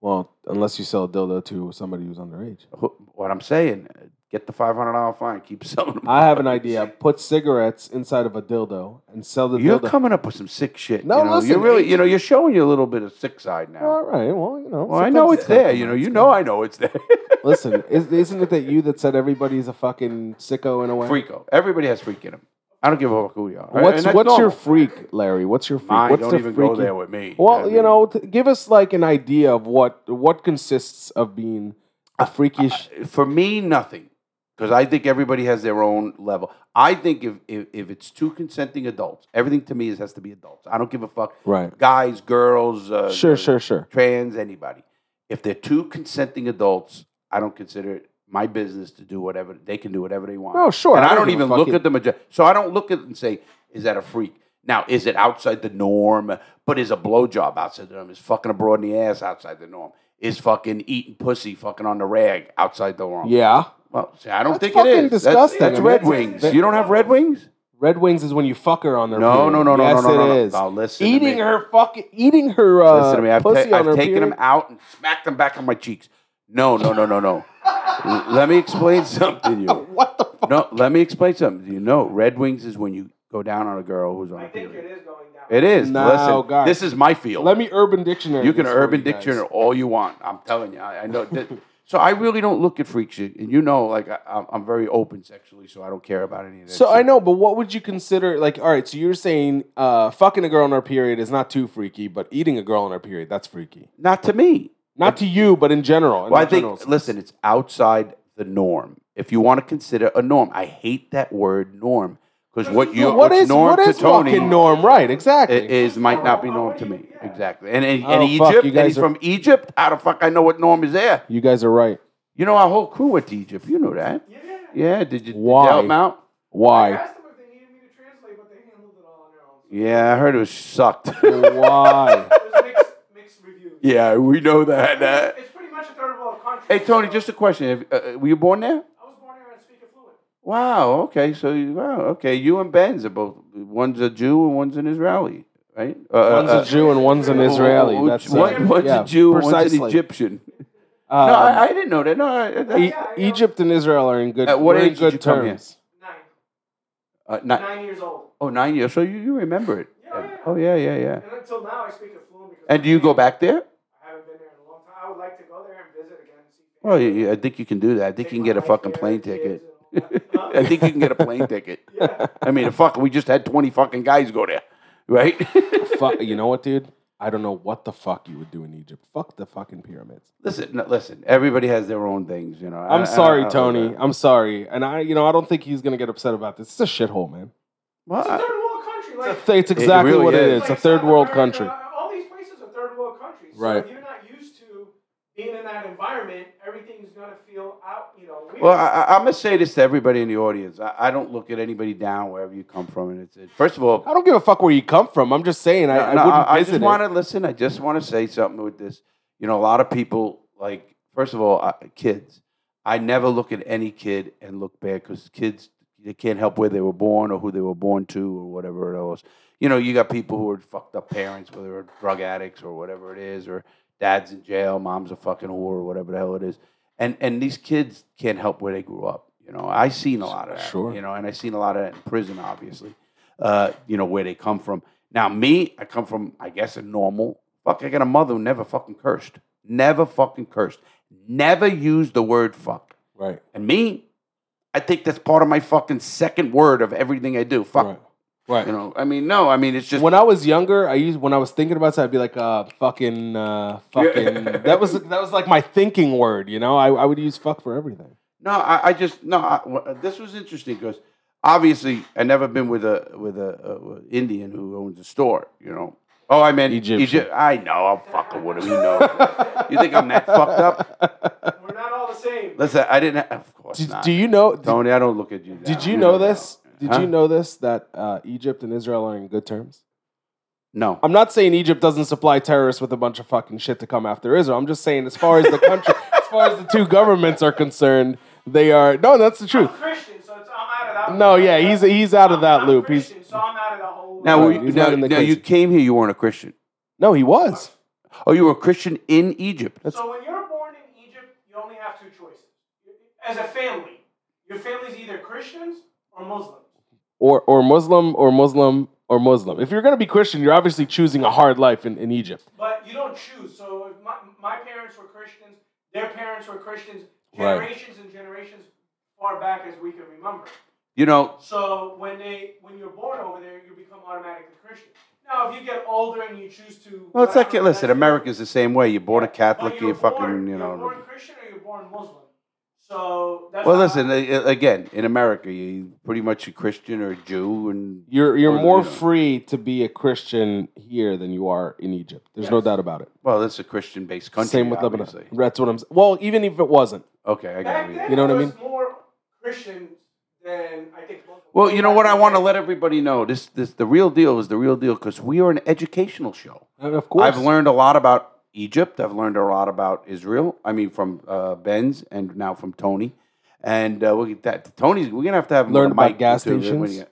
[SPEAKER 2] Well, unless you sell a dildo to somebody who's underage.
[SPEAKER 1] Who- What I'm saying, uh, get the five hundred dollar fine. Keep [LAUGHS] selling them.
[SPEAKER 2] I have an idea. Put cigarettes inside of a dildo and sell the
[SPEAKER 1] You're
[SPEAKER 2] dildo.
[SPEAKER 1] coming up with some sick shit.
[SPEAKER 2] No,
[SPEAKER 1] you know?
[SPEAKER 2] listen,
[SPEAKER 1] you're really,
[SPEAKER 2] it-
[SPEAKER 1] you know, you're showing you a little bit of sick side now.
[SPEAKER 2] All right. Well, you know.
[SPEAKER 1] well, I
[SPEAKER 2] sometimes
[SPEAKER 1] know it's
[SPEAKER 2] not
[SPEAKER 1] there.
[SPEAKER 2] the
[SPEAKER 1] You know,
[SPEAKER 2] nice
[SPEAKER 1] you
[SPEAKER 2] guy.
[SPEAKER 1] know, I know it's there. [LAUGHS]
[SPEAKER 2] Listen, is, isn't it that you that said everybody's a fucking sicko in a way?
[SPEAKER 1] Freako. Everybody has freak in them. I don't give a fuck who you are. And
[SPEAKER 2] What's
[SPEAKER 1] that's
[SPEAKER 2] what's your
[SPEAKER 1] normal.
[SPEAKER 2] freak, Larry? What's your freak?
[SPEAKER 1] Mine,
[SPEAKER 2] what's
[SPEAKER 1] don't
[SPEAKER 2] the
[SPEAKER 1] even go
[SPEAKER 2] freaky-
[SPEAKER 1] there with me.
[SPEAKER 2] Well,
[SPEAKER 1] I
[SPEAKER 2] you
[SPEAKER 1] mean,
[SPEAKER 2] know, t- give us like an idea of what what consists of being a freakish.
[SPEAKER 1] for me, nothing, because I think everybody has their own level. I think if, if if it's two consenting adults, everything to me is has to be adults. I don't give a fuck,
[SPEAKER 2] Right.
[SPEAKER 1] guys, girls, uh,
[SPEAKER 2] Sure, sure, sure.
[SPEAKER 1] trans, anybody. If they're two consenting adults, I don't consider it my business to do whatever they can do whatever they want.
[SPEAKER 2] Oh, sure.
[SPEAKER 1] And I
[SPEAKER 2] I
[SPEAKER 1] don't,
[SPEAKER 2] don't give a
[SPEAKER 1] even
[SPEAKER 2] fuck
[SPEAKER 1] look
[SPEAKER 2] it-
[SPEAKER 1] at the majority. So I don't look at it and say, is that a freak? Now, is it outside the norm? But is a blowjob outside the norm? Is fucking abroad in the ass outside the norm? Is fucking eating pussy fucking on the rag outside the norm?
[SPEAKER 2] Yeah.
[SPEAKER 1] Well, see, I don't
[SPEAKER 2] That's
[SPEAKER 1] think it
[SPEAKER 2] fucking
[SPEAKER 1] is. That's-
[SPEAKER 2] disgusting.
[SPEAKER 1] That's,
[SPEAKER 2] I mean,
[SPEAKER 1] Red
[SPEAKER 2] that's-
[SPEAKER 1] Wings.
[SPEAKER 2] that-
[SPEAKER 1] you don't have Red Wings?
[SPEAKER 2] Red Wings is when you fuck her on their
[SPEAKER 1] No,
[SPEAKER 2] period.
[SPEAKER 1] no, no, no,
[SPEAKER 2] yes,
[SPEAKER 1] no, no, no,
[SPEAKER 2] it
[SPEAKER 1] no.
[SPEAKER 2] is.
[SPEAKER 1] No, listen to
[SPEAKER 2] eating
[SPEAKER 1] me.
[SPEAKER 2] her fucking eating her uh,
[SPEAKER 1] Listen to me. I've, ta-
[SPEAKER 2] pussy on her
[SPEAKER 1] I've taken
[SPEAKER 2] period.
[SPEAKER 1] them out and smacked them back on my cheeks. No, no, no, no, no. L- let me explain something to you.
[SPEAKER 2] [LAUGHS] What the fuck?
[SPEAKER 1] No, let me explain something to you. No, Red Wings is when you go down on a girl who's on
[SPEAKER 3] I
[SPEAKER 1] a
[SPEAKER 3] think it
[SPEAKER 1] period.
[SPEAKER 3] is going down.
[SPEAKER 1] It is.
[SPEAKER 2] No,
[SPEAKER 1] Listen,
[SPEAKER 2] guys.
[SPEAKER 1] this is my field.
[SPEAKER 2] Let me Urban Dictionary.
[SPEAKER 1] you can
[SPEAKER 2] this for
[SPEAKER 1] Urban
[SPEAKER 2] guys.
[SPEAKER 1] Dictionary all you want. I'm telling you. I, I know. that- so I really don't look at freak shit. And you know, like, I, I'm- I'm very open sexually, so I don't care about any of that
[SPEAKER 2] So
[SPEAKER 1] shit.
[SPEAKER 2] I know, but what would you consider? Like, all right, so you're saying uh, fucking a girl on her period is not too freaky, but eating a girl on her period that's freaky.
[SPEAKER 1] Not to me.
[SPEAKER 2] Not to you, but in general. in
[SPEAKER 1] Well, I
[SPEAKER 2] the
[SPEAKER 1] think,
[SPEAKER 2] general sense.
[SPEAKER 1] listen, it's outside the norm. If you want to consider a norm, I hate that word norm because what you
[SPEAKER 2] Well, what
[SPEAKER 1] what's
[SPEAKER 2] is
[SPEAKER 1] norm
[SPEAKER 2] what
[SPEAKER 1] to
[SPEAKER 2] is
[SPEAKER 1] Tony
[SPEAKER 2] fucking norm? Right,
[SPEAKER 1] i-
[SPEAKER 2] exactly.
[SPEAKER 1] is might not be norm to me. Exactly. And, and, and
[SPEAKER 2] Oh,
[SPEAKER 1] Egypt,
[SPEAKER 2] fuck, you
[SPEAKER 1] and
[SPEAKER 2] guys
[SPEAKER 1] he's
[SPEAKER 2] are-
[SPEAKER 1] from Egypt. How the fuck I know what norm is there?
[SPEAKER 2] you guys are right.
[SPEAKER 1] You know, our whole crew went to Egypt. You know that.
[SPEAKER 3] Yeah.
[SPEAKER 1] Yeah, did you, did you
[SPEAKER 2] Why?
[SPEAKER 1] help him out?
[SPEAKER 3] I
[SPEAKER 2] Why?
[SPEAKER 3] asked them if they needed me to translate, but they handled it all on their own.
[SPEAKER 1] Yeah, I heard it was sucked. [LAUGHS] Uh,
[SPEAKER 2] Why?
[SPEAKER 3] It was mixed, mixed reviews.
[SPEAKER 1] yeah, we know that. uh.
[SPEAKER 3] It's, it's pretty much a third world country.
[SPEAKER 1] hey, Tony,
[SPEAKER 3] so-
[SPEAKER 1] just a question. Have- uh, uh, were you born there?
[SPEAKER 3] I was born here and speak it fluent.
[SPEAKER 1] Wow. Okay. So you- wow. Okay. You and Ben's are both. One's a Jew and one's an Israeli, right? Uh, oh,
[SPEAKER 2] One's a Jew and one's an Israeli.
[SPEAKER 1] One,
[SPEAKER 2] That's uh,
[SPEAKER 1] one's
[SPEAKER 2] yeah,
[SPEAKER 1] a Jew, and one's
[SPEAKER 2] precisely.
[SPEAKER 1] an Egyptian.
[SPEAKER 2] Um,
[SPEAKER 1] No, I, I didn't know that. No, I, that's,
[SPEAKER 2] E-
[SPEAKER 3] I know.
[SPEAKER 2] Egypt and Israel are in good.
[SPEAKER 1] At what
[SPEAKER 2] we're in
[SPEAKER 1] age did
[SPEAKER 2] good
[SPEAKER 1] you come here?
[SPEAKER 2] terms.
[SPEAKER 3] Nine.
[SPEAKER 1] uh, not,
[SPEAKER 3] Nine years old.
[SPEAKER 1] oh, nine years. So you, you remember it?
[SPEAKER 3] Yeah, yeah.
[SPEAKER 1] Oh yeah, yeah, yeah.
[SPEAKER 3] And until now, I speak it fluent because.
[SPEAKER 1] And do you go back there?
[SPEAKER 3] I haven't been there in a long time. I would like to go there and visit again. and see-
[SPEAKER 1] Well, you, you- I think you can do that. I think
[SPEAKER 3] Take
[SPEAKER 1] you can
[SPEAKER 3] my
[SPEAKER 1] get a
[SPEAKER 3] wife
[SPEAKER 1] fucking
[SPEAKER 3] there,
[SPEAKER 1] plane
[SPEAKER 3] kids
[SPEAKER 1] ticket. [LAUGHS]
[SPEAKER 3] and all that. Huh?
[SPEAKER 1] I think you can get a plane ticket.
[SPEAKER 3] [LAUGHS] Yeah.
[SPEAKER 1] I mean, fuck, we just had twenty fucking guys go there, right? [LAUGHS]
[SPEAKER 2] Fuck, you know what, dude? I don't know what the fuck you would do in Egypt. Fuck the fucking pyramids.
[SPEAKER 1] listen, no, listen. Everybody has their own things, you know. I- I-
[SPEAKER 2] I'm sorry,
[SPEAKER 1] I- I-
[SPEAKER 2] Tony. I'm sorry, and I, you know, I don't think he's gonna get upset about this. It's a shithole, man.
[SPEAKER 1] Well,
[SPEAKER 3] It's a
[SPEAKER 1] I-
[SPEAKER 3] third world country. Like,
[SPEAKER 2] It's it's exactly
[SPEAKER 1] really
[SPEAKER 2] what it
[SPEAKER 1] is.
[SPEAKER 2] is. It's a
[SPEAKER 3] like
[SPEAKER 2] third
[SPEAKER 3] South
[SPEAKER 2] world
[SPEAKER 3] America,
[SPEAKER 2] country.
[SPEAKER 3] All these places are third world countries. So
[SPEAKER 2] Right.
[SPEAKER 3] if you're not used to being in that environment, everything's gonna feel out. You know. Weird.
[SPEAKER 1] Well, I, I- I'm gonna say this to everybody in the audience. I, I don't look at anybody down wherever you come from, and it's it, first of all,
[SPEAKER 2] I don't give a fuck where you come from. I'm just saying I,
[SPEAKER 1] no,
[SPEAKER 2] I
[SPEAKER 1] no,
[SPEAKER 2] wouldn't
[SPEAKER 1] I, I
[SPEAKER 2] visit
[SPEAKER 1] just
[SPEAKER 2] it.
[SPEAKER 1] want to listen. I just want to say something with this. You know, a lot of people like first of all, I, kids. I never look at any kid and look bad because kids they can't help where they were born or who they were born to or whatever else. You know, you got people who are fucked up parents, whether they're drug addicts or whatever it is, or dad's in jail, mom's a fucking whore, or whatever the hell it is. And and these kids can't help where they grew up. You know, I seen a lot of that.
[SPEAKER 2] Sure.
[SPEAKER 1] You know, and I seen a lot of that in prison, obviously. Uh, you know where they come from. Now me, I come from, I guess, a normal. Fuck, I got a mother who never fucking cursed, never fucking cursed, never used the word fuck.
[SPEAKER 2] Right.
[SPEAKER 1] And me, I think that's part of my fucking second word of everything I do. Fuck.
[SPEAKER 2] Right. Right.
[SPEAKER 1] You know, I mean, no, I mean, it's just
[SPEAKER 2] when I was younger, I used when I was thinking about that, I'd be like, uh,
[SPEAKER 1] [LAUGHS]
[SPEAKER 2] fucking, uh, fucking. that was that was like my thinking word, you know. I, I would use fuck for everything.
[SPEAKER 1] no. I, I just no. I, wha- this was interesting because obviously I never been with a with a, a Indian who owns a store. You know. Oh, I meant
[SPEAKER 2] Egyptian.
[SPEAKER 1] Egypt. I know. I'm fucking with him. You know. you think I'm that fucked up?
[SPEAKER 3] We're not all the same.
[SPEAKER 1] Listen, I didn't. ha- of course
[SPEAKER 2] Did,
[SPEAKER 1] not.
[SPEAKER 2] do you know? Did,
[SPEAKER 1] Tony, I don't look at you.
[SPEAKER 2] did
[SPEAKER 1] down.
[SPEAKER 2] you know this? Did
[SPEAKER 1] Huh?
[SPEAKER 2] you know this that uh, Egypt and Israel are in good terms?
[SPEAKER 1] No.
[SPEAKER 2] I'm not saying Egypt doesn't supply terrorists with a bunch of fucking shit to come after Israel. I'm just saying, as far as
[SPEAKER 1] [LAUGHS]
[SPEAKER 2] the country, as far as the two governments are concerned, they are. No, that's the truth.
[SPEAKER 3] I'm Christian, so it's, I'm out of that.
[SPEAKER 2] No,
[SPEAKER 3] loop.
[SPEAKER 2] yeah, he's he's out of that
[SPEAKER 3] I'm
[SPEAKER 2] loop. He's
[SPEAKER 3] Christian, so I'm out of the whole.
[SPEAKER 1] Now,
[SPEAKER 2] Right,
[SPEAKER 1] were
[SPEAKER 3] loop.
[SPEAKER 1] you,
[SPEAKER 2] he's
[SPEAKER 1] now,
[SPEAKER 2] not in the
[SPEAKER 1] now you
[SPEAKER 2] Christian.
[SPEAKER 1] came here. You weren't a Christian.
[SPEAKER 2] no, he was.
[SPEAKER 1] Oh, you were a Christian in Egypt.
[SPEAKER 3] so when you're born in Egypt, you only have two choices. As a family, your family's either Christians or Muslims.
[SPEAKER 2] or or Muslim or Muslim or Muslim. If you're going to be Christian, you're obviously choosing a hard life in, in Egypt.
[SPEAKER 3] But you don't choose. So if my, my parents were Christians, their parents were Christians,
[SPEAKER 2] Right.
[SPEAKER 3] generations and generations far back as we can remember.
[SPEAKER 1] You know,
[SPEAKER 3] So when they when you're born over there, you become automatically Christian. Now, if you get older and you choose to,
[SPEAKER 1] well, it's like
[SPEAKER 3] whatever,
[SPEAKER 1] listen.
[SPEAKER 3] that's-
[SPEAKER 1] America's the same way. You're born a
[SPEAKER 3] But
[SPEAKER 1] Catholic,
[SPEAKER 3] you're
[SPEAKER 1] you're fucking,
[SPEAKER 3] born-
[SPEAKER 1] you
[SPEAKER 3] You're
[SPEAKER 1] know.
[SPEAKER 3] born Christian or you're born Muslim. So that's
[SPEAKER 1] Well,
[SPEAKER 3] how-
[SPEAKER 1] listen. a- a- Again, in America, you pretty much a Christian or a Jew, and
[SPEAKER 2] You're you're
[SPEAKER 1] Or,
[SPEAKER 2] more
[SPEAKER 1] you know.
[SPEAKER 2] free to be a Christian here than you are in Egypt. There's no
[SPEAKER 3] Yes.
[SPEAKER 2] doubt about it.
[SPEAKER 1] well, that's a Christian-based country.
[SPEAKER 2] Same with
[SPEAKER 1] obviously.
[SPEAKER 2] Lebanon. That's what I'm. s- Well, even if it wasn't,
[SPEAKER 1] Okay, I got
[SPEAKER 3] Back
[SPEAKER 1] it.
[SPEAKER 3] then,
[SPEAKER 2] You know what I
[SPEAKER 3] there
[SPEAKER 2] mean?
[SPEAKER 3] was More Christians than I think. Muslims.
[SPEAKER 1] Well, you know what? I want to let everybody know this. This the real deal is the real deal because we are an educational show.
[SPEAKER 2] And of course,
[SPEAKER 1] I've learned a lot about Egypt. I've learned a lot about Israel. I mean, from uh, Ben's and now from Tony. And uh, we'll get that. Tony's, we're going to have to have
[SPEAKER 2] Learned about
[SPEAKER 1] Mike
[SPEAKER 2] gas
[SPEAKER 1] too, when
[SPEAKER 2] stations?
[SPEAKER 1] you-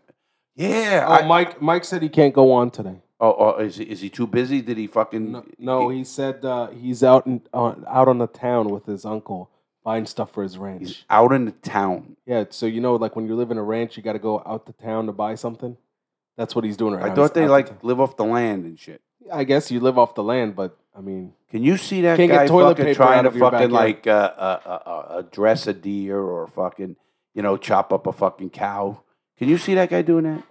[SPEAKER 1] Yeah.
[SPEAKER 2] Oh,
[SPEAKER 1] I-
[SPEAKER 2] Mike Mike said he can't go on today.
[SPEAKER 1] oh, oh, is, he, is he too busy? Did he fucking.
[SPEAKER 2] No, no, he said uh, he's out in, on out on the town with his uncle buying stuff for his
[SPEAKER 1] He's
[SPEAKER 2] ranch.
[SPEAKER 1] out in the town.
[SPEAKER 2] Yeah, so you know, like when you live in a ranch, you got to go out to town to buy something. That's what he's doing right now.
[SPEAKER 1] I
[SPEAKER 2] He's
[SPEAKER 1] thought they
[SPEAKER 2] out to
[SPEAKER 1] like
[SPEAKER 2] town.
[SPEAKER 1] live off the land and shit.
[SPEAKER 2] I guess you live off the land, but I mean,
[SPEAKER 1] Can you see that
[SPEAKER 2] Can't get
[SPEAKER 1] guy
[SPEAKER 2] toilet
[SPEAKER 1] fucking
[SPEAKER 2] paper
[SPEAKER 1] trying
[SPEAKER 2] out
[SPEAKER 1] to
[SPEAKER 2] of your
[SPEAKER 1] fucking
[SPEAKER 2] backyard.
[SPEAKER 1] like uh, uh, uh, uh, dress a deer or fucking, you know, chop up a fucking cow? Can you see that guy doing that?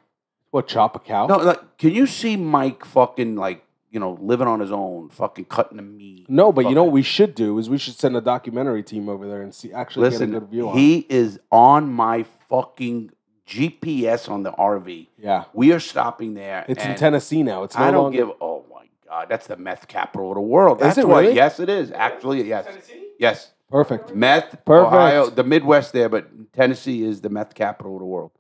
[SPEAKER 2] what chop a cow?
[SPEAKER 1] No, like, can you see Mike fucking like you know living on his own, fucking cutting the meat?
[SPEAKER 2] No, but you know
[SPEAKER 1] fucking-
[SPEAKER 2] what we should do is we should send a documentary team over there and see actually
[SPEAKER 1] Listen,
[SPEAKER 2] get a good view on. it.
[SPEAKER 1] he is on my fucking GPS on the RV.
[SPEAKER 2] Yeah,
[SPEAKER 1] We are stopping there.
[SPEAKER 2] it's in
[SPEAKER 1] and
[SPEAKER 2] Tennessee now. It's no
[SPEAKER 1] I don't
[SPEAKER 2] longer.
[SPEAKER 1] give. Oh my god, that's the meth capital of the world.
[SPEAKER 2] Is
[SPEAKER 1] That's
[SPEAKER 2] it
[SPEAKER 1] why.
[SPEAKER 2] really?
[SPEAKER 1] Yes, it is. Actually, yes,
[SPEAKER 3] Tennessee?
[SPEAKER 1] yes.
[SPEAKER 2] Perfect.
[SPEAKER 1] Meth,
[SPEAKER 2] Perfect.
[SPEAKER 1] Ohio, the Midwest there, but Tennessee is the meth capital of the world.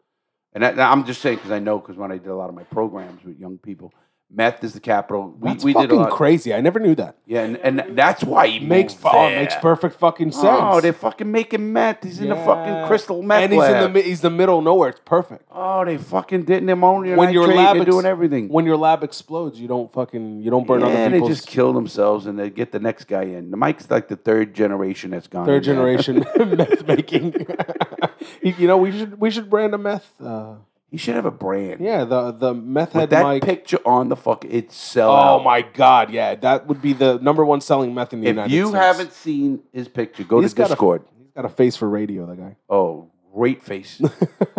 [SPEAKER 1] And that, now I'm just saying because I know because when I did a lot of my programs with young people, meth is the capital. We,
[SPEAKER 2] That's
[SPEAKER 1] we
[SPEAKER 2] fucking
[SPEAKER 1] did a lot.
[SPEAKER 2] crazy. I never knew that.
[SPEAKER 1] Yeah, and, and that's why he
[SPEAKER 2] Makes
[SPEAKER 1] moved
[SPEAKER 2] oh, it
[SPEAKER 1] there.
[SPEAKER 2] makes perfect fucking sense.
[SPEAKER 1] Oh, they're fucking making meth. He's in the fucking
[SPEAKER 2] Yeah.
[SPEAKER 1] crystal meth
[SPEAKER 2] and he's
[SPEAKER 1] lab.
[SPEAKER 2] in the mi- he's the middle of nowhere. It's perfect.
[SPEAKER 1] oh, they fucking did pneumonia.
[SPEAKER 2] When
[SPEAKER 1] When
[SPEAKER 2] your
[SPEAKER 1] your
[SPEAKER 2] lab
[SPEAKER 1] they're
[SPEAKER 2] ex-
[SPEAKER 1] doing everything.
[SPEAKER 2] When your lab explodes, you don't fucking you don't burn
[SPEAKER 1] yeah,
[SPEAKER 2] other
[SPEAKER 1] and they
[SPEAKER 2] people's
[SPEAKER 1] just kill themselves and they get the next guy in. Mike's like the third generation that's gone.
[SPEAKER 2] third
[SPEAKER 1] in there.
[SPEAKER 2] generation [LAUGHS] meth making. [LAUGHS] you, you know we should we should brand a meth. Uh,
[SPEAKER 1] [LAUGHS] He should have a brand.
[SPEAKER 2] yeah, the the meth
[SPEAKER 1] With
[SPEAKER 2] head
[SPEAKER 1] that
[SPEAKER 2] Mike.
[SPEAKER 1] picture on the fuck, it's sell.
[SPEAKER 2] Oh
[SPEAKER 1] out.
[SPEAKER 2] my God! Yeah, that would be the number one selling meth in the
[SPEAKER 1] If
[SPEAKER 2] United
[SPEAKER 1] you
[SPEAKER 2] States.
[SPEAKER 1] haven't seen his picture, go
[SPEAKER 2] He's
[SPEAKER 1] to
[SPEAKER 2] got a-
[SPEAKER 1] Discord.
[SPEAKER 2] he's got a face for radio. That guy. [LAUGHS]
[SPEAKER 1] oh, great face,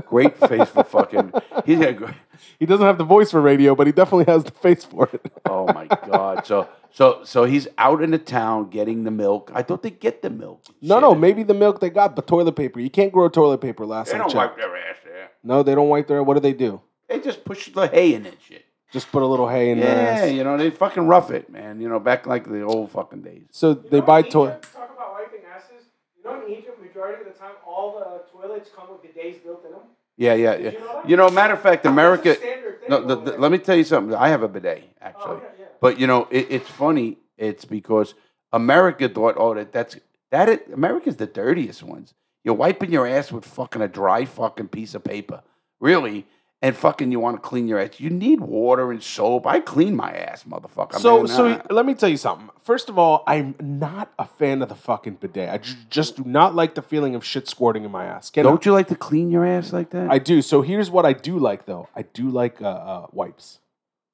[SPEAKER 1] great face for fucking. He's got. a great-
[SPEAKER 2] He doesn't have the voice for radio, but he definitely has the face for it.
[SPEAKER 1] Oh my god! So so so he's out in the town getting the milk. I thought they get the milk.
[SPEAKER 2] no, no, maybe the milk they got, but toilet paper. You can't grow toilet paper. Last
[SPEAKER 1] they
[SPEAKER 2] I
[SPEAKER 1] don't
[SPEAKER 2] checked.
[SPEAKER 1] wipe their ass there.
[SPEAKER 2] No, they don't wipe their. What do they do?
[SPEAKER 1] They just push the hay in that shit.
[SPEAKER 2] Just put a little hay in their
[SPEAKER 1] Yeah,
[SPEAKER 2] ass.
[SPEAKER 1] you know they fucking rough it, man. You know back like the old fucking days.
[SPEAKER 2] So
[SPEAKER 3] You
[SPEAKER 2] they
[SPEAKER 3] know,
[SPEAKER 2] buy
[SPEAKER 3] in
[SPEAKER 2] toilet.
[SPEAKER 3] Egypt, Talk about wiping asses. You know, in Egypt, majority of the time, all the toilets come with bidets built in them.
[SPEAKER 1] Yeah, yeah, yeah.
[SPEAKER 3] Did you know that?
[SPEAKER 1] You know, matter of fact, America.
[SPEAKER 3] That's a standard thing
[SPEAKER 1] No, the,
[SPEAKER 3] over
[SPEAKER 1] the,
[SPEAKER 3] there.
[SPEAKER 1] let me tell you something. I have a bidet
[SPEAKER 3] Oh,
[SPEAKER 1] actually,
[SPEAKER 3] okay, yeah.
[SPEAKER 1] but you know it, it's funny. It's because America thought, oh, that that's that. It, America's the dirtiest ones. You're wiping your ass with fucking a dry fucking piece of paper, really, and fucking you want to clean your ass. You need water and soap. I clean my ass, motherfucker.
[SPEAKER 2] So,
[SPEAKER 1] man.
[SPEAKER 2] so
[SPEAKER 1] I-
[SPEAKER 2] let me tell you something. First of all, I'm not a fan of the fucking bidet. I ju- just do not like the feeling of shit squirting in my ass. Can
[SPEAKER 1] don't you like to clean your ass like that?
[SPEAKER 2] I, I do. So here's what I do like though. I do like uh, uh, wipes.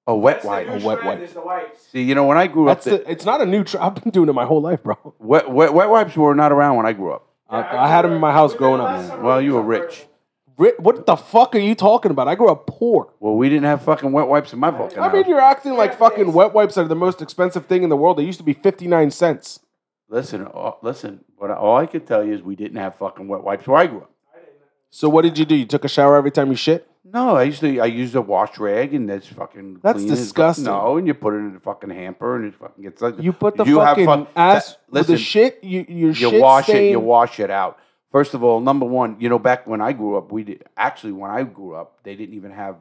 [SPEAKER 1] a wet
[SPEAKER 3] That's
[SPEAKER 1] wipe.
[SPEAKER 3] The new
[SPEAKER 2] A wet
[SPEAKER 3] trend
[SPEAKER 2] wipe.
[SPEAKER 3] Is the wipes.
[SPEAKER 1] See, you know when I grew
[SPEAKER 2] That's
[SPEAKER 1] up, the,
[SPEAKER 2] the, it's not a new. Tr- I've been doing it my whole life, bro.
[SPEAKER 1] wet, wet wet wipes were not around when I grew up.
[SPEAKER 2] I, I had them in my house growing up. Man.
[SPEAKER 1] Well, you were rich.
[SPEAKER 2] Ri- What the fuck are you talking about? I grew up poor.
[SPEAKER 1] Well, we didn't have fucking wet wipes in my fucking
[SPEAKER 2] I
[SPEAKER 1] house.
[SPEAKER 2] mean, you're acting like fucking wet wipes are the most expensive thing in the world. They used to be 59 cents.
[SPEAKER 1] Listen, all, listen. What I, all I could tell you is we didn't have fucking wet wipes where I grew up.
[SPEAKER 2] So what did you do? You took a shower every time you shit?
[SPEAKER 1] No, I used to. I used a wash rag, and that's fucking.
[SPEAKER 2] That's
[SPEAKER 1] clean as fuck-
[SPEAKER 2] disgusting.
[SPEAKER 1] No, and you put it in the fucking hamper, and it fucking gets like
[SPEAKER 2] You put the
[SPEAKER 1] have
[SPEAKER 2] fucking
[SPEAKER 1] fuck-
[SPEAKER 2] ass
[SPEAKER 1] that-
[SPEAKER 2] with
[SPEAKER 1] listen,
[SPEAKER 2] the shit. You your
[SPEAKER 1] you
[SPEAKER 2] shit
[SPEAKER 1] wash it. You
[SPEAKER 2] stain-
[SPEAKER 1] wash it out. First of all, number one, you know, back when I grew up, we did actually when I grew up, they didn't even have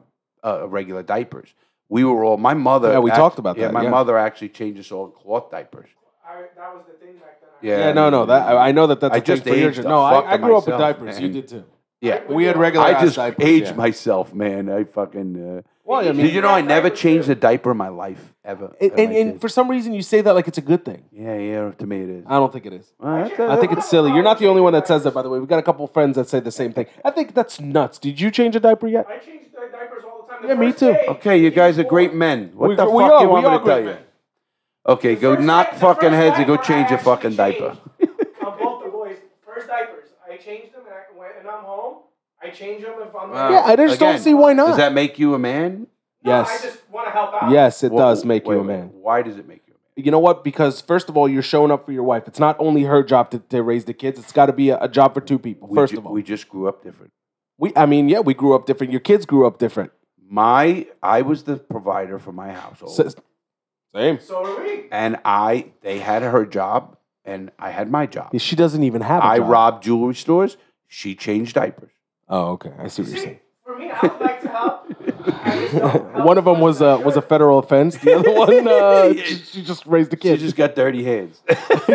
[SPEAKER 1] uh, regular diapers. we were all my mother.
[SPEAKER 2] Yeah, we
[SPEAKER 1] act-
[SPEAKER 2] talked about
[SPEAKER 1] Yeah,
[SPEAKER 2] that,
[SPEAKER 1] my
[SPEAKER 2] yeah.
[SPEAKER 1] mother actually changed us all in cloth diapers.
[SPEAKER 3] I, that was the thing back then. I
[SPEAKER 1] Yeah.
[SPEAKER 2] Yeah, no, no. That I I know that that's
[SPEAKER 1] I
[SPEAKER 2] a thing
[SPEAKER 1] just
[SPEAKER 2] for your
[SPEAKER 1] aged
[SPEAKER 2] gen-
[SPEAKER 1] the
[SPEAKER 2] No,
[SPEAKER 1] fuck
[SPEAKER 2] I, I
[SPEAKER 1] out
[SPEAKER 2] grew up with
[SPEAKER 1] myself,
[SPEAKER 2] diapers.
[SPEAKER 1] man.
[SPEAKER 2] You did too.
[SPEAKER 1] Yeah,
[SPEAKER 4] We had regular
[SPEAKER 1] I
[SPEAKER 4] ass
[SPEAKER 1] just
[SPEAKER 4] diapers,
[SPEAKER 1] aged
[SPEAKER 4] yeah.
[SPEAKER 1] myself, man. I fucking. Uh,
[SPEAKER 2] Well, I
[SPEAKER 1] did
[SPEAKER 2] mean,
[SPEAKER 1] you know I never
[SPEAKER 3] diapers,
[SPEAKER 1] changed
[SPEAKER 3] too.
[SPEAKER 1] a diaper in my life ever?
[SPEAKER 2] and,
[SPEAKER 1] that I
[SPEAKER 2] and, and
[SPEAKER 1] did.
[SPEAKER 2] for some reason you say that like it's a good thing.
[SPEAKER 1] yeah, yeah, to me it is.
[SPEAKER 2] I don't think it is.
[SPEAKER 1] Well, that's-
[SPEAKER 2] I think it's silly. You're not the only one that says that, by the way. We got a couple friends that say the same thing. I think that's nuts. Did you change a diaper yet?
[SPEAKER 3] I changed di- diapers all the time. The
[SPEAKER 2] Yeah, me
[SPEAKER 3] first
[SPEAKER 2] too.
[SPEAKER 3] day-
[SPEAKER 1] Okay, you guys are great men. What
[SPEAKER 2] We-
[SPEAKER 1] the
[SPEAKER 2] we
[SPEAKER 1] fuck
[SPEAKER 2] are-
[SPEAKER 1] do you
[SPEAKER 2] we
[SPEAKER 1] want me
[SPEAKER 2] are
[SPEAKER 1] to tell
[SPEAKER 2] great
[SPEAKER 1] you?
[SPEAKER 2] men.
[SPEAKER 1] Okay,
[SPEAKER 3] The
[SPEAKER 1] go
[SPEAKER 3] first
[SPEAKER 1] knock
[SPEAKER 3] di- the
[SPEAKER 1] fucking
[SPEAKER 3] first
[SPEAKER 1] heads and go
[SPEAKER 3] diaper I
[SPEAKER 1] change your
[SPEAKER 3] actually
[SPEAKER 1] fucking diaper.
[SPEAKER 3] changed on both the boys, first diapers. I changed them, and I, when and I'm home, I change them if I'm.
[SPEAKER 1] Wow.
[SPEAKER 2] Yeah, I just don't see why not.
[SPEAKER 1] Does that make you a man?
[SPEAKER 3] No,
[SPEAKER 2] Yes.
[SPEAKER 3] I just want to help out.
[SPEAKER 2] Yes, it
[SPEAKER 1] Wha-
[SPEAKER 2] does make
[SPEAKER 1] wait,
[SPEAKER 2] you a
[SPEAKER 1] wait,
[SPEAKER 2] man.
[SPEAKER 1] Why does it make you a
[SPEAKER 2] You know what? Because first of all, you're showing up for your wife. It's not only her job to, to raise the kids. It's got to be a, a job for two people.
[SPEAKER 1] man? We
[SPEAKER 2] first
[SPEAKER 1] ju-
[SPEAKER 2] of all,
[SPEAKER 1] we
[SPEAKER 2] we,
[SPEAKER 1] just grew up different.
[SPEAKER 2] I mean, yeah, we grew up different. Your kids grew up different.
[SPEAKER 1] My, I was the provider for my household,
[SPEAKER 2] S- Same.
[SPEAKER 3] So are we.
[SPEAKER 1] and I, they had her job, and I had my job.
[SPEAKER 2] She doesn't even have. a
[SPEAKER 1] I
[SPEAKER 2] job.
[SPEAKER 1] robbed jewelry stores. She changed diapers.
[SPEAKER 2] Oh, okay. I see what you're [LAUGHS]
[SPEAKER 3] See,
[SPEAKER 2] saying.
[SPEAKER 3] for me, I would like to
[SPEAKER 2] [LAUGHS]
[SPEAKER 3] help. I just don't help
[SPEAKER 2] One of them
[SPEAKER 3] as
[SPEAKER 2] was
[SPEAKER 3] much
[SPEAKER 2] uh,
[SPEAKER 3] as I
[SPEAKER 2] was a
[SPEAKER 3] should.
[SPEAKER 2] federal offense. The [LAUGHS] other one, uh, she, she just raised the
[SPEAKER 1] She
[SPEAKER 2] kids.
[SPEAKER 1] just got dirty hands. [LAUGHS]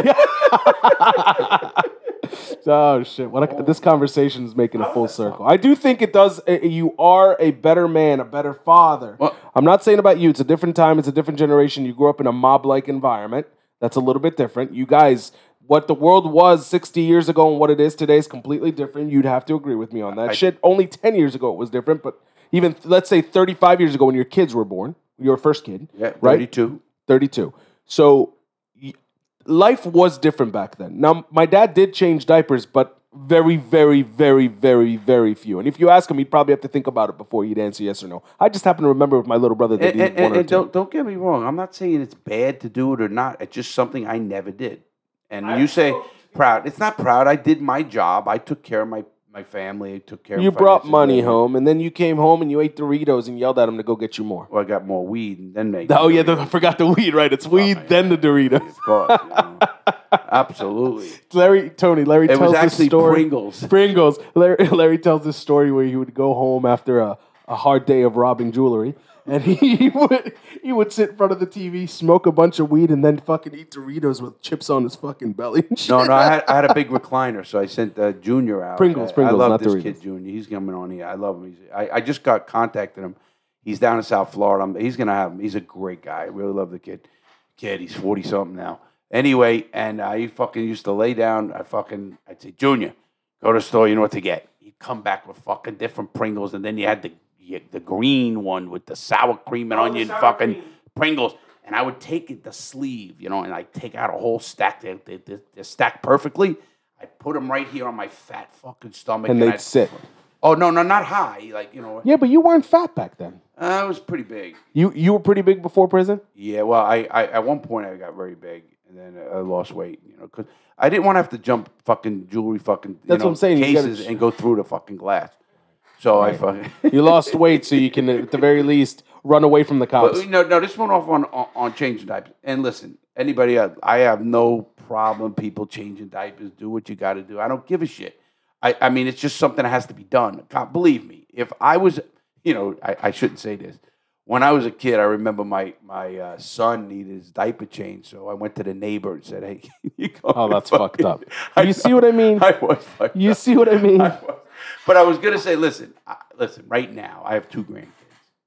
[SPEAKER 2] [LAUGHS] oh shit! What a, this conversation is making a full circle. I do think it does. uh, You are a better man, a better father.
[SPEAKER 1] Well-
[SPEAKER 2] I'm not saying about you. It's a different time. It's a different generation. You grew up in a mob-like environment. That's a little bit different. You guys, what the world was 60 years ago and what it is today is completely different. You'd have to agree with me on that. shit. Only 10 years ago it was different, but even let's say 35 years ago when your kids were born, your first kid,
[SPEAKER 1] yeah,
[SPEAKER 2] right?
[SPEAKER 1] Thirty-two.
[SPEAKER 2] 32. So y- life was different back then. Now, my dad did change diapers, but very, very, very, very, very few. And if you ask him, he'd probably have to think about it before he'd answer yes or no. I just happen to remember with my little brother that
[SPEAKER 1] And,
[SPEAKER 2] he did
[SPEAKER 1] and-
[SPEAKER 2] one or
[SPEAKER 1] and
[SPEAKER 2] two.
[SPEAKER 1] don't don't get me wrong. I'm not saying it's bad to do it or not. It's just something I never did. And
[SPEAKER 3] I-
[SPEAKER 1] you say proud. It's not proud. I did my job. I took care of my my family. I took care.
[SPEAKER 2] You
[SPEAKER 1] of
[SPEAKER 2] brought
[SPEAKER 1] finances,
[SPEAKER 2] money
[SPEAKER 1] whatever.
[SPEAKER 2] home, and then you came home and you ate Doritos and yelled at him to go get you more.
[SPEAKER 1] Well, I got more weed and then make.
[SPEAKER 2] Oh yeah, the, [LAUGHS] I forgot the weed. Right,
[SPEAKER 1] Oh,
[SPEAKER 2] it's weed, then the Doritos.
[SPEAKER 1] of [LAUGHS] course. you know.
[SPEAKER 2] [LAUGHS]
[SPEAKER 1] Absolutely.
[SPEAKER 2] Larry, Tony, Larry
[SPEAKER 1] It
[SPEAKER 2] tells
[SPEAKER 1] was
[SPEAKER 2] this
[SPEAKER 1] actually
[SPEAKER 2] story.
[SPEAKER 1] Pringles.
[SPEAKER 2] Pringles. Larry, [LAUGHS] Larry tells this story where he would go home after a, a hard day of robbing jewelry, and he [LAUGHS] would he would sit in front of the TV, smoke a bunch of weed, and then fucking eat Doritos with chips on his fucking belly. and shit.
[SPEAKER 1] No, no, I had, I had a big recliner, so I sent uh, Junior out.
[SPEAKER 2] Pringles,
[SPEAKER 1] I-
[SPEAKER 2] Pringles,
[SPEAKER 1] I love
[SPEAKER 2] not
[SPEAKER 1] this
[SPEAKER 2] Doritos.
[SPEAKER 1] kid, Junior. He's coming on here. I love him. He's, I, I just got contacted him. He's down in South Florida. I'm- he's gonna have him. He's a great guy. I really love the kid. Kid, he's forty something now. Anyway, and I fucking used to lay down. I fucking, I'd say, Junior, go to the store. You know what to get. He'd come back with fucking different Pringles, and then you had the you, the green one with the sour cream and
[SPEAKER 3] Oh, the
[SPEAKER 1] onion
[SPEAKER 3] sour
[SPEAKER 1] fucking.
[SPEAKER 3] cream.
[SPEAKER 1] Pringles, and I would take it the sleeve, you know, and I take out a whole stack. They, they, they, are stacked perfectly. I put them right here on my fat fucking stomach,
[SPEAKER 2] and
[SPEAKER 1] I'd-
[SPEAKER 2] they'd sit.
[SPEAKER 1] Oh no, no, not high. Like you know,
[SPEAKER 2] Yeah, but you weren't fat back then.
[SPEAKER 1] I was pretty big.
[SPEAKER 2] You you were pretty big before prison.
[SPEAKER 1] Yeah, well, I, I at one point I got very big, and then I lost weight, you know, because I didn't want to have to jump fucking jewelry fucking. you
[SPEAKER 2] That's what
[SPEAKER 1] know,
[SPEAKER 2] I'm saying, you gotta
[SPEAKER 1] Cases
[SPEAKER 2] ch-
[SPEAKER 1] and go through the fucking glass. So I fucking. [LAUGHS]
[SPEAKER 2] You lost weight, so you can at the very least run away from the cops.
[SPEAKER 1] But, no, no, this went off on, on on changing diapers. And listen, anybody else, I have no problem people changing diapers. Do what you got to do. I don't give a shit. I, I mean, it's just something that has to be done. God, believe me, if I was, you know, I, I shouldn't say this. When I was a kid, I remember my my uh, son needed his diaper changed, so I went to the neighbor and said, "Hey, [LAUGHS] can you go
[SPEAKER 2] Oh,
[SPEAKER 1] and
[SPEAKER 2] that's fucked
[SPEAKER 1] fucking-"
[SPEAKER 2] up.
[SPEAKER 1] [LAUGHS] I
[SPEAKER 2] You see
[SPEAKER 1] know.
[SPEAKER 2] what I mean?
[SPEAKER 1] I was fucked
[SPEAKER 2] You
[SPEAKER 1] up.
[SPEAKER 2] see what I mean?
[SPEAKER 1] [LAUGHS] But I was gonna say, listen, I, listen. Right now, I have two grandkids.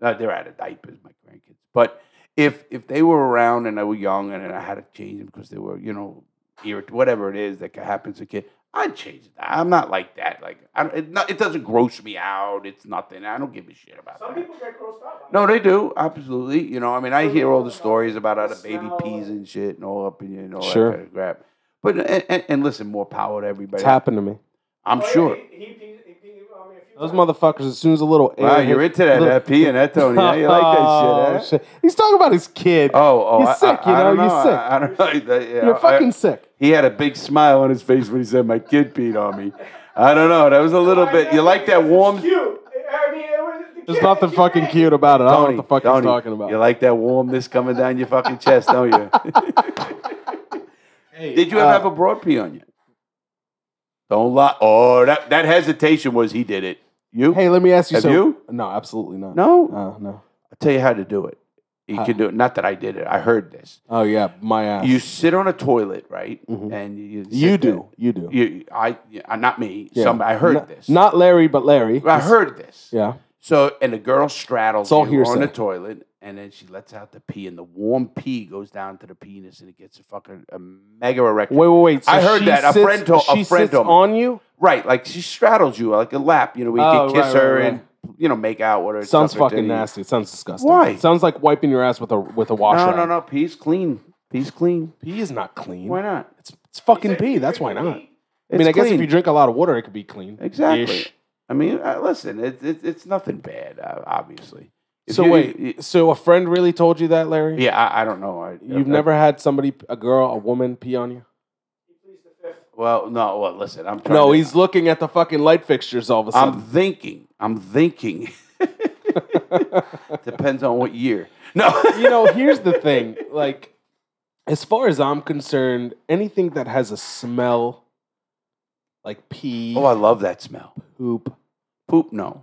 [SPEAKER 1] Uh, they're out of diapers, my grandkids. But if if they were around and I were young and, I had to change them because they were, you know, irrit- whatever it is that ca- happens to kid, I'd change it. I'm not like that. Like I, don't- it, not, it doesn't gross me out. It's nothing. I don't give a shit about
[SPEAKER 3] Some
[SPEAKER 1] that.
[SPEAKER 3] people get grossed out. by
[SPEAKER 1] No, they do absolutely. You know, I mean, I
[SPEAKER 3] Some
[SPEAKER 1] hear all the
[SPEAKER 3] people
[SPEAKER 1] stories about how the
[SPEAKER 3] smell
[SPEAKER 1] baby peas
[SPEAKER 3] it.
[SPEAKER 1] and shit and all up in you and all
[SPEAKER 2] Sure.
[SPEAKER 1] that kind of crap. But and, and, and listen, more power to everybody.
[SPEAKER 2] It's happened to me.
[SPEAKER 1] I'm
[SPEAKER 3] that. Oh, yeah,
[SPEAKER 1] sure.
[SPEAKER 3] He, he, he, he, I mean, a few
[SPEAKER 2] Those
[SPEAKER 3] times.
[SPEAKER 2] motherfuckers, as soon as a little air
[SPEAKER 1] Wow, you're
[SPEAKER 2] hit-
[SPEAKER 1] into that,
[SPEAKER 2] little-
[SPEAKER 1] that pee and that Tony. huh? You
[SPEAKER 2] [LAUGHS]
[SPEAKER 1] like that shit, huh?
[SPEAKER 2] Oh, shit. He's talking about his kid.
[SPEAKER 1] Oh, oh,
[SPEAKER 2] You're
[SPEAKER 1] I,
[SPEAKER 2] sick,
[SPEAKER 1] I-
[SPEAKER 2] you
[SPEAKER 1] I
[SPEAKER 2] know,
[SPEAKER 1] don't
[SPEAKER 2] you're sick.
[SPEAKER 1] I, I don't know. That- yeah,
[SPEAKER 2] You're
[SPEAKER 1] I-
[SPEAKER 2] fucking sick.
[SPEAKER 1] He had a big smile on his face when he said, "My kid peed on me." I don't know. That was a
[SPEAKER 3] Oh,
[SPEAKER 1] little bit. You like that warm?
[SPEAKER 3] Cute. I mean, it was. The
[SPEAKER 2] There's
[SPEAKER 3] kid
[SPEAKER 2] nothing
[SPEAKER 3] that you
[SPEAKER 2] fucking
[SPEAKER 3] made.
[SPEAKER 2] cute about it. I don't know
[SPEAKER 1] Tony,
[SPEAKER 2] what the fuck
[SPEAKER 1] Tony,
[SPEAKER 2] he's talking about.
[SPEAKER 1] You like that warmness coming down your fucking chest, don't you?
[SPEAKER 2] [LAUGHS]
[SPEAKER 1] Did you ever
[SPEAKER 2] uh,
[SPEAKER 1] have a broad pee on you? Don't lie. Oh, that, that hesitation was he did it. You?
[SPEAKER 2] hey, let me ask you
[SPEAKER 1] Have
[SPEAKER 2] something.
[SPEAKER 1] you?
[SPEAKER 2] No, absolutely not.
[SPEAKER 1] No?
[SPEAKER 2] Uh, no.
[SPEAKER 1] I'll tell you how to do it. You
[SPEAKER 2] Huh.
[SPEAKER 1] can do it. Not that I did it. I heard this.
[SPEAKER 2] Oh yeah, my ass.
[SPEAKER 1] You sit on a toilet, right?
[SPEAKER 2] Mhm.
[SPEAKER 1] And you, you, sit
[SPEAKER 2] You
[SPEAKER 1] there.
[SPEAKER 2] do. You do.
[SPEAKER 1] You, I, yeah, not me.
[SPEAKER 2] Yeah.
[SPEAKER 1] Some I heard
[SPEAKER 2] Not-
[SPEAKER 1] this.
[SPEAKER 2] Not Larry, but Larry.
[SPEAKER 1] I heard this.
[SPEAKER 2] Yeah.
[SPEAKER 1] So and the girl straddles
[SPEAKER 2] It's all
[SPEAKER 1] you
[SPEAKER 2] hearsay.
[SPEAKER 1] on the toilet, and then she lets out the pee, and the warm pee goes down to the penis, and it gets a fucking a mega erection.
[SPEAKER 2] Wait, wait, wait. So
[SPEAKER 1] I heard
[SPEAKER 2] she
[SPEAKER 1] that. A
[SPEAKER 2] sits-
[SPEAKER 1] friend told- a
[SPEAKER 2] she
[SPEAKER 1] friend
[SPEAKER 2] sits
[SPEAKER 1] told me.
[SPEAKER 2] on you.
[SPEAKER 1] Right, like she straddles you like a lap, you know, where you
[SPEAKER 2] Oh,
[SPEAKER 1] can kiss
[SPEAKER 2] right, right,
[SPEAKER 1] her
[SPEAKER 2] right.
[SPEAKER 1] and you know make out with her.
[SPEAKER 2] Sounds
[SPEAKER 1] suck her
[SPEAKER 2] fucking
[SPEAKER 1] titty.
[SPEAKER 2] nasty. It sounds disgusting.
[SPEAKER 1] Why?
[SPEAKER 2] It sounds like wiping your ass with a with a washer.
[SPEAKER 1] No, no, no. Pee's clean. Pee's clean.
[SPEAKER 2] Pee is not clean.
[SPEAKER 1] Why not?
[SPEAKER 2] It's it's fucking pee. That's why not. I mean,
[SPEAKER 1] It's
[SPEAKER 2] I guess if
[SPEAKER 1] clean.
[SPEAKER 2] you drink a lot of water, it could be clean.
[SPEAKER 1] exactly.
[SPEAKER 2] Ish.
[SPEAKER 1] I mean, uh, listen, it, it, it's nothing bad, uh, obviously. If
[SPEAKER 2] So
[SPEAKER 1] you-
[SPEAKER 2] wait,
[SPEAKER 1] you-
[SPEAKER 2] so a friend really told you that, Larry?
[SPEAKER 1] yeah, I, I don't know. I, uh,
[SPEAKER 2] You've never had somebody, a girl, a woman, pee on you?
[SPEAKER 3] He pleads the fifth.
[SPEAKER 1] uh, Well, no. Well, listen, I'm trying.
[SPEAKER 2] No,
[SPEAKER 1] to-
[SPEAKER 2] he's looking at the fucking light fixtures all of a
[SPEAKER 1] I'm
[SPEAKER 2] sudden.
[SPEAKER 1] thinking. I'm thinking. [LAUGHS] Depends on what year. No.
[SPEAKER 2] [LAUGHS] you know, here's the thing. Like, as far as I'm concerned, anything that has a smell, like pee,
[SPEAKER 1] Oh, I love that smell.
[SPEAKER 2] poop,
[SPEAKER 1] Poop, no.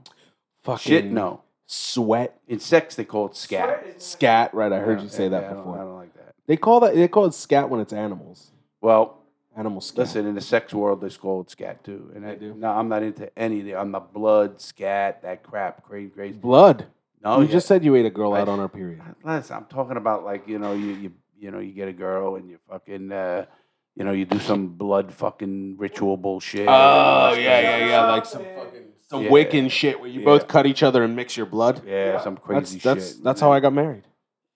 [SPEAKER 2] fucking
[SPEAKER 1] Shit, no.
[SPEAKER 2] sweat,
[SPEAKER 1] In sex, they call it scat.
[SPEAKER 3] Sweat is-
[SPEAKER 2] scat. Right, I heard
[SPEAKER 1] Yeah,
[SPEAKER 2] you say
[SPEAKER 1] yeah,
[SPEAKER 2] that
[SPEAKER 1] I don't- I
[SPEAKER 2] before.
[SPEAKER 1] don't like that.
[SPEAKER 2] They call that they call it scat when it's animals.
[SPEAKER 1] Well,
[SPEAKER 2] Animal scat.
[SPEAKER 1] listen, in the sex world, they call it scat too. And I
[SPEAKER 2] They do.
[SPEAKER 1] do. No, I'm not into any of the. I'm the blood, scat, that crap, crazy, crazy.
[SPEAKER 2] blood.
[SPEAKER 1] No,
[SPEAKER 2] you
[SPEAKER 1] yeah.
[SPEAKER 2] just said you ate a girl out
[SPEAKER 1] I-
[SPEAKER 2] on her period.
[SPEAKER 1] Listen, I'm talking about like you know you you you know you get a girl and you fucking uh, you know you do some blood fucking ritual bullshit.
[SPEAKER 2] Oh
[SPEAKER 1] and-
[SPEAKER 2] yeah, yeah, yeah, like some
[SPEAKER 3] Yeah.
[SPEAKER 2] fucking some
[SPEAKER 1] Yeah.
[SPEAKER 2] Wiccan shit where you
[SPEAKER 1] Yeah.
[SPEAKER 2] both cut each other and mix your blood.
[SPEAKER 1] Yeah,
[SPEAKER 3] Yeah.
[SPEAKER 1] some
[SPEAKER 2] That's
[SPEAKER 1] crazy
[SPEAKER 2] that's
[SPEAKER 1] shit.
[SPEAKER 2] that's how I got married.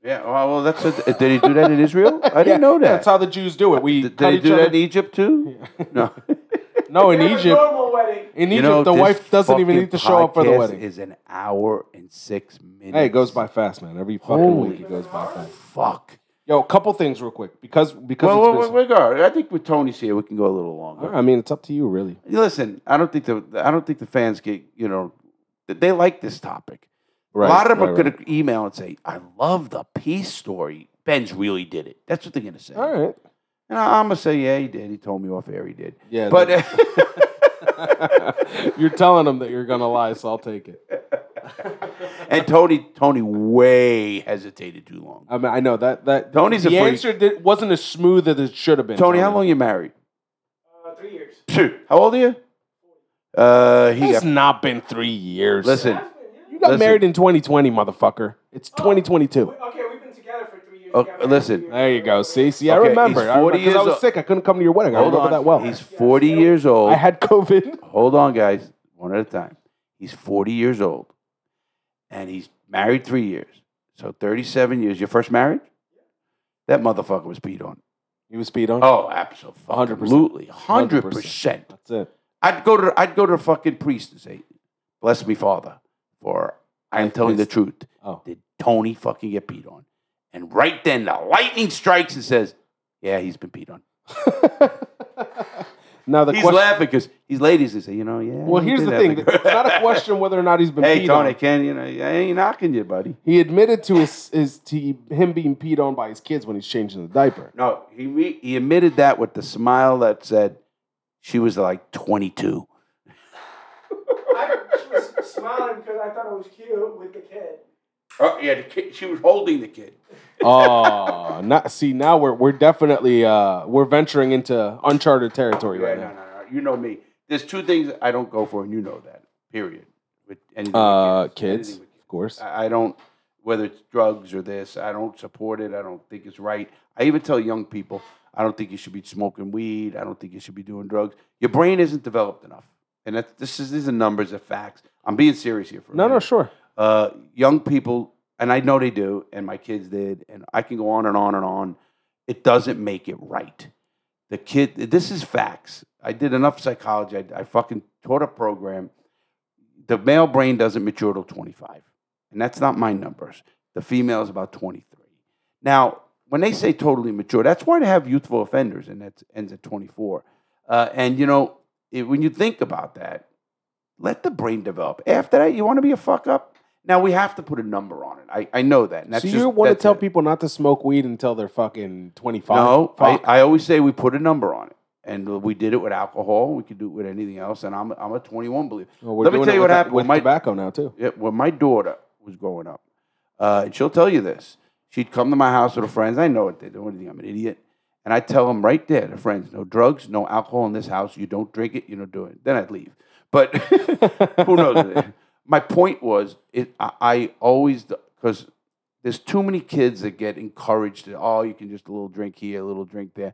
[SPEAKER 1] Yeah, well, well that's a, did he do
[SPEAKER 2] [LAUGHS]
[SPEAKER 1] that in Israel? I didn't know that.
[SPEAKER 2] That's how the Jews do it. We
[SPEAKER 1] did
[SPEAKER 2] cut
[SPEAKER 1] did he
[SPEAKER 2] each
[SPEAKER 1] do
[SPEAKER 2] other.
[SPEAKER 1] that in Egypt too? [LAUGHS] No.
[SPEAKER 2] no, in
[SPEAKER 3] We have a
[SPEAKER 2] Egypt,
[SPEAKER 3] normal wedding.
[SPEAKER 2] [LAUGHS] in Egypt,
[SPEAKER 1] You know,
[SPEAKER 2] the
[SPEAKER 1] this
[SPEAKER 2] wife doesn't even
[SPEAKER 1] fucking
[SPEAKER 2] need to show up for the
[SPEAKER 1] podcast
[SPEAKER 2] wedding.
[SPEAKER 1] Is an hour and six minutes.
[SPEAKER 2] Hey, it goes by fast, man. Every fucking
[SPEAKER 1] Holy
[SPEAKER 2] week it goes by fast.
[SPEAKER 1] Fuck.
[SPEAKER 2] Yo, a couple things real quick because because
[SPEAKER 1] Well,
[SPEAKER 2] it's
[SPEAKER 1] well,
[SPEAKER 2] been-
[SPEAKER 1] well, regard. I think with Tony's here, we can go a little longer.
[SPEAKER 2] I mean, it's up to you, really.
[SPEAKER 1] Listen, I don't think the I don't think the fans get you know th- they like this topic.
[SPEAKER 2] Right,
[SPEAKER 1] a lot of them
[SPEAKER 2] right,
[SPEAKER 1] are going to email and say, "I love the peace story." Ben's really did it. That's what they're going to say.
[SPEAKER 2] All right.
[SPEAKER 1] And I, I'm going to say, "Yeah, he did. He told me off air. He did."
[SPEAKER 2] Yeah,
[SPEAKER 1] but
[SPEAKER 2] [LAUGHS] you're telling them that you're gonna lie, so I'll take it.
[SPEAKER 1] [LAUGHS] and Tony Tony way hesitated too long.
[SPEAKER 2] I mean, I know that that
[SPEAKER 1] Tony's a
[SPEAKER 2] the
[SPEAKER 1] freak.
[SPEAKER 2] answer did, wasn't as smooth as it should have been.
[SPEAKER 1] Tony, how long you married? [CLEARS THROAT]
[SPEAKER 3] Uh, three years.
[SPEAKER 1] Phew. How old are you? Uh, he
[SPEAKER 2] It's
[SPEAKER 1] got,
[SPEAKER 2] not been three years.
[SPEAKER 1] listen.
[SPEAKER 3] Has been, yeah.
[SPEAKER 2] you got
[SPEAKER 1] listen.
[SPEAKER 2] married in 2020, motherfucker. It's 2022.
[SPEAKER 3] We- Okay, we've been together for three years.
[SPEAKER 1] Oh,
[SPEAKER 3] We got married
[SPEAKER 1] listen.
[SPEAKER 3] three years
[SPEAKER 2] There you
[SPEAKER 3] ago.
[SPEAKER 2] go. See, see, I
[SPEAKER 1] Okay,
[SPEAKER 2] remember.
[SPEAKER 1] he's
[SPEAKER 2] I remember
[SPEAKER 1] 40
[SPEAKER 2] because I
[SPEAKER 1] years
[SPEAKER 2] was
[SPEAKER 1] o-
[SPEAKER 2] sick. I couldn't come to your wedding. I
[SPEAKER 1] Hold
[SPEAKER 2] remember
[SPEAKER 1] on.
[SPEAKER 2] that well.
[SPEAKER 1] He's 40 years old.
[SPEAKER 2] I
[SPEAKER 1] [LAUGHS]
[SPEAKER 2] had COVID.
[SPEAKER 1] Hold on, guys. One at a time. He's 40 years old and he's married three years. So 37 years. Your first marriage? That motherfucker was peed on.
[SPEAKER 2] You was peed on.
[SPEAKER 1] Oh, absolutely. 100%.
[SPEAKER 2] 100%. That's it.
[SPEAKER 1] I'd go to I'd go to the fucking priest and say, "Bless me, Father, for I am
[SPEAKER 2] Like
[SPEAKER 1] telling the
[SPEAKER 2] this.
[SPEAKER 1] truth."
[SPEAKER 2] Oh.
[SPEAKER 1] Did Tony fucking get peed on? And right then, the lightning strikes and says, "Yeah, he's been peed on."
[SPEAKER 2] [LAUGHS] now the
[SPEAKER 1] he's
[SPEAKER 2] question.
[SPEAKER 1] laughing because he's ladies and say, "You know, yeah."
[SPEAKER 2] Well,
[SPEAKER 1] he
[SPEAKER 2] here's
[SPEAKER 1] did
[SPEAKER 2] the
[SPEAKER 1] have
[SPEAKER 2] thing.
[SPEAKER 1] girl." [LAUGHS]
[SPEAKER 2] It's not a question whether or not he's been
[SPEAKER 1] hey,
[SPEAKER 2] peed
[SPEAKER 1] Tony,
[SPEAKER 2] on.
[SPEAKER 1] can you know? I ain't knocking you, buddy.
[SPEAKER 2] He admitted to his, his to him being peed on by his kids when he's changing
[SPEAKER 1] [LAUGHS]
[SPEAKER 2] the diaper.
[SPEAKER 1] No, he re- he admitted that with the smile that said, "She was like 22."
[SPEAKER 3] I was smiling because I thought it was cute with the kid.
[SPEAKER 1] Oh, yeah, the kid, she was holding the kid.
[SPEAKER 2] Oh, not see now we're we're definitely uh we're venturing into uncharted territory
[SPEAKER 1] Yeah,
[SPEAKER 2] right
[SPEAKER 1] no, no,
[SPEAKER 2] now.
[SPEAKER 1] no. You know me. There's two things I don't go for, and you know that. Period. With anything
[SPEAKER 2] Uh,
[SPEAKER 1] with
[SPEAKER 2] kids,
[SPEAKER 1] Anything
[SPEAKER 2] of course.
[SPEAKER 1] with- I I don't. Whether it's drugs or this, I don't support it. I don't think it's right. I even tell young people, I don't think you should be smoking weed. I don't think you should be doing drugs. Your brain isn't developed enough, and that's, this is these are numbers, of facts. I'm being serious here for a
[SPEAKER 2] No, no,
[SPEAKER 1] minute
[SPEAKER 2] sure.
[SPEAKER 1] uh, young people, and I know they do, and my kids did, and I can go on and on and on. It doesn't make it right. The kid, this is facts. I did enough psychology. I, I fucking taught a program. The male brain doesn't mature till 25, and that's not my numbers. The female is about 23. Now, when they say totally mature, that's why they have youthful offenders, and that ends at 24. Uh, and you know, it, when you think about that, let the brain develop. After that, you want to be a fuck up. Now we have to put a number on it. I, I know that. and that's
[SPEAKER 2] so
[SPEAKER 1] just-
[SPEAKER 2] you want to
[SPEAKER 1] that's
[SPEAKER 2] tell
[SPEAKER 1] it.
[SPEAKER 2] people not to smoke weed until they're fucking twenty five?
[SPEAKER 1] No, I, I always say we put a number on it, and we did it with alcohol. We could do it with anything else. And I'm I'm a 21 believer.
[SPEAKER 2] we're
[SPEAKER 1] let me
[SPEAKER 2] doing
[SPEAKER 1] tell
[SPEAKER 2] it
[SPEAKER 1] you
[SPEAKER 2] with
[SPEAKER 1] what
[SPEAKER 2] that-
[SPEAKER 1] happened.
[SPEAKER 2] with
[SPEAKER 1] My-
[SPEAKER 2] tobacco now too.
[SPEAKER 1] Yeah, when my daughter was growing up, uh, and she'll tell you this. She'd come to my house with her friends. I know what they do. What do you think? I'm an idiot. And I tell them right there, the friends, no drugs, no alcohol in this house. You don't drink it, you don't do it. Then I'd leave. But [LAUGHS] [LAUGHS] who knows? [LAUGHS] My point was, it, I, I always, because there's too many kids that get encouraged to, oh, you can just a little drink here, a little drink there.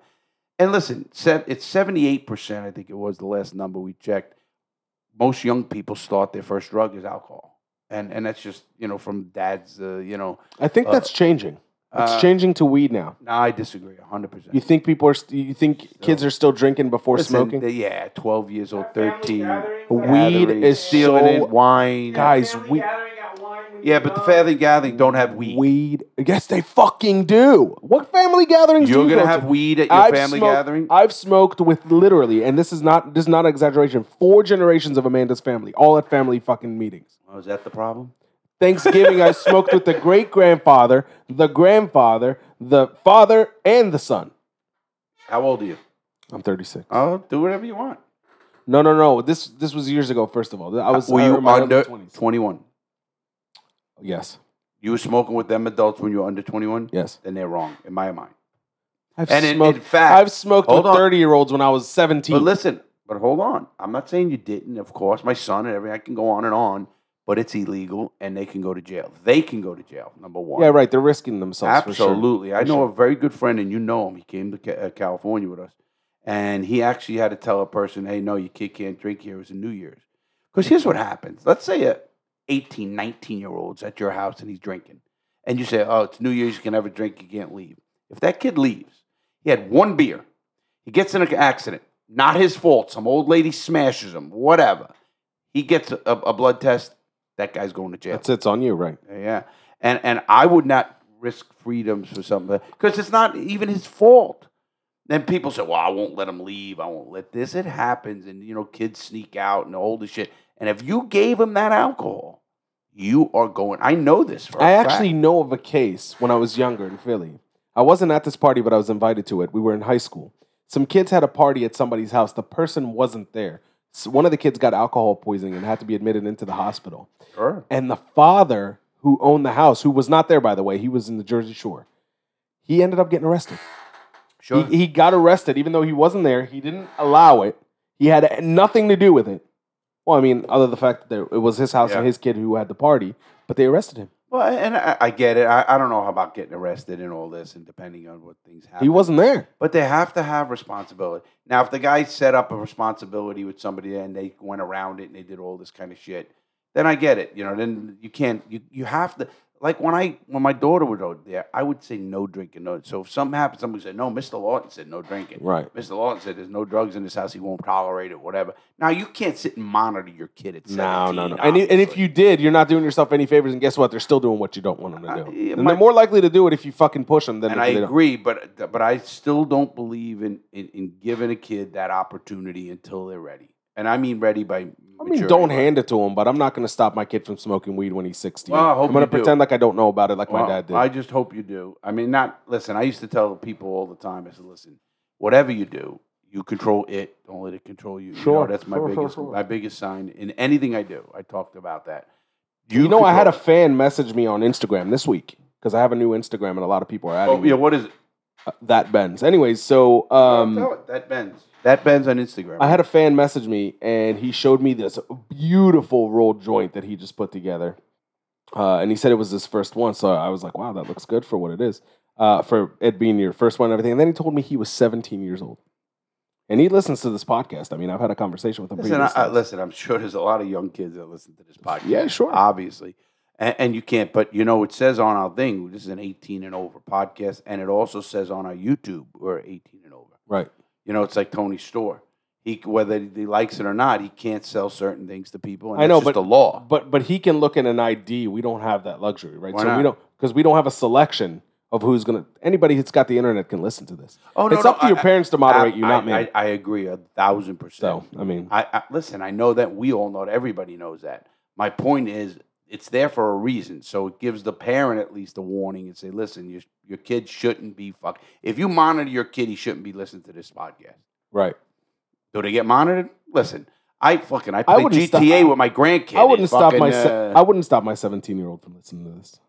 [SPEAKER 1] And listen, se- it's 78%, I think it was the last number we checked. Most young people start their first drug is alcohol. And, and that's just, you know, from dad's, uh, you know.
[SPEAKER 2] I think
[SPEAKER 1] Uh,
[SPEAKER 2] that's changing. It's
[SPEAKER 1] uh,
[SPEAKER 2] changing to weed now.
[SPEAKER 1] No, I disagree 100%.
[SPEAKER 2] You think people are? St- you think kids are still drinking before
[SPEAKER 1] Listen,
[SPEAKER 2] smoking?
[SPEAKER 1] they- yeah, 12 years old,
[SPEAKER 3] At family
[SPEAKER 1] 13.
[SPEAKER 3] gatherings,
[SPEAKER 2] Weed
[SPEAKER 3] at-
[SPEAKER 1] Batteries,
[SPEAKER 2] is
[SPEAKER 1] stealing
[SPEAKER 2] so-
[SPEAKER 1] it, wine.
[SPEAKER 3] at
[SPEAKER 2] Guys,
[SPEAKER 3] family
[SPEAKER 2] we-
[SPEAKER 3] gathering at wine when
[SPEAKER 1] Yeah,
[SPEAKER 3] you're
[SPEAKER 1] but the
[SPEAKER 3] young.
[SPEAKER 1] family gathering don't have weed.
[SPEAKER 2] weed. Yes, they fucking do. What family gatherings?
[SPEAKER 1] You're
[SPEAKER 2] do you
[SPEAKER 1] gonna
[SPEAKER 2] go
[SPEAKER 1] have
[SPEAKER 2] to?
[SPEAKER 1] weed at your
[SPEAKER 2] I've
[SPEAKER 1] family
[SPEAKER 2] smoked-
[SPEAKER 1] gathering.
[SPEAKER 2] I've smoked with literally, and this is not this is not an exaggeration. Four generations of Amanda's family, all at family fucking meetings.
[SPEAKER 1] oh, is that the problem?
[SPEAKER 2] Thanksgiving, I smoked with the great grandfather, the grandfather, the father, and the son.
[SPEAKER 1] How old are you?
[SPEAKER 2] I'm 36.
[SPEAKER 1] Oh, do whatever you want.
[SPEAKER 2] No, no, no. This this was years ago. First of all, I was
[SPEAKER 1] were
[SPEAKER 2] I
[SPEAKER 1] you
[SPEAKER 2] in my early
[SPEAKER 1] under
[SPEAKER 2] 20s.
[SPEAKER 1] 21?
[SPEAKER 2] Yes,
[SPEAKER 1] You were smoking with them adults when you were under 21.
[SPEAKER 2] yes.
[SPEAKER 1] Then they're wrong in my mind.
[SPEAKER 2] I've
[SPEAKER 1] And in- in
[SPEAKER 2] smoked.
[SPEAKER 1] fact-
[SPEAKER 2] I've smoked with
[SPEAKER 1] Hold on.
[SPEAKER 2] 30 year olds when I was 17.
[SPEAKER 1] But listen, but hold on. I'm not saying you didn't. Of course, my son and everything. I can go on and on, but it's illegal, and they can go to jail. They can go to jail. Number one.
[SPEAKER 2] yeah, right. They're risking themselves. for sure.
[SPEAKER 1] Absolutely. I
[SPEAKER 2] For
[SPEAKER 1] know
[SPEAKER 2] sure.
[SPEAKER 1] a very good friend, and you know him. He came to Ca- uh, California with us, and he actually had to tell a person, hey, no, your kid can't drink here. It was a New Year's. Because here's what happens. Let's say a 18, 19 year old's at your house and he's drinking, and you say, oh, it's New Year's. You can have a drink. You can't leave. If that kid leaves, he had one beer, he gets in an accident, not his fault. Some old lady smashes him, whatever. He gets a, a, a blood test. That guy's going to jail.
[SPEAKER 2] That's it's on you, right?
[SPEAKER 1] Yeah, and and I would not risk freedoms for something because it's not even his fault. Then people say, "Well, I won't let him leave. I won't let this." It happens, and you know, kids sneak out and all this shit. And if you gave him that alcohol, you are going. I know this. For a
[SPEAKER 2] I
[SPEAKER 1] fact.
[SPEAKER 2] actually know of a case when I was younger in Philly. I wasn't at this party, but I was invited to it. We were in high school. Some kids had a party at somebody's house. The person wasn't there. So one of the kids got alcohol poisoning and had to be admitted into the hospital.
[SPEAKER 1] Sure.
[SPEAKER 2] And the father who owned the house, who was not there, by the way, he was in the Jersey Shore, he ended up getting arrested.
[SPEAKER 1] Sure.
[SPEAKER 2] He, he got arrested, even though he wasn't there. He didn't allow it. He had nothing to do with it. Well, I mean, other than the fact that it was his house
[SPEAKER 1] Yeah.
[SPEAKER 2] and his kid who had the party, but they arrested him.
[SPEAKER 1] well, and I, I get it. I, I don't know about getting arrested and all this, and depending on what things happen.
[SPEAKER 2] He wasn't there.
[SPEAKER 1] But they have to have responsibility. Now, if the guy set up a responsibility with somebody and they went around it and they did all this kind of shit, then I get it. You know, then you can't. You you have to. Like when I when my daughter was out there, I would say no drinking. No. So if something happened, somebody said no. Mr. Lawton said no drinking.
[SPEAKER 2] Right.
[SPEAKER 1] Mr. Lawton said there's no drugs in this house. He won't tolerate it. Whatever. Now you can't sit and monitor your kid at
[SPEAKER 2] No,
[SPEAKER 1] seventeen.
[SPEAKER 2] no, no. And, i- and if
[SPEAKER 1] obviously.
[SPEAKER 2] you did, you're not doing yourself any favors. And guess what? They're still doing what you don't want them to
[SPEAKER 1] Uh,
[SPEAKER 2] do.
[SPEAKER 1] yeah,
[SPEAKER 2] and
[SPEAKER 1] my-
[SPEAKER 2] they're more likely to do it if you fucking push them than
[SPEAKER 1] and
[SPEAKER 2] if
[SPEAKER 1] I
[SPEAKER 2] they don't.
[SPEAKER 1] agree, but but I still don't believe in, in in giving a kid that opportunity until they're ready. And I mean ready by
[SPEAKER 2] I mean, don't hand it to him, but I'm not going to stop my kid from smoking weed when he's 60.
[SPEAKER 1] Well, I hope
[SPEAKER 2] I'm gonna
[SPEAKER 1] you do.
[SPEAKER 2] pretend like I don't know about it, like my dad did.
[SPEAKER 1] I just hope you do. I mean, not listen. I used to tell people all the time. I said, listen, whatever you do, you control it. Don't let it control you. You know,
[SPEAKER 2] Sure,
[SPEAKER 1] that's my
[SPEAKER 2] sure, sure,
[SPEAKER 1] biggest
[SPEAKER 2] sure.
[SPEAKER 1] my biggest sign in anything I do. I talked about that.
[SPEAKER 2] you, know, I had a
[SPEAKER 1] control-
[SPEAKER 2] fan message me on Instagram this week because I have a new Instagram and a lot of people are adding
[SPEAKER 1] Oh yeah, what is it?
[SPEAKER 2] me. uh, that bends. Anyways, so
[SPEAKER 1] Oh, tell
[SPEAKER 2] um,
[SPEAKER 1] it. That bends. That bends on Instagram.
[SPEAKER 2] I had a fan message me and he showed me this beautiful roll joint that he just put together. Uh, and he said it was his first one. So I was like, wow, that looks good for what it is, uh, for it being your first one and everything. And then he told me he was 17 years old. And he listens to this podcast. I mean, I've had a conversation with him
[SPEAKER 1] Listen, I,
[SPEAKER 2] previously.
[SPEAKER 1] I, listen, I'm sure there's a lot of young kids that listen to this podcast.
[SPEAKER 2] Yeah, sure.
[SPEAKER 1] Obviously. And, and you can't, but you know, it says on our thing, this is an 18 and over podcast. And it also says on our YouTube, we're 18 and over.
[SPEAKER 2] right.
[SPEAKER 1] You know, it's like Tony's store. He, whether he likes it or not, he can't sell certain things to people. And
[SPEAKER 2] I know,
[SPEAKER 1] that's just
[SPEAKER 2] but-
[SPEAKER 1] the law.
[SPEAKER 2] But but he can look at an ID. We don't have that luxury, right?
[SPEAKER 1] Why
[SPEAKER 2] so
[SPEAKER 1] not?
[SPEAKER 2] we don't because we don't have a selection of who's gonna anybody that's got the internet can listen to this.
[SPEAKER 1] Oh,
[SPEAKER 2] it's up to your parents to moderate you, not
[SPEAKER 1] I,
[SPEAKER 2] me.
[SPEAKER 1] I, I agree a thousand percent.
[SPEAKER 2] so I mean,
[SPEAKER 1] I, I listen. I know that we all know. That everybody knows that. My point is, it's there for a reason. So it gives the parent at least a warning and say, "Listen, your your kid shouldn't be fuck. If you monitor your kid, he shouldn't be listening to this podcast.
[SPEAKER 2] right.
[SPEAKER 1] Do they get monitored? Listen, I fucking I
[SPEAKER 2] I
[SPEAKER 1] play
[SPEAKER 2] wouldn't
[SPEAKER 1] GTA
[SPEAKER 2] stop-
[SPEAKER 1] with my grandkid.
[SPEAKER 2] I wouldn't
[SPEAKER 1] It's
[SPEAKER 2] stop
[SPEAKER 1] fucking,
[SPEAKER 2] my
[SPEAKER 1] uh,
[SPEAKER 2] I wouldn't stop my 17 year old from listening to this.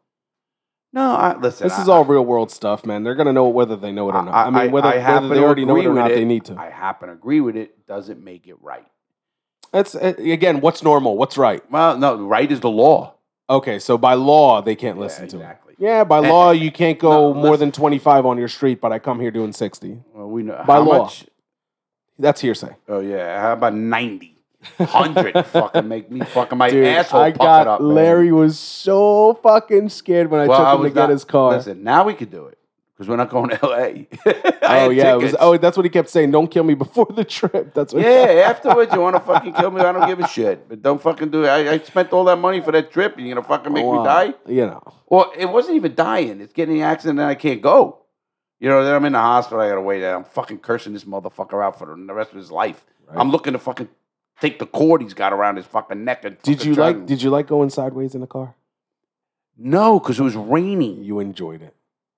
[SPEAKER 1] No, I, listen.
[SPEAKER 2] This
[SPEAKER 1] I-
[SPEAKER 2] is all real world stuff, man. They're gonna know whether they know it or not. I, mean, whether, whether
[SPEAKER 1] happen
[SPEAKER 2] they
[SPEAKER 1] to
[SPEAKER 2] already know it
[SPEAKER 1] agree
[SPEAKER 2] or
[SPEAKER 1] with
[SPEAKER 2] not,
[SPEAKER 1] it.
[SPEAKER 2] they need to.
[SPEAKER 1] I happen to agree with it. Doesn't make it right.
[SPEAKER 2] That's uh, again, what's normal, what's right.
[SPEAKER 1] Well, no, right is the law.
[SPEAKER 2] Okay, so by law they can't
[SPEAKER 1] Yeah,
[SPEAKER 2] listen to
[SPEAKER 1] exactly.
[SPEAKER 2] it. Yeah, by
[SPEAKER 1] And-
[SPEAKER 2] law you can't
[SPEAKER 1] No,
[SPEAKER 2] go more
[SPEAKER 1] listen.
[SPEAKER 2] than twenty five on your street, but I come here doing sixty.
[SPEAKER 1] Well, we know
[SPEAKER 2] By
[SPEAKER 1] how
[SPEAKER 2] law.
[SPEAKER 1] Much?
[SPEAKER 2] That's hearsay.
[SPEAKER 1] Oh yeah, how about 90?
[SPEAKER 2] [LAUGHS]
[SPEAKER 1] 100 fucking make me fucking my
[SPEAKER 2] Dude,
[SPEAKER 1] asshole
[SPEAKER 2] I
[SPEAKER 1] puckered
[SPEAKER 2] got
[SPEAKER 1] up. man.
[SPEAKER 2] Larry was so fucking scared when I
[SPEAKER 1] Well,
[SPEAKER 2] took him
[SPEAKER 1] was
[SPEAKER 2] to get
[SPEAKER 1] not-
[SPEAKER 2] his car.
[SPEAKER 1] Listen, now we could do it because we're not going [LAUGHS] to L.A.
[SPEAKER 2] oh yeah, it was, oh that's what he kept saying. Don't kill me before the trip. That's what.
[SPEAKER 1] yeah. Afterwards, you want to fucking kill me? I don't give a shit. But don't fucking do it. I, I spent all that money for that trip. and You're gonna fucking make
[SPEAKER 2] Oh, Wow.
[SPEAKER 1] me die?
[SPEAKER 2] You know.
[SPEAKER 1] Or it wasn't even dying. It's getting in an accident and I can't go. You know, then I'm in the hospital. I gotta wait. I'm fucking cursing this motherfucker out for the the rest of his life.
[SPEAKER 2] Right.
[SPEAKER 1] I'm looking to fucking take the cord he's got around his fucking neck. And
[SPEAKER 2] Did
[SPEAKER 1] fucking
[SPEAKER 2] you
[SPEAKER 1] try
[SPEAKER 2] like?
[SPEAKER 1] and-
[SPEAKER 2] Did you like going sideways in the car?
[SPEAKER 1] no? Because it was raining.
[SPEAKER 2] You enjoyed it.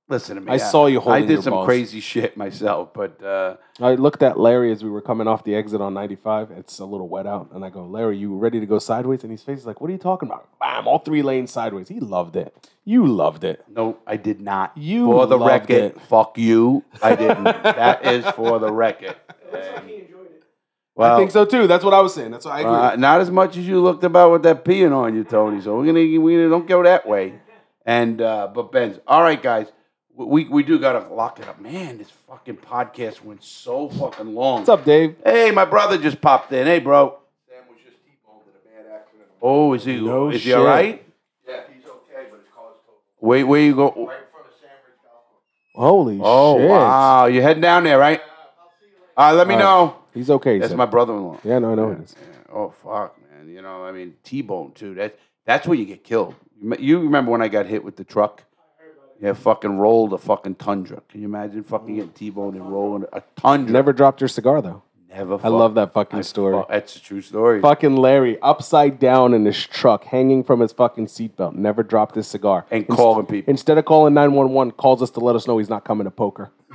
[SPEAKER 1] Listen to me.
[SPEAKER 2] I saw you holding
[SPEAKER 1] I did
[SPEAKER 2] your
[SPEAKER 1] some
[SPEAKER 2] balls.
[SPEAKER 1] crazy shit myself, but uh,
[SPEAKER 2] I looked at Larry as we were coming off the exit on 95. It's a little wet out. And I go, Larry, you ready to go sideways? And his face is like, what are you talking about? Bam, all three lanes sideways. He loved it. You loved it.
[SPEAKER 1] no, I did not.
[SPEAKER 2] You
[SPEAKER 1] for the
[SPEAKER 2] loved
[SPEAKER 1] record,
[SPEAKER 2] it.
[SPEAKER 1] fuck you. I didn't. that is for the
[SPEAKER 2] [LAUGHS]
[SPEAKER 1] record.
[SPEAKER 3] It looks like he enjoyed it.
[SPEAKER 1] Well,
[SPEAKER 2] I think so too. That's what I was saying. That's what I agree.
[SPEAKER 1] Uh, not as much as you looked about with that peeing on you, Tony. So we're gonna we don't go that way. And uh, but Ben's all right, guys. We we do gotta lock it up, man. This fucking podcast went so fucking long.
[SPEAKER 2] What's up, Dave?
[SPEAKER 1] Hey, my brother just popped in. Hey, bro.
[SPEAKER 4] Sam was just T-boned in a bad accident.
[SPEAKER 1] Oh, is he
[SPEAKER 2] No
[SPEAKER 1] is he
[SPEAKER 2] shit.
[SPEAKER 1] all right?
[SPEAKER 4] Yeah, he's okay, but it's caused total.
[SPEAKER 1] Wait, where you go?
[SPEAKER 4] Right in front of Sam Ridge Golf Course.
[SPEAKER 2] Holy
[SPEAKER 1] Oh
[SPEAKER 2] shit.
[SPEAKER 1] wow, you heading down there, right? All right, let me
[SPEAKER 2] All right.
[SPEAKER 1] know.
[SPEAKER 2] He's okay.
[SPEAKER 1] That's
[SPEAKER 2] sir.
[SPEAKER 1] my brother-in-law.
[SPEAKER 2] yeah, no, I know it is.
[SPEAKER 1] Yeah. Oh fuck, man. You know, I mean, T-bone too. That that's where you get killed. You me- You remember when I got hit with the truck? Yeah, fucking rolled a fucking tundra. Can you imagine fucking getting T-boned and rolling a tundra?
[SPEAKER 2] Never dropped your cigar, though.
[SPEAKER 1] never. Fuck.
[SPEAKER 2] I love that fucking
[SPEAKER 1] I
[SPEAKER 2] story.
[SPEAKER 1] fuck- that's a true story.
[SPEAKER 2] Fucking Larry, upside down in his truck, hanging from his fucking seatbelt, never dropped his cigar.
[SPEAKER 1] And calling people.
[SPEAKER 2] Instead of calling 911, calls us to let us know he's not coming to poker. [LAUGHS]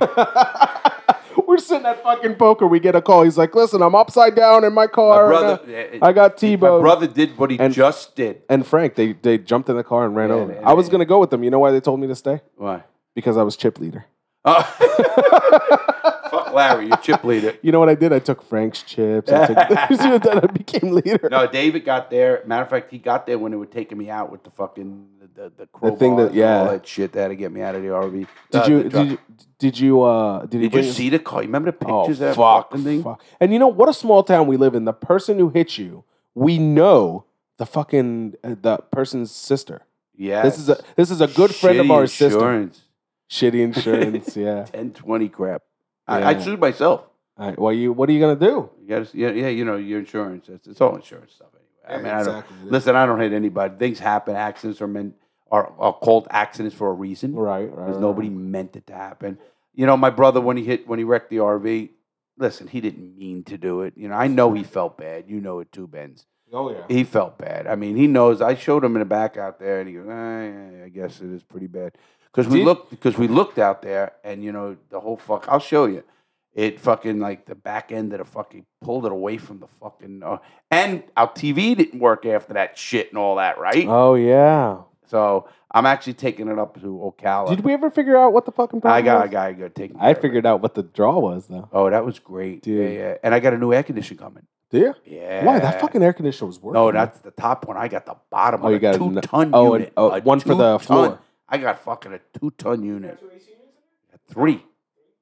[SPEAKER 2] We're sitting at fucking poker. We get a call. He's like, listen, I'm upside down in my car.
[SPEAKER 1] brother-
[SPEAKER 2] and, uh, I got
[SPEAKER 1] My
[SPEAKER 2] T-Bone.
[SPEAKER 1] brother did what he
[SPEAKER 2] And-
[SPEAKER 1] just did.
[SPEAKER 2] and Frank, they, they jumped in the car and ran over.
[SPEAKER 1] and-
[SPEAKER 2] I was going to go with them. You know why they told me to stay?
[SPEAKER 1] Why?
[SPEAKER 2] Because I was chip leader.
[SPEAKER 1] Oh. [LAUGHS] fuck Larry, you chip leader.
[SPEAKER 2] You know what I did? I took Frank's chips.
[SPEAKER 1] [LAUGHS]
[SPEAKER 2] I, took, [LAUGHS] then I became leader.
[SPEAKER 1] No, David got there. Matter of fact, he got there when they were taking me out with the fucking the the, the, crowbar
[SPEAKER 2] thing that-
[SPEAKER 1] and
[SPEAKER 2] yeah.
[SPEAKER 1] all that shit. They had to get me out of the RV.
[SPEAKER 2] Did
[SPEAKER 1] Uh,
[SPEAKER 2] you,
[SPEAKER 1] the truck.
[SPEAKER 2] did you, did you, uh, did, he
[SPEAKER 1] Did you
[SPEAKER 2] bring
[SPEAKER 1] see the car? You remember the
[SPEAKER 2] Oh,
[SPEAKER 1] pictures of that
[SPEAKER 2] fuck,
[SPEAKER 1] fucking thing?
[SPEAKER 2] fuck. And you know what a small town we live in. The person who hit you, we know the fucking uh, the person's sister.
[SPEAKER 1] Yeah.
[SPEAKER 2] This is a this is a good friend of
[SPEAKER 1] Shitty
[SPEAKER 2] ours. Sister.
[SPEAKER 1] Insurance.
[SPEAKER 2] Shitty
[SPEAKER 1] [LAUGHS]
[SPEAKER 2] insurance. yeah.
[SPEAKER 1] 1020 crap. I, I
[SPEAKER 2] Yeah.
[SPEAKER 1] sued myself.
[SPEAKER 2] All right, well, you what are you gonna do?
[SPEAKER 1] You gotta, yeah, yeah, you know, your insurance. It's, it's all insurance stuff anyway. I mean, I
[SPEAKER 2] Exactly.
[SPEAKER 1] don't listen, I don't hate anybody. Things happen. Accidents are meant are, are called accidents for a reason.
[SPEAKER 2] Right. Right.
[SPEAKER 1] Because
[SPEAKER 2] right,
[SPEAKER 1] nobody
[SPEAKER 2] right.
[SPEAKER 1] meant it to happen. You know, my brother when he hit when he wrecked the RV, listen, he didn't mean to do it. You know, I know he felt bad. You know it too, Benz. [LAUGHS]
[SPEAKER 2] Oh yeah.
[SPEAKER 1] He felt bad. I mean, he knows. I showed him in the back out there, and he goes, "Ah, yeah, "I guess it is pretty bad." Because we
[SPEAKER 2] Did-
[SPEAKER 1] looked, because we looked out there, and you know the whole fuck. I'll show you. It fucking like the back end of the fucking pulled it away from the fucking. Uh, and our TV didn't work after that shit and all that, right?
[SPEAKER 2] Oh yeah.
[SPEAKER 1] so I'm actually taking it up to Ocala.
[SPEAKER 2] Did we ever figure out what the fucking problem
[SPEAKER 1] I got a
[SPEAKER 2] was?
[SPEAKER 1] guy go take.
[SPEAKER 2] I figured out what the draw was though.
[SPEAKER 1] Oh, that was great,
[SPEAKER 2] Dude.
[SPEAKER 1] Yeah, yeah. And I got a new air conditioner coming.
[SPEAKER 2] Do you?
[SPEAKER 1] Yeah.
[SPEAKER 2] Why that fucking air conditioner was working?
[SPEAKER 1] No, Oh, that's the top one. I got the bottom
[SPEAKER 2] Oh,
[SPEAKER 1] one.
[SPEAKER 2] you got a
[SPEAKER 1] two
[SPEAKER 2] n-
[SPEAKER 1] ton
[SPEAKER 2] oh, and-
[SPEAKER 1] unit.
[SPEAKER 2] oh,
[SPEAKER 1] A
[SPEAKER 2] one for
[SPEAKER 1] two-ton.
[SPEAKER 2] the floor.
[SPEAKER 1] I got fucking a two ton
[SPEAKER 3] You got
[SPEAKER 1] unit.
[SPEAKER 3] two AC units?
[SPEAKER 1] Three.
[SPEAKER 2] Oh.
[SPEAKER 3] I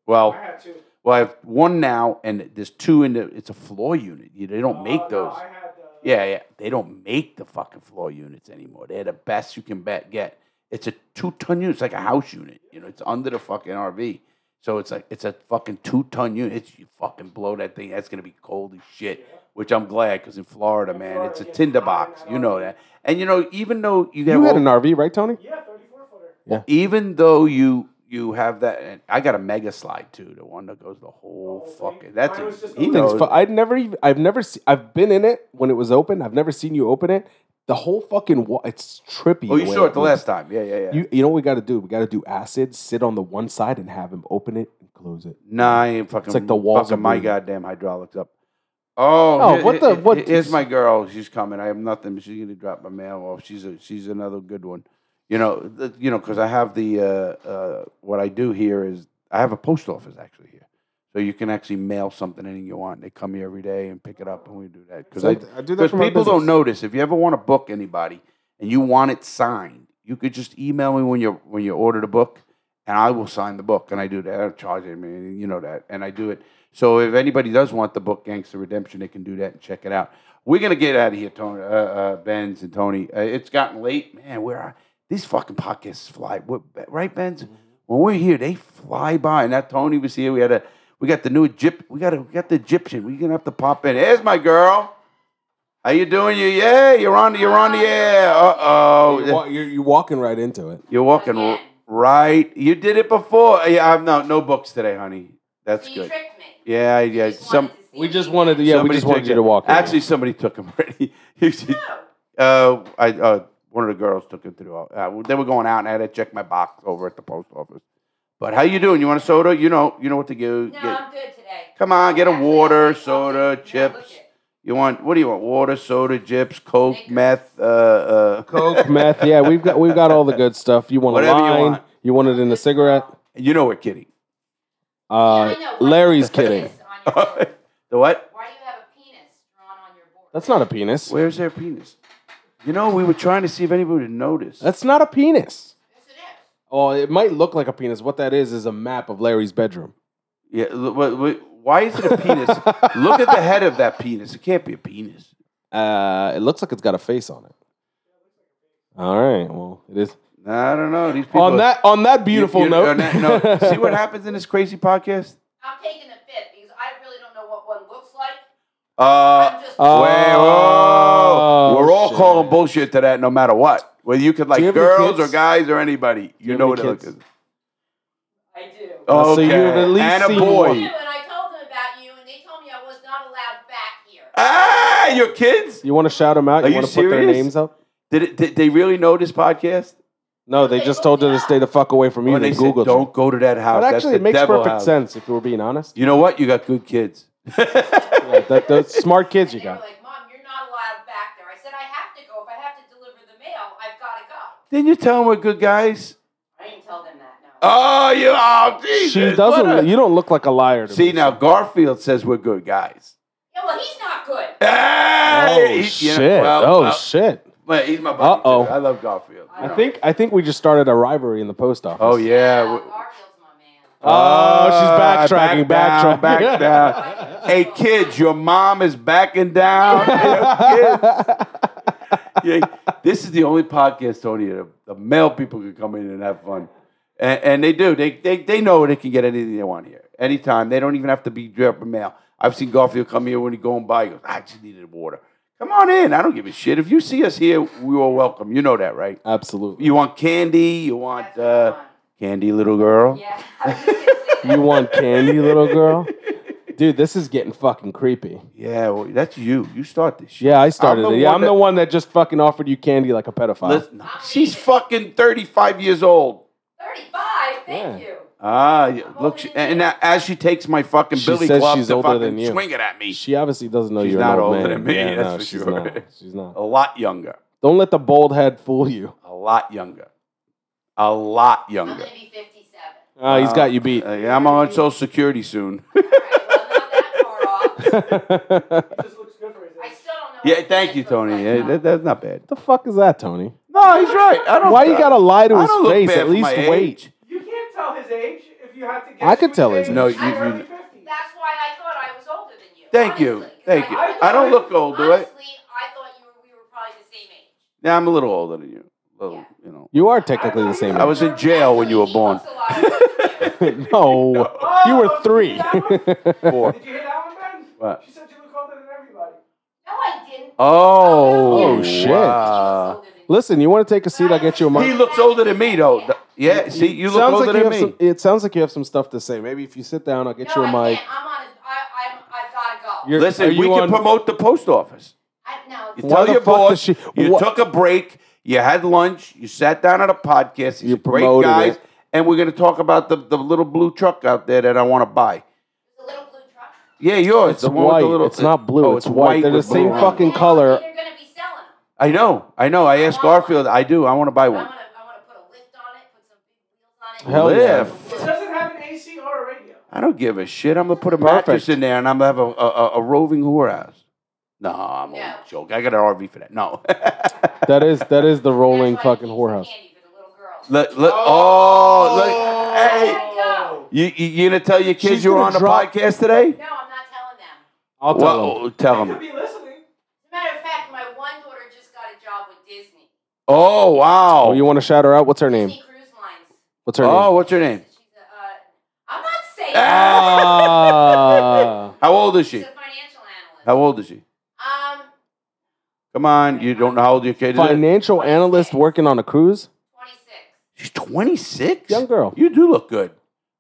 [SPEAKER 1] Well,
[SPEAKER 3] had two.
[SPEAKER 1] well, I have one now, and there's two in the. It's a floor unit. You, they don't
[SPEAKER 3] Uh,
[SPEAKER 1] make
[SPEAKER 3] no,
[SPEAKER 1] those.
[SPEAKER 3] I had, uh,
[SPEAKER 1] yeah, yeah. They don't make the fucking floor units anymore. They're the best you can bet get. It's a two ton unit. It's like a house unit. You know, it's under the fucking RV. So it's like it's a fucking two ton unit. It's, you fucking blow that thing. That's gonna be cold as shit. Which I'm glad because in Florida, man, it's a tinderbox. You know that. And you know, even though you have
[SPEAKER 2] You had
[SPEAKER 1] all-
[SPEAKER 2] an RV, right, Tony?
[SPEAKER 3] Yeah, 34 footer.
[SPEAKER 1] even though you you have that, and I got a mega slide too, the one that goes the whole
[SPEAKER 3] Oh,
[SPEAKER 1] fucking.
[SPEAKER 3] mine
[SPEAKER 1] That's
[SPEAKER 3] was just
[SPEAKER 1] he
[SPEAKER 3] a
[SPEAKER 2] Things
[SPEAKER 1] knows.
[SPEAKER 2] fu- I'd never even. I've never. Se- I've been in it when it was open. I've never seen you open it. The whole fucking. Wa- it's trippy.
[SPEAKER 1] oh, you
[SPEAKER 2] way
[SPEAKER 1] saw it the
[SPEAKER 2] looks.
[SPEAKER 1] last time. Yeah, yeah, yeah.
[SPEAKER 2] You, you know what we got to do? We got to do acid. Sit on the one side and have him open it and close it.
[SPEAKER 1] nah, I ain't fucking.
[SPEAKER 2] It's like the walls
[SPEAKER 1] Fucking
[SPEAKER 2] are
[SPEAKER 1] my
[SPEAKER 2] moving.
[SPEAKER 1] goddamn hydraulics up. Oh,
[SPEAKER 2] Oh,
[SPEAKER 1] here-
[SPEAKER 2] what the-
[SPEAKER 1] here-
[SPEAKER 2] what
[SPEAKER 1] Here's
[SPEAKER 2] is-
[SPEAKER 1] my girl. She's coming. I have nothing. but She's gonna drop my mail off. She's a she's another good one. You know, the, you know, because I have the uh, uh, what I do here is I have a post office actually here, so you can actually mail something in you want. They come here every day and pick it up, and we do that because I
[SPEAKER 2] So I do that
[SPEAKER 1] because
[SPEAKER 2] for my
[SPEAKER 1] people
[SPEAKER 2] business.
[SPEAKER 1] don't notice. If you ever want to book anybody and you want it signed, you could just email me when you when you order the book, and I will sign the book. And I do that. I don't charge anything, you know that. And I do it. So if anybody does want the book, Gangster Redemption, they can do that and check it out. We're gonna get out of here, Tony, uh, uh, Benz and Tony. Uh, it's gotten late, man. Where are these fucking podcasts fly? What, right, Benz? When we're here, they fly by. And that Tony was here. We had a we got the new Egypt. We got a, we got the Egyptian. We're gonna have to pop in. There's my girl. How you doing? You yeah, you're on the you're on the air. Uh
[SPEAKER 2] You're, wa-
[SPEAKER 1] oh,
[SPEAKER 2] you're, you're walking right
[SPEAKER 1] [LAUGHS]
[SPEAKER 2] into it.
[SPEAKER 1] you're walking r- right. You did it before. Uh, Yeah, I'm no no books today, honey. That's
[SPEAKER 5] So you
[SPEAKER 1] good.
[SPEAKER 5] tricked me.
[SPEAKER 1] Yeah, yeah.
[SPEAKER 5] You just wanted
[SPEAKER 1] Some
[SPEAKER 5] to see
[SPEAKER 2] We
[SPEAKER 5] me.
[SPEAKER 2] just wanted to, yeah, we just
[SPEAKER 1] took
[SPEAKER 2] wanted you
[SPEAKER 1] it.
[SPEAKER 2] to walk. in.
[SPEAKER 1] Actually, somebody took him [LAUGHS] already. You see-
[SPEAKER 5] No.
[SPEAKER 1] uh, I uh, one of the girls took him through. Uh, they were going out, and I had to check my box over at the post office. But how you doing? You want a soda? You know, you know what to do.
[SPEAKER 5] No,
[SPEAKER 1] Get-
[SPEAKER 5] I'm good today.
[SPEAKER 1] Come on, get a
[SPEAKER 5] Actually,
[SPEAKER 1] water,
[SPEAKER 5] I'm
[SPEAKER 1] soda,
[SPEAKER 5] good. No, look
[SPEAKER 1] chips.
[SPEAKER 5] it.
[SPEAKER 1] You want what do you want? Water, soda, chips, coke,
[SPEAKER 5] Snickers.
[SPEAKER 1] meth, uh, uh, [LAUGHS]
[SPEAKER 2] coke, meth. Yeah, we've got we've got all the good stuff. You want
[SPEAKER 1] Whatever
[SPEAKER 2] a
[SPEAKER 1] you
[SPEAKER 2] line?
[SPEAKER 1] want.
[SPEAKER 2] You want it in a cigarette?
[SPEAKER 1] You know we're kidding. [LAUGHS]
[SPEAKER 5] Yeah,
[SPEAKER 2] Uh,
[SPEAKER 5] I know. Why do you
[SPEAKER 2] Larry's
[SPEAKER 5] have a
[SPEAKER 2] kidding.
[SPEAKER 5] penis
[SPEAKER 1] [LAUGHS]
[SPEAKER 5] on your board?
[SPEAKER 1] The what?
[SPEAKER 5] Why do you have a penis drawn on your board?
[SPEAKER 2] That's not a penis.
[SPEAKER 1] Where's their penis? You know, we were trying to see if anybody would notice.
[SPEAKER 2] That's not a penis.
[SPEAKER 5] Yes, it is.
[SPEAKER 2] Oh, it might look like a penis. What that is is a map of Larry's bedroom.
[SPEAKER 1] yeah. l- wh- wh- Why is it a
[SPEAKER 2] [LAUGHS]
[SPEAKER 1] penis? Look at the head of that penis. It can't be a penis.
[SPEAKER 2] Uh, it looks like it's got a face on it. All right. Well, it is.
[SPEAKER 1] I don't know. These people.
[SPEAKER 2] On that on that
[SPEAKER 1] you-
[SPEAKER 2] beautiful
[SPEAKER 1] you-
[SPEAKER 2] note.
[SPEAKER 1] on that note,
[SPEAKER 2] [LAUGHS]
[SPEAKER 1] See what happens in this crazy podcast?
[SPEAKER 5] I'm taking a fit because I really don't know what one looks like.
[SPEAKER 1] Uh,
[SPEAKER 5] I'm just.
[SPEAKER 2] uh,
[SPEAKER 1] wait, whoa.
[SPEAKER 2] Oh,
[SPEAKER 1] We're all
[SPEAKER 2] shit.
[SPEAKER 1] calling bullshit to that, no matter what. Whether you could like
[SPEAKER 2] you have any
[SPEAKER 1] girls or
[SPEAKER 2] kids?
[SPEAKER 1] guys or anybody, you,
[SPEAKER 2] have
[SPEAKER 1] know
[SPEAKER 2] any
[SPEAKER 1] what it looks.
[SPEAKER 2] kids?
[SPEAKER 1] like.
[SPEAKER 5] I do.
[SPEAKER 2] Uh, so
[SPEAKER 1] Okay.
[SPEAKER 2] you have at least
[SPEAKER 1] and a
[SPEAKER 2] seen
[SPEAKER 5] I
[SPEAKER 1] oh, boy.
[SPEAKER 5] do, and I told them about you, and they told me I was not allowed back here.
[SPEAKER 1] Ah, your kids?
[SPEAKER 2] You want to shout them out?
[SPEAKER 1] Are
[SPEAKER 2] you
[SPEAKER 1] you
[SPEAKER 2] want to put their
[SPEAKER 1] serious?
[SPEAKER 2] names up?
[SPEAKER 1] Did, it, did they really know this podcast?
[SPEAKER 2] No, they
[SPEAKER 5] They
[SPEAKER 2] just
[SPEAKER 5] looked
[SPEAKER 2] told her
[SPEAKER 5] it
[SPEAKER 2] to
[SPEAKER 5] up.
[SPEAKER 2] stay the fuck away from you.
[SPEAKER 1] When
[SPEAKER 2] They
[SPEAKER 1] they said,
[SPEAKER 2] googled
[SPEAKER 1] "Don't
[SPEAKER 2] you.
[SPEAKER 1] go to that house,"
[SPEAKER 2] But
[SPEAKER 1] that's
[SPEAKER 2] actually,
[SPEAKER 1] the
[SPEAKER 2] it makes
[SPEAKER 1] devil
[SPEAKER 2] perfect
[SPEAKER 1] house.
[SPEAKER 2] sense if you were being honest.
[SPEAKER 1] You know what? You got good [LAUGHS] kids.
[SPEAKER 2] Yeah, that, those smart
[SPEAKER 5] And
[SPEAKER 2] kids
[SPEAKER 5] they
[SPEAKER 2] you
[SPEAKER 5] were
[SPEAKER 2] got.
[SPEAKER 5] like, "Mom, you're not allowed back there." I said, "I have to go. If I have to deliver the mail, I've got to go."
[SPEAKER 1] Didn't you tell them we're good guys?
[SPEAKER 5] I didn't tell them that. No.
[SPEAKER 1] Oh, you oh Jesus!
[SPEAKER 2] She
[SPEAKER 1] what
[SPEAKER 2] doesn't.
[SPEAKER 1] a-
[SPEAKER 2] you don't look like a liar. To
[SPEAKER 1] See
[SPEAKER 2] me,
[SPEAKER 1] now,
[SPEAKER 2] so.
[SPEAKER 1] Garfield says we're good guys.
[SPEAKER 5] yeah, well, he's not good.
[SPEAKER 1] Ah,
[SPEAKER 2] Oh
[SPEAKER 1] he- you know,
[SPEAKER 2] shit!
[SPEAKER 1] well,
[SPEAKER 2] oh
[SPEAKER 1] well,
[SPEAKER 2] shit!
[SPEAKER 1] but he's my buddy. too.
[SPEAKER 2] Uh-oh.
[SPEAKER 1] I love Garfield.
[SPEAKER 5] I
[SPEAKER 2] I
[SPEAKER 5] don't-
[SPEAKER 2] think I think we just started a rivalry in the post office.
[SPEAKER 1] Oh yeah. we-
[SPEAKER 5] Garfield's my man.
[SPEAKER 2] Oh, she's backtracking,
[SPEAKER 1] Uh, Back down,
[SPEAKER 2] backtracking. [LAUGHS]
[SPEAKER 1] back down. Hey kids, your mom is backing
[SPEAKER 2] [LAUGHS]
[SPEAKER 1] down. Your kids. Yeah, this is the only podcast, Tony, that the male people can come in and have fun. And, and they do. They, they they know they can get anything they want here. Anytime. They don't even have to be dropping mail. I've seen Garfield come here when he going by. He goes, I just needed water. Come on in. I don't give a shit. If you see us here, we are welcome. You know that, right?
[SPEAKER 2] Absolutely.
[SPEAKER 1] You want candy? You want uh, candy, little girl?
[SPEAKER 5] Yeah. [LAUGHS] I was just gonna say that.
[SPEAKER 2] You want candy, little
[SPEAKER 1] [LAUGHS]
[SPEAKER 2] girl? Dude, this is getting fucking creepy.
[SPEAKER 1] Yeah, well, that's you. You start this shit.
[SPEAKER 2] Yeah, I started
[SPEAKER 1] I'm the
[SPEAKER 2] it. Yeah,
[SPEAKER 1] one
[SPEAKER 2] I'm
[SPEAKER 1] that-
[SPEAKER 2] the one that just fucking offered you candy like a pedophile.
[SPEAKER 1] Listen, she's fucking 35 years old.
[SPEAKER 5] 35. Thank
[SPEAKER 2] Yeah.
[SPEAKER 5] you.
[SPEAKER 1] Ah, yeah, look, she, and and as she takes my fucking
[SPEAKER 2] She
[SPEAKER 1] billy
[SPEAKER 2] says
[SPEAKER 1] club
[SPEAKER 2] she's
[SPEAKER 1] to
[SPEAKER 2] older
[SPEAKER 1] fucking
[SPEAKER 2] than you.
[SPEAKER 1] swing it at me,
[SPEAKER 2] She obviously doesn't know
[SPEAKER 1] She's
[SPEAKER 2] you're
[SPEAKER 1] not
[SPEAKER 2] an old
[SPEAKER 1] older than
[SPEAKER 2] man.
[SPEAKER 1] me,
[SPEAKER 2] Yeah,
[SPEAKER 1] that's
[SPEAKER 2] no,
[SPEAKER 1] for
[SPEAKER 2] she's
[SPEAKER 1] sure.
[SPEAKER 2] not.
[SPEAKER 1] [LAUGHS]
[SPEAKER 2] She's
[SPEAKER 1] a
[SPEAKER 2] not.
[SPEAKER 1] lot younger,
[SPEAKER 2] Don't let the bald head fool you.
[SPEAKER 1] [LAUGHS] a lot younger, a lot
[SPEAKER 5] I'm
[SPEAKER 1] younger.
[SPEAKER 5] gonna be 57.
[SPEAKER 2] Ah, he's
[SPEAKER 1] Uh,
[SPEAKER 2] got you beat. [LAUGHS]
[SPEAKER 1] Uh, yeah, I'm on Social Security soon.
[SPEAKER 5] All right, well, not that
[SPEAKER 1] [LAUGHS]
[SPEAKER 5] far off.
[SPEAKER 2] the
[SPEAKER 3] He just looks good for his
[SPEAKER 5] I
[SPEAKER 3] age.
[SPEAKER 5] still don't know.
[SPEAKER 1] yeah,
[SPEAKER 5] what
[SPEAKER 1] thank
[SPEAKER 5] this
[SPEAKER 1] you,
[SPEAKER 5] looks
[SPEAKER 1] Tony.
[SPEAKER 5] like
[SPEAKER 1] Yeah,
[SPEAKER 5] now.
[SPEAKER 1] that, that's not bad.
[SPEAKER 2] fuck is that, Tony?
[SPEAKER 1] No, he's right. I don't. uh,
[SPEAKER 2] Why you gotta lie to
[SPEAKER 1] I
[SPEAKER 2] his
[SPEAKER 1] don't look
[SPEAKER 2] face?
[SPEAKER 1] bad
[SPEAKER 2] At
[SPEAKER 1] for
[SPEAKER 2] least
[SPEAKER 1] my
[SPEAKER 2] wait.
[SPEAKER 3] You can't tell his age if you have to guess.
[SPEAKER 2] I could
[SPEAKER 3] who
[SPEAKER 2] tell his
[SPEAKER 3] his
[SPEAKER 2] age.
[SPEAKER 1] No, you-
[SPEAKER 3] I'm
[SPEAKER 1] you-
[SPEAKER 3] early 50s.
[SPEAKER 5] That's why I thought I was older than you.
[SPEAKER 1] Thank you.
[SPEAKER 5] honestly, 'cause
[SPEAKER 1] Thank you.
[SPEAKER 5] I,
[SPEAKER 1] I don't look old, do I?
[SPEAKER 5] honestly, I thought you were, we were probably the same age.
[SPEAKER 1] Yeah, I'm a little older than you. Little,
[SPEAKER 5] Yeah.
[SPEAKER 1] you know.
[SPEAKER 2] You are technically the same.
[SPEAKER 1] I was in jail when you were
[SPEAKER 5] Actually,
[SPEAKER 1] born.
[SPEAKER 5] he looks a lot older than
[SPEAKER 1] [LAUGHS]
[SPEAKER 2] [LAUGHS] age. no,
[SPEAKER 5] you.
[SPEAKER 3] Oh,
[SPEAKER 2] you were
[SPEAKER 3] Did
[SPEAKER 2] three.
[SPEAKER 3] you
[SPEAKER 2] [LAUGHS]
[SPEAKER 3] hear that one? [LAUGHS]
[SPEAKER 1] Four.
[SPEAKER 3] Did you hear that one, Ben?
[SPEAKER 1] What?
[SPEAKER 3] She said you look older than everybody.
[SPEAKER 5] No, I didn't.
[SPEAKER 1] Oh,
[SPEAKER 2] Oh, shit.
[SPEAKER 1] wow.
[SPEAKER 2] Listen, you want to take a seat? I'll get you a mic.
[SPEAKER 1] He looks older than me, though. Yeah, see, you look
[SPEAKER 2] Sounds
[SPEAKER 1] older
[SPEAKER 2] like
[SPEAKER 1] than
[SPEAKER 2] you
[SPEAKER 1] me.
[SPEAKER 2] have some- it sounds like you have some stuff to say. Maybe if you sit down, I'll get
[SPEAKER 5] no,
[SPEAKER 2] you a
[SPEAKER 5] I
[SPEAKER 2] mic.
[SPEAKER 5] Can't. I'm on. A, I, I'm. I've got to go.
[SPEAKER 2] You're- are
[SPEAKER 1] Listen,
[SPEAKER 2] you
[SPEAKER 1] we
[SPEAKER 2] on-
[SPEAKER 1] can promote the post office.
[SPEAKER 5] I, no,
[SPEAKER 1] You
[SPEAKER 2] Why
[SPEAKER 1] tell
[SPEAKER 2] the
[SPEAKER 1] your
[SPEAKER 2] fuck
[SPEAKER 1] boss
[SPEAKER 2] does she-
[SPEAKER 1] you
[SPEAKER 2] wha-
[SPEAKER 1] took a break, you had lunch, you sat down at a podcast. These
[SPEAKER 2] You
[SPEAKER 1] are great
[SPEAKER 2] promoted
[SPEAKER 1] guys,
[SPEAKER 2] it.
[SPEAKER 1] and we're going to talk about the, the little blue truck out there that I want to buy.
[SPEAKER 5] the little blue truck.
[SPEAKER 1] Yeah, yours.
[SPEAKER 2] It's
[SPEAKER 1] the one with
[SPEAKER 2] white.
[SPEAKER 1] the little.
[SPEAKER 2] It's not blue,
[SPEAKER 1] Oh,
[SPEAKER 2] it's white. They're the
[SPEAKER 1] with
[SPEAKER 2] same
[SPEAKER 1] blue.
[SPEAKER 2] fucking
[SPEAKER 5] You know,
[SPEAKER 2] color.
[SPEAKER 5] They're gonna be selling them.
[SPEAKER 1] I know. I know. I asked
[SPEAKER 5] want one.
[SPEAKER 1] Garfield. I do. I want to buy
[SPEAKER 5] I
[SPEAKER 1] one.
[SPEAKER 5] want to. I want to
[SPEAKER 2] Hell yeah.
[SPEAKER 1] live.
[SPEAKER 3] It doesn't have an AC or a radio.
[SPEAKER 1] I don't give a shit. I'm gonna put a
[SPEAKER 2] Perfect.
[SPEAKER 1] mattress in there and I'm gonna have a, a, a, a roving whorehouse. No, I'm only
[SPEAKER 5] No.
[SPEAKER 1] joking. I got an RV for that. No. [LAUGHS]
[SPEAKER 2] That is that is the rolling
[SPEAKER 5] That's why I
[SPEAKER 2] fucking
[SPEAKER 5] need
[SPEAKER 2] whorehouse.
[SPEAKER 5] Candy for the little girls.
[SPEAKER 1] look, look, oh, look. Hey,
[SPEAKER 5] Oh.
[SPEAKER 1] you, you, you gonna tell your kids
[SPEAKER 2] She's
[SPEAKER 1] you were
[SPEAKER 2] gonna
[SPEAKER 1] on the
[SPEAKER 2] drop-
[SPEAKER 1] podcast today?
[SPEAKER 5] No, I'm not telling them.
[SPEAKER 2] I'll tell
[SPEAKER 1] Well, oh.
[SPEAKER 2] 'em.
[SPEAKER 1] tell
[SPEAKER 3] They could
[SPEAKER 1] them.
[SPEAKER 3] be listening.
[SPEAKER 5] As a matter of fact, my one daughter just got a job with Disney.
[SPEAKER 1] Oh wow.
[SPEAKER 2] Oh, you want to shout her out? What's her name?
[SPEAKER 5] Disney Cruise Lines.
[SPEAKER 2] What's her
[SPEAKER 1] oh,
[SPEAKER 2] name?
[SPEAKER 1] what's her name?
[SPEAKER 5] She's a, uh, I'm not saying.
[SPEAKER 1] Ah!
[SPEAKER 2] Ah.
[SPEAKER 1] How old is
[SPEAKER 5] She's
[SPEAKER 1] she?
[SPEAKER 5] a financial analyst.
[SPEAKER 1] How old is she?
[SPEAKER 5] Um,
[SPEAKER 1] Come on, you don't know how old your kid is.
[SPEAKER 2] Financial analyst working on a cruise?
[SPEAKER 5] 26.
[SPEAKER 1] She's 26.
[SPEAKER 2] Young girl.
[SPEAKER 1] You do look good.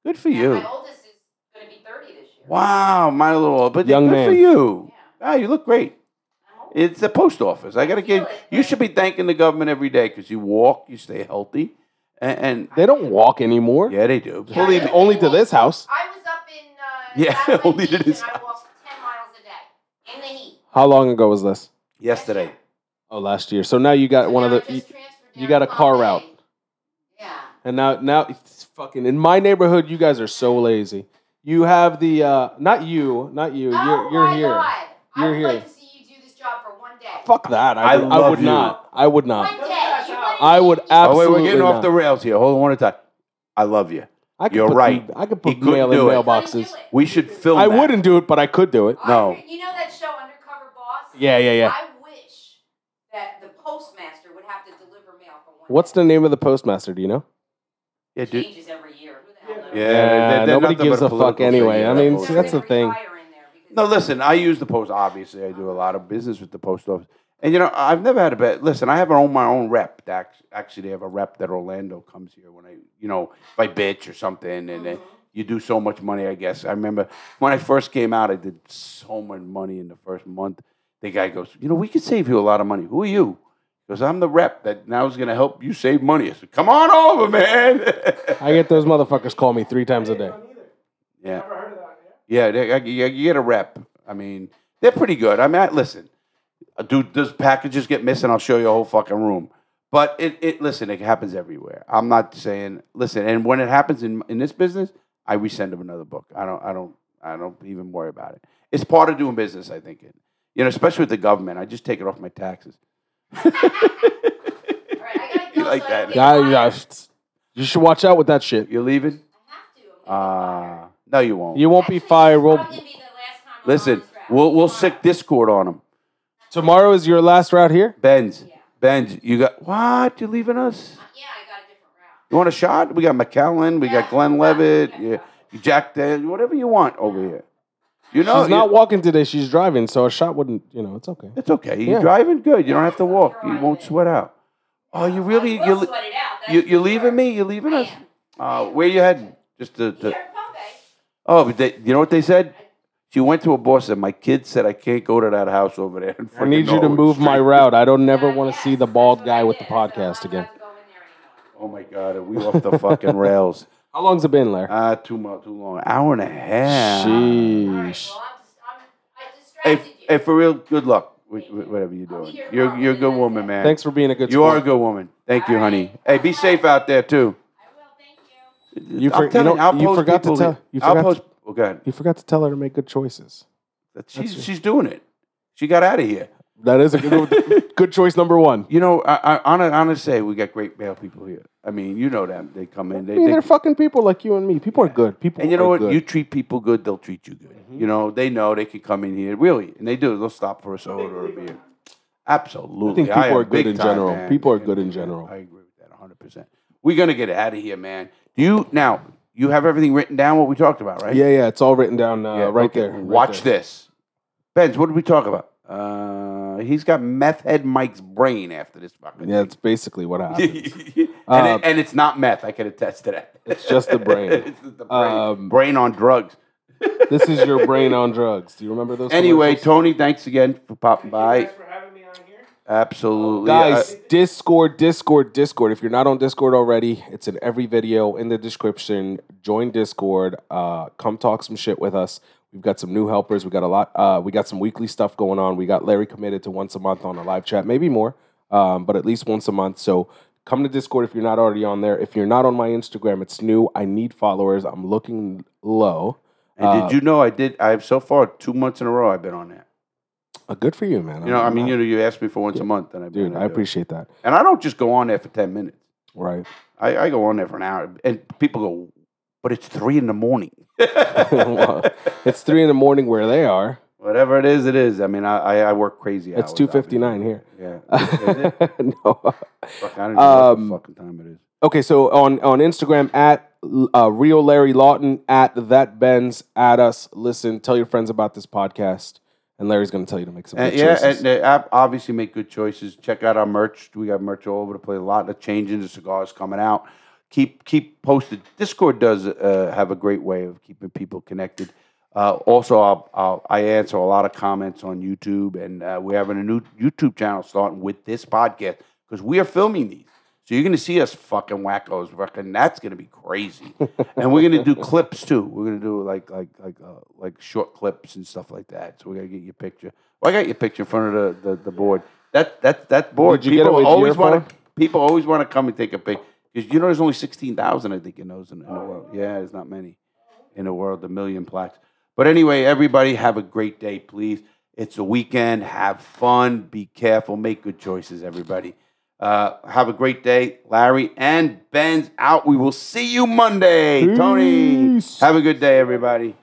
[SPEAKER 1] Good for
[SPEAKER 5] And
[SPEAKER 1] you.
[SPEAKER 5] My oldest is going to be 30 this year.
[SPEAKER 1] Wow, my little. But
[SPEAKER 2] Young
[SPEAKER 1] good
[SPEAKER 2] man.
[SPEAKER 1] for you.
[SPEAKER 5] Yeah.
[SPEAKER 1] Wow, you look great.
[SPEAKER 5] I'm old.
[SPEAKER 1] It's the post office. I gotta get. You should be thanking the government every day because you walk, you stay healthy, and,
[SPEAKER 2] They don't walk
[SPEAKER 1] and
[SPEAKER 2] anymore.
[SPEAKER 1] yeah, they do.
[SPEAKER 5] Yeah,
[SPEAKER 1] Believe
[SPEAKER 5] I
[SPEAKER 1] me.
[SPEAKER 5] know.
[SPEAKER 2] Only to this house.
[SPEAKER 5] I was up in. Uh,
[SPEAKER 1] Yeah,
[SPEAKER 2] [LAUGHS]
[SPEAKER 5] Satellite
[SPEAKER 1] only to
[SPEAKER 5] Beach
[SPEAKER 1] this
[SPEAKER 5] and I walked 10 miles a day in the heat.
[SPEAKER 2] How long ago was this?
[SPEAKER 1] Yesterday,
[SPEAKER 2] Oh, last year. So now you got
[SPEAKER 5] So
[SPEAKER 2] one of
[SPEAKER 5] now I
[SPEAKER 2] the.
[SPEAKER 5] just transferred
[SPEAKER 2] you
[SPEAKER 5] down
[SPEAKER 2] got a
[SPEAKER 5] to
[SPEAKER 2] car
[SPEAKER 5] Pompeii.
[SPEAKER 2] route.
[SPEAKER 5] Yeah.
[SPEAKER 2] And now, now it's fucking in my neighborhood. You guys are so lazy. You have the uh, not you, not you. you're
[SPEAKER 5] oh
[SPEAKER 2] you're
[SPEAKER 5] my
[SPEAKER 2] here.
[SPEAKER 5] God. I
[SPEAKER 2] You're
[SPEAKER 5] would
[SPEAKER 2] here.
[SPEAKER 5] like to see you do this job for one day.
[SPEAKER 2] Fuck that.
[SPEAKER 1] I
[SPEAKER 2] I would, I
[SPEAKER 1] love
[SPEAKER 2] would
[SPEAKER 1] you.
[SPEAKER 2] not. I would not.
[SPEAKER 5] One day. You wouldn't
[SPEAKER 2] I would
[SPEAKER 5] even-
[SPEAKER 1] oh wait,
[SPEAKER 2] absolutely.
[SPEAKER 1] we're getting
[SPEAKER 2] not.
[SPEAKER 1] off the rails here. Hold on one at a time. I love you.
[SPEAKER 2] I could
[SPEAKER 1] You're
[SPEAKER 2] put
[SPEAKER 1] right.
[SPEAKER 2] the- I could
[SPEAKER 1] He
[SPEAKER 2] put
[SPEAKER 1] couldn't
[SPEAKER 2] mail in
[SPEAKER 1] do it.
[SPEAKER 5] Couldn't
[SPEAKER 2] mailboxes.
[SPEAKER 5] do it.
[SPEAKER 1] We should film.
[SPEAKER 2] I
[SPEAKER 1] that.
[SPEAKER 2] wouldn't do it, but I could do it.
[SPEAKER 5] I
[SPEAKER 1] No.
[SPEAKER 5] agree. You know that show Undercover Boss?
[SPEAKER 2] Yeah, yeah, yeah.
[SPEAKER 5] I wish that the postmaster would have to deliver mail for one.
[SPEAKER 2] What's
[SPEAKER 5] day.
[SPEAKER 2] the name of the postmaster? Do you know?
[SPEAKER 1] Yeah, dude.
[SPEAKER 5] changes every year? Who the hell knows?
[SPEAKER 1] Yeah, they're- they're
[SPEAKER 2] nobody
[SPEAKER 1] nothing but
[SPEAKER 2] gives a fuck
[SPEAKER 1] political
[SPEAKER 2] anyway.
[SPEAKER 1] figure,
[SPEAKER 2] I
[SPEAKER 1] that
[SPEAKER 2] mean,
[SPEAKER 1] bullshit.
[SPEAKER 2] see, that's the thing.
[SPEAKER 5] Retire in there because-
[SPEAKER 1] No, listen, I use the post. Obviously, I do a lot of business with the post office. And, you know, I've never had a bet. Listen, I have our own, my own rep. Act- Actually, they have a rep that Orlando comes here when I, you know, if I bitch or something. And then you do so much money, I guess. I remember when I first came out, I did so much money in the first month. The guy goes, You know, we could save you a lot of money. Who are you? Because I'm the rep that now is going to help you save money. I said, Come on over, man. [LAUGHS]
[SPEAKER 2] I get those motherfuckers call me three times a day.
[SPEAKER 3] None either.
[SPEAKER 1] yeah.
[SPEAKER 3] Never heard of that. Yeah.
[SPEAKER 1] Yeah, they, I- you, you get a rep. I mean, they're pretty good. I mean, I, listen, uh, dude, does packages get missing? I'll show you a whole fucking room. But it, it listen, it happens everywhere. I'm not saying listen, and when it happens in in this business, I resend them another book. I don't, I don't, I don't even worry about it. It's part of doing business. I think it, you know, especially with the government. I just take it off my taxes. [LAUGHS]
[SPEAKER 5] All right, I gotta go,
[SPEAKER 1] You like
[SPEAKER 5] so I
[SPEAKER 1] that?
[SPEAKER 5] don't get
[SPEAKER 2] Yeah,
[SPEAKER 5] fired.
[SPEAKER 2] yeah, you should watch out with that shit.
[SPEAKER 1] You're leaving?
[SPEAKER 5] I have to. I'm gonna get
[SPEAKER 1] Uh, no, you won't.
[SPEAKER 2] You won't Ah. be
[SPEAKER 5] Actually,
[SPEAKER 2] fired.
[SPEAKER 5] this is
[SPEAKER 2] We'll,
[SPEAKER 5] probably gonna be the last time I'm on
[SPEAKER 1] listen,
[SPEAKER 5] this route. Uh,
[SPEAKER 1] we'll we'll
[SPEAKER 5] Tomorrow.
[SPEAKER 1] sick Discord on them.
[SPEAKER 2] tomorrow is your last route here.
[SPEAKER 1] Benz,
[SPEAKER 5] Yeah.
[SPEAKER 1] Benz, you got what? You leaving us?
[SPEAKER 5] Uh, Yeah, I got a different route.
[SPEAKER 1] You want a shot? We got McAllen, we got Glenn Levitt, yeah, Jack Daniel, whatever you want over here. You know,
[SPEAKER 2] She's not
[SPEAKER 1] you-
[SPEAKER 2] walking today. She's driving, so a shot wouldn't. You know, it's okay.
[SPEAKER 1] it's okay. You're
[SPEAKER 2] Yeah.
[SPEAKER 1] driving good. You don't have to walk. You
[SPEAKER 5] Driving.
[SPEAKER 1] won't sweat out. Oh, you really
[SPEAKER 5] I
[SPEAKER 1] you
[SPEAKER 5] will
[SPEAKER 1] li-
[SPEAKER 5] sweat it out, that's
[SPEAKER 1] you
[SPEAKER 5] for
[SPEAKER 1] you
[SPEAKER 5] sure.
[SPEAKER 1] leaving me? You leaving
[SPEAKER 5] I
[SPEAKER 1] us?
[SPEAKER 5] am.
[SPEAKER 1] Uh, where you heading? Just to,
[SPEAKER 5] Here
[SPEAKER 1] to
[SPEAKER 5] in Pompeii.
[SPEAKER 1] oh, but they, you know what they said? She went to a boss and my kid said I can't go to that house over there. in
[SPEAKER 2] I need
[SPEAKER 1] frickin'
[SPEAKER 2] you to
[SPEAKER 1] Norwood
[SPEAKER 2] move my
[SPEAKER 1] Street."
[SPEAKER 2] route. I don't never
[SPEAKER 5] Yeah,
[SPEAKER 2] want to
[SPEAKER 5] yes,
[SPEAKER 2] see the
[SPEAKER 5] that's
[SPEAKER 2] bald
[SPEAKER 5] what
[SPEAKER 2] guy
[SPEAKER 5] I
[SPEAKER 2] with the
[SPEAKER 5] did, so I'm not
[SPEAKER 2] podcast again.
[SPEAKER 5] allowed to go in there anymore.
[SPEAKER 1] Oh my god, are we off the
[SPEAKER 2] [LAUGHS]
[SPEAKER 1] fucking rails?
[SPEAKER 2] How long's it been, Larry?
[SPEAKER 1] Ah, too much, too long, hour and a half.
[SPEAKER 5] All right,
[SPEAKER 2] Sheesh.
[SPEAKER 5] well, I'm just, I'm, I distracted
[SPEAKER 1] If,
[SPEAKER 5] you.
[SPEAKER 1] if for real, good luck with with whatever you're
[SPEAKER 5] I'll
[SPEAKER 1] doing.
[SPEAKER 5] be here
[SPEAKER 1] You're
[SPEAKER 5] tomorrow.
[SPEAKER 1] you're a good woman, man.
[SPEAKER 2] Thanks for being a good.
[SPEAKER 1] You are a
[SPEAKER 2] sport.
[SPEAKER 1] good woman. Thank you,
[SPEAKER 5] All
[SPEAKER 1] honey.
[SPEAKER 5] right.
[SPEAKER 1] Hey, be safe out there too.
[SPEAKER 5] I will, thank you.
[SPEAKER 2] You, for,
[SPEAKER 1] I'm
[SPEAKER 2] you,
[SPEAKER 1] telling
[SPEAKER 2] know,
[SPEAKER 1] you, I'll
[SPEAKER 2] you
[SPEAKER 1] post
[SPEAKER 2] forgot to
[SPEAKER 1] people-
[SPEAKER 2] tell. You
[SPEAKER 1] I'll
[SPEAKER 2] forgot,
[SPEAKER 1] post.
[SPEAKER 2] to,
[SPEAKER 1] Oh, God,
[SPEAKER 2] you forgot to tell her to make good choices.
[SPEAKER 1] she's
[SPEAKER 2] it.
[SPEAKER 1] she's doing it. She got out of here.
[SPEAKER 2] That is
[SPEAKER 1] [LAUGHS]
[SPEAKER 2] a good, good choice number one.
[SPEAKER 1] You know, I, I on a, on a say we got great male people here. I mean, you know them. They come in. They,
[SPEAKER 2] I mean,
[SPEAKER 1] they
[SPEAKER 2] they're fucking people like you and me. People are good. People
[SPEAKER 1] and you know
[SPEAKER 2] are
[SPEAKER 1] what?
[SPEAKER 2] Oh, good. Mm-hmm.
[SPEAKER 1] You treat people good, they'll treat you good. You know, they know they can come in here really, and they do. They'll stop for a soda or a beer. Absolutely,
[SPEAKER 2] I think
[SPEAKER 1] I
[SPEAKER 2] people
[SPEAKER 1] am
[SPEAKER 2] are good
[SPEAKER 1] big
[SPEAKER 2] in
[SPEAKER 1] time,
[SPEAKER 2] general.
[SPEAKER 1] man.
[SPEAKER 2] People are
[SPEAKER 1] And-
[SPEAKER 2] good in
[SPEAKER 1] and
[SPEAKER 2] general.
[SPEAKER 1] I agree with that 100. percent We're gonna get out of here, man. Do you now? You have everything written down what we talked about, right?
[SPEAKER 2] yeah, yeah. It's all written down uh,
[SPEAKER 1] Yeah,
[SPEAKER 2] right
[SPEAKER 1] okay.
[SPEAKER 2] there. right
[SPEAKER 1] Watch
[SPEAKER 2] there.
[SPEAKER 1] this. Benz, what did we talk about? Uh, he's got meth head Mike's brain after this fucking [LAUGHS]
[SPEAKER 2] Yeah, that's basically what happened.
[SPEAKER 1] thing. and,
[SPEAKER 2] Uh,
[SPEAKER 1] it, and it's not meth. I can attest to that.
[SPEAKER 2] It's just the brain.
[SPEAKER 1] [LAUGHS] it's just the brain.
[SPEAKER 2] Um,
[SPEAKER 1] brain on drugs.
[SPEAKER 2] this is your brain on drugs. Do you remember those?
[SPEAKER 1] Anyway,
[SPEAKER 2] commercials?
[SPEAKER 1] Tony, thanks again for popping
[SPEAKER 3] Thank you
[SPEAKER 1] by.
[SPEAKER 3] guys for having me on here.
[SPEAKER 1] Absolutely.
[SPEAKER 2] guys,
[SPEAKER 1] Uh,
[SPEAKER 2] Discord, Discord, Discord. If you're not on Discord already, it's in every video in the description. Join Discord. Uh, come talk some shit with us. We've got some new helpers. We got a lot. Uh, we got some weekly stuff going on. We got Larry committed to once a month on a live chat, maybe more, um, but at least once a month. So Come to Discord if you're not already on there. If you're not on my Instagram, it's new. I need followers. I'm looking low.
[SPEAKER 1] And
[SPEAKER 2] Uh,
[SPEAKER 1] did you know I did? I've so far two months in a row I've been on that.
[SPEAKER 2] Uh, good for you, man.
[SPEAKER 1] You know, I
[SPEAKER 2] I'm
[SPEAKER 1] mean,
[SPEAKER 2] not-
[SPEAKER 1] you know, you asked me for once a month, and I've been.
[SPEAKER 2] Uh-huh. dude, I appreciate that.
[SPEAKER 1] And I don't just go on there for ten minutes. [LAUGHS]
[SPEAKER 2] Right. [LAUGHS]
[SPEAKER 1] I, I go on there for an hour, and people go, "But it's three in the
[SPEAKER 2] [LAUGHS]
[SPEAKER 1] morning."
[SPEAKER 2] Well, it's three in the morning where they are.
[SPEAKER 1] Whatever it is, it is. I mean, I I, I work crazy.
[SPEAKER 2] It's
[SPEAKER 1] hours,
[SPEAKER 2] two fifty nine here.
[SPEAKER 1] obviously. Yeah. Is
[SPEAKER 2] [LAUGHS]
[SPEAKER 1] it?
[SPEAKER 2] no.
[SPEAKER 1] Fuck, I don't even know
[SPEAKER 2] Um,
[SPEAKER 1] what the fucking time it is.
[SPEAKER 2] Okay, so on on Instagram at uh, real Larry Lawton at that Benz at us. Listen, tell your friends about this podcast, and Larry's going to tell you to make some.
[SPEAKER 1] And,
[SPEAKER 2] good
[SPEAKER 1] Uh, yeah,
[SPEAKER 2] choices.
[SPEAKER 1] and they ab- obviously make good choices. Check out our merch. We got merch all over the place. A lot of changing. The cigars coming out. Keep keep posted. Discord does uh, have a great way of keeping people connected. Uh, also, I'll, I'll, I answer a lot of comments on YouTube, and uh, we're having a new YouTube channel starting with this podcast because we are filming these. So you're going to see us fucking wackos, fucking. That's going to be crazy,
[SPEAKER 2] [LAUGHS]
[SPEAKER 1] and we're going to do clips too. We're going to do like like like uh, like short clips and stuff like that. So we got to get your picture. Well, I got your picture in front of the, the, the board. That that that board.
[SPEAKER 2] Did you get it
[SPEAKER 1] people
[SPEAKER 2] with your
[SPEAKER 1] always
[SPEAKER 2] phone?
[SPEAKER 1] want to. People always want to come and take a picture because you know there's only sixteen thousand I think in those in, in the world. Yeah, there's not many in the world. A million plaques. But anyway, everybody have a great day, please. It's a weekend. Have fun. Be careful. Make good choices, everybody. Uh, have a great day, Larry and Ben's out. We will see you Monday, Tony.
[SPEAKER 2] Peace.
[SPEAKER 1] Have a good day, everybody.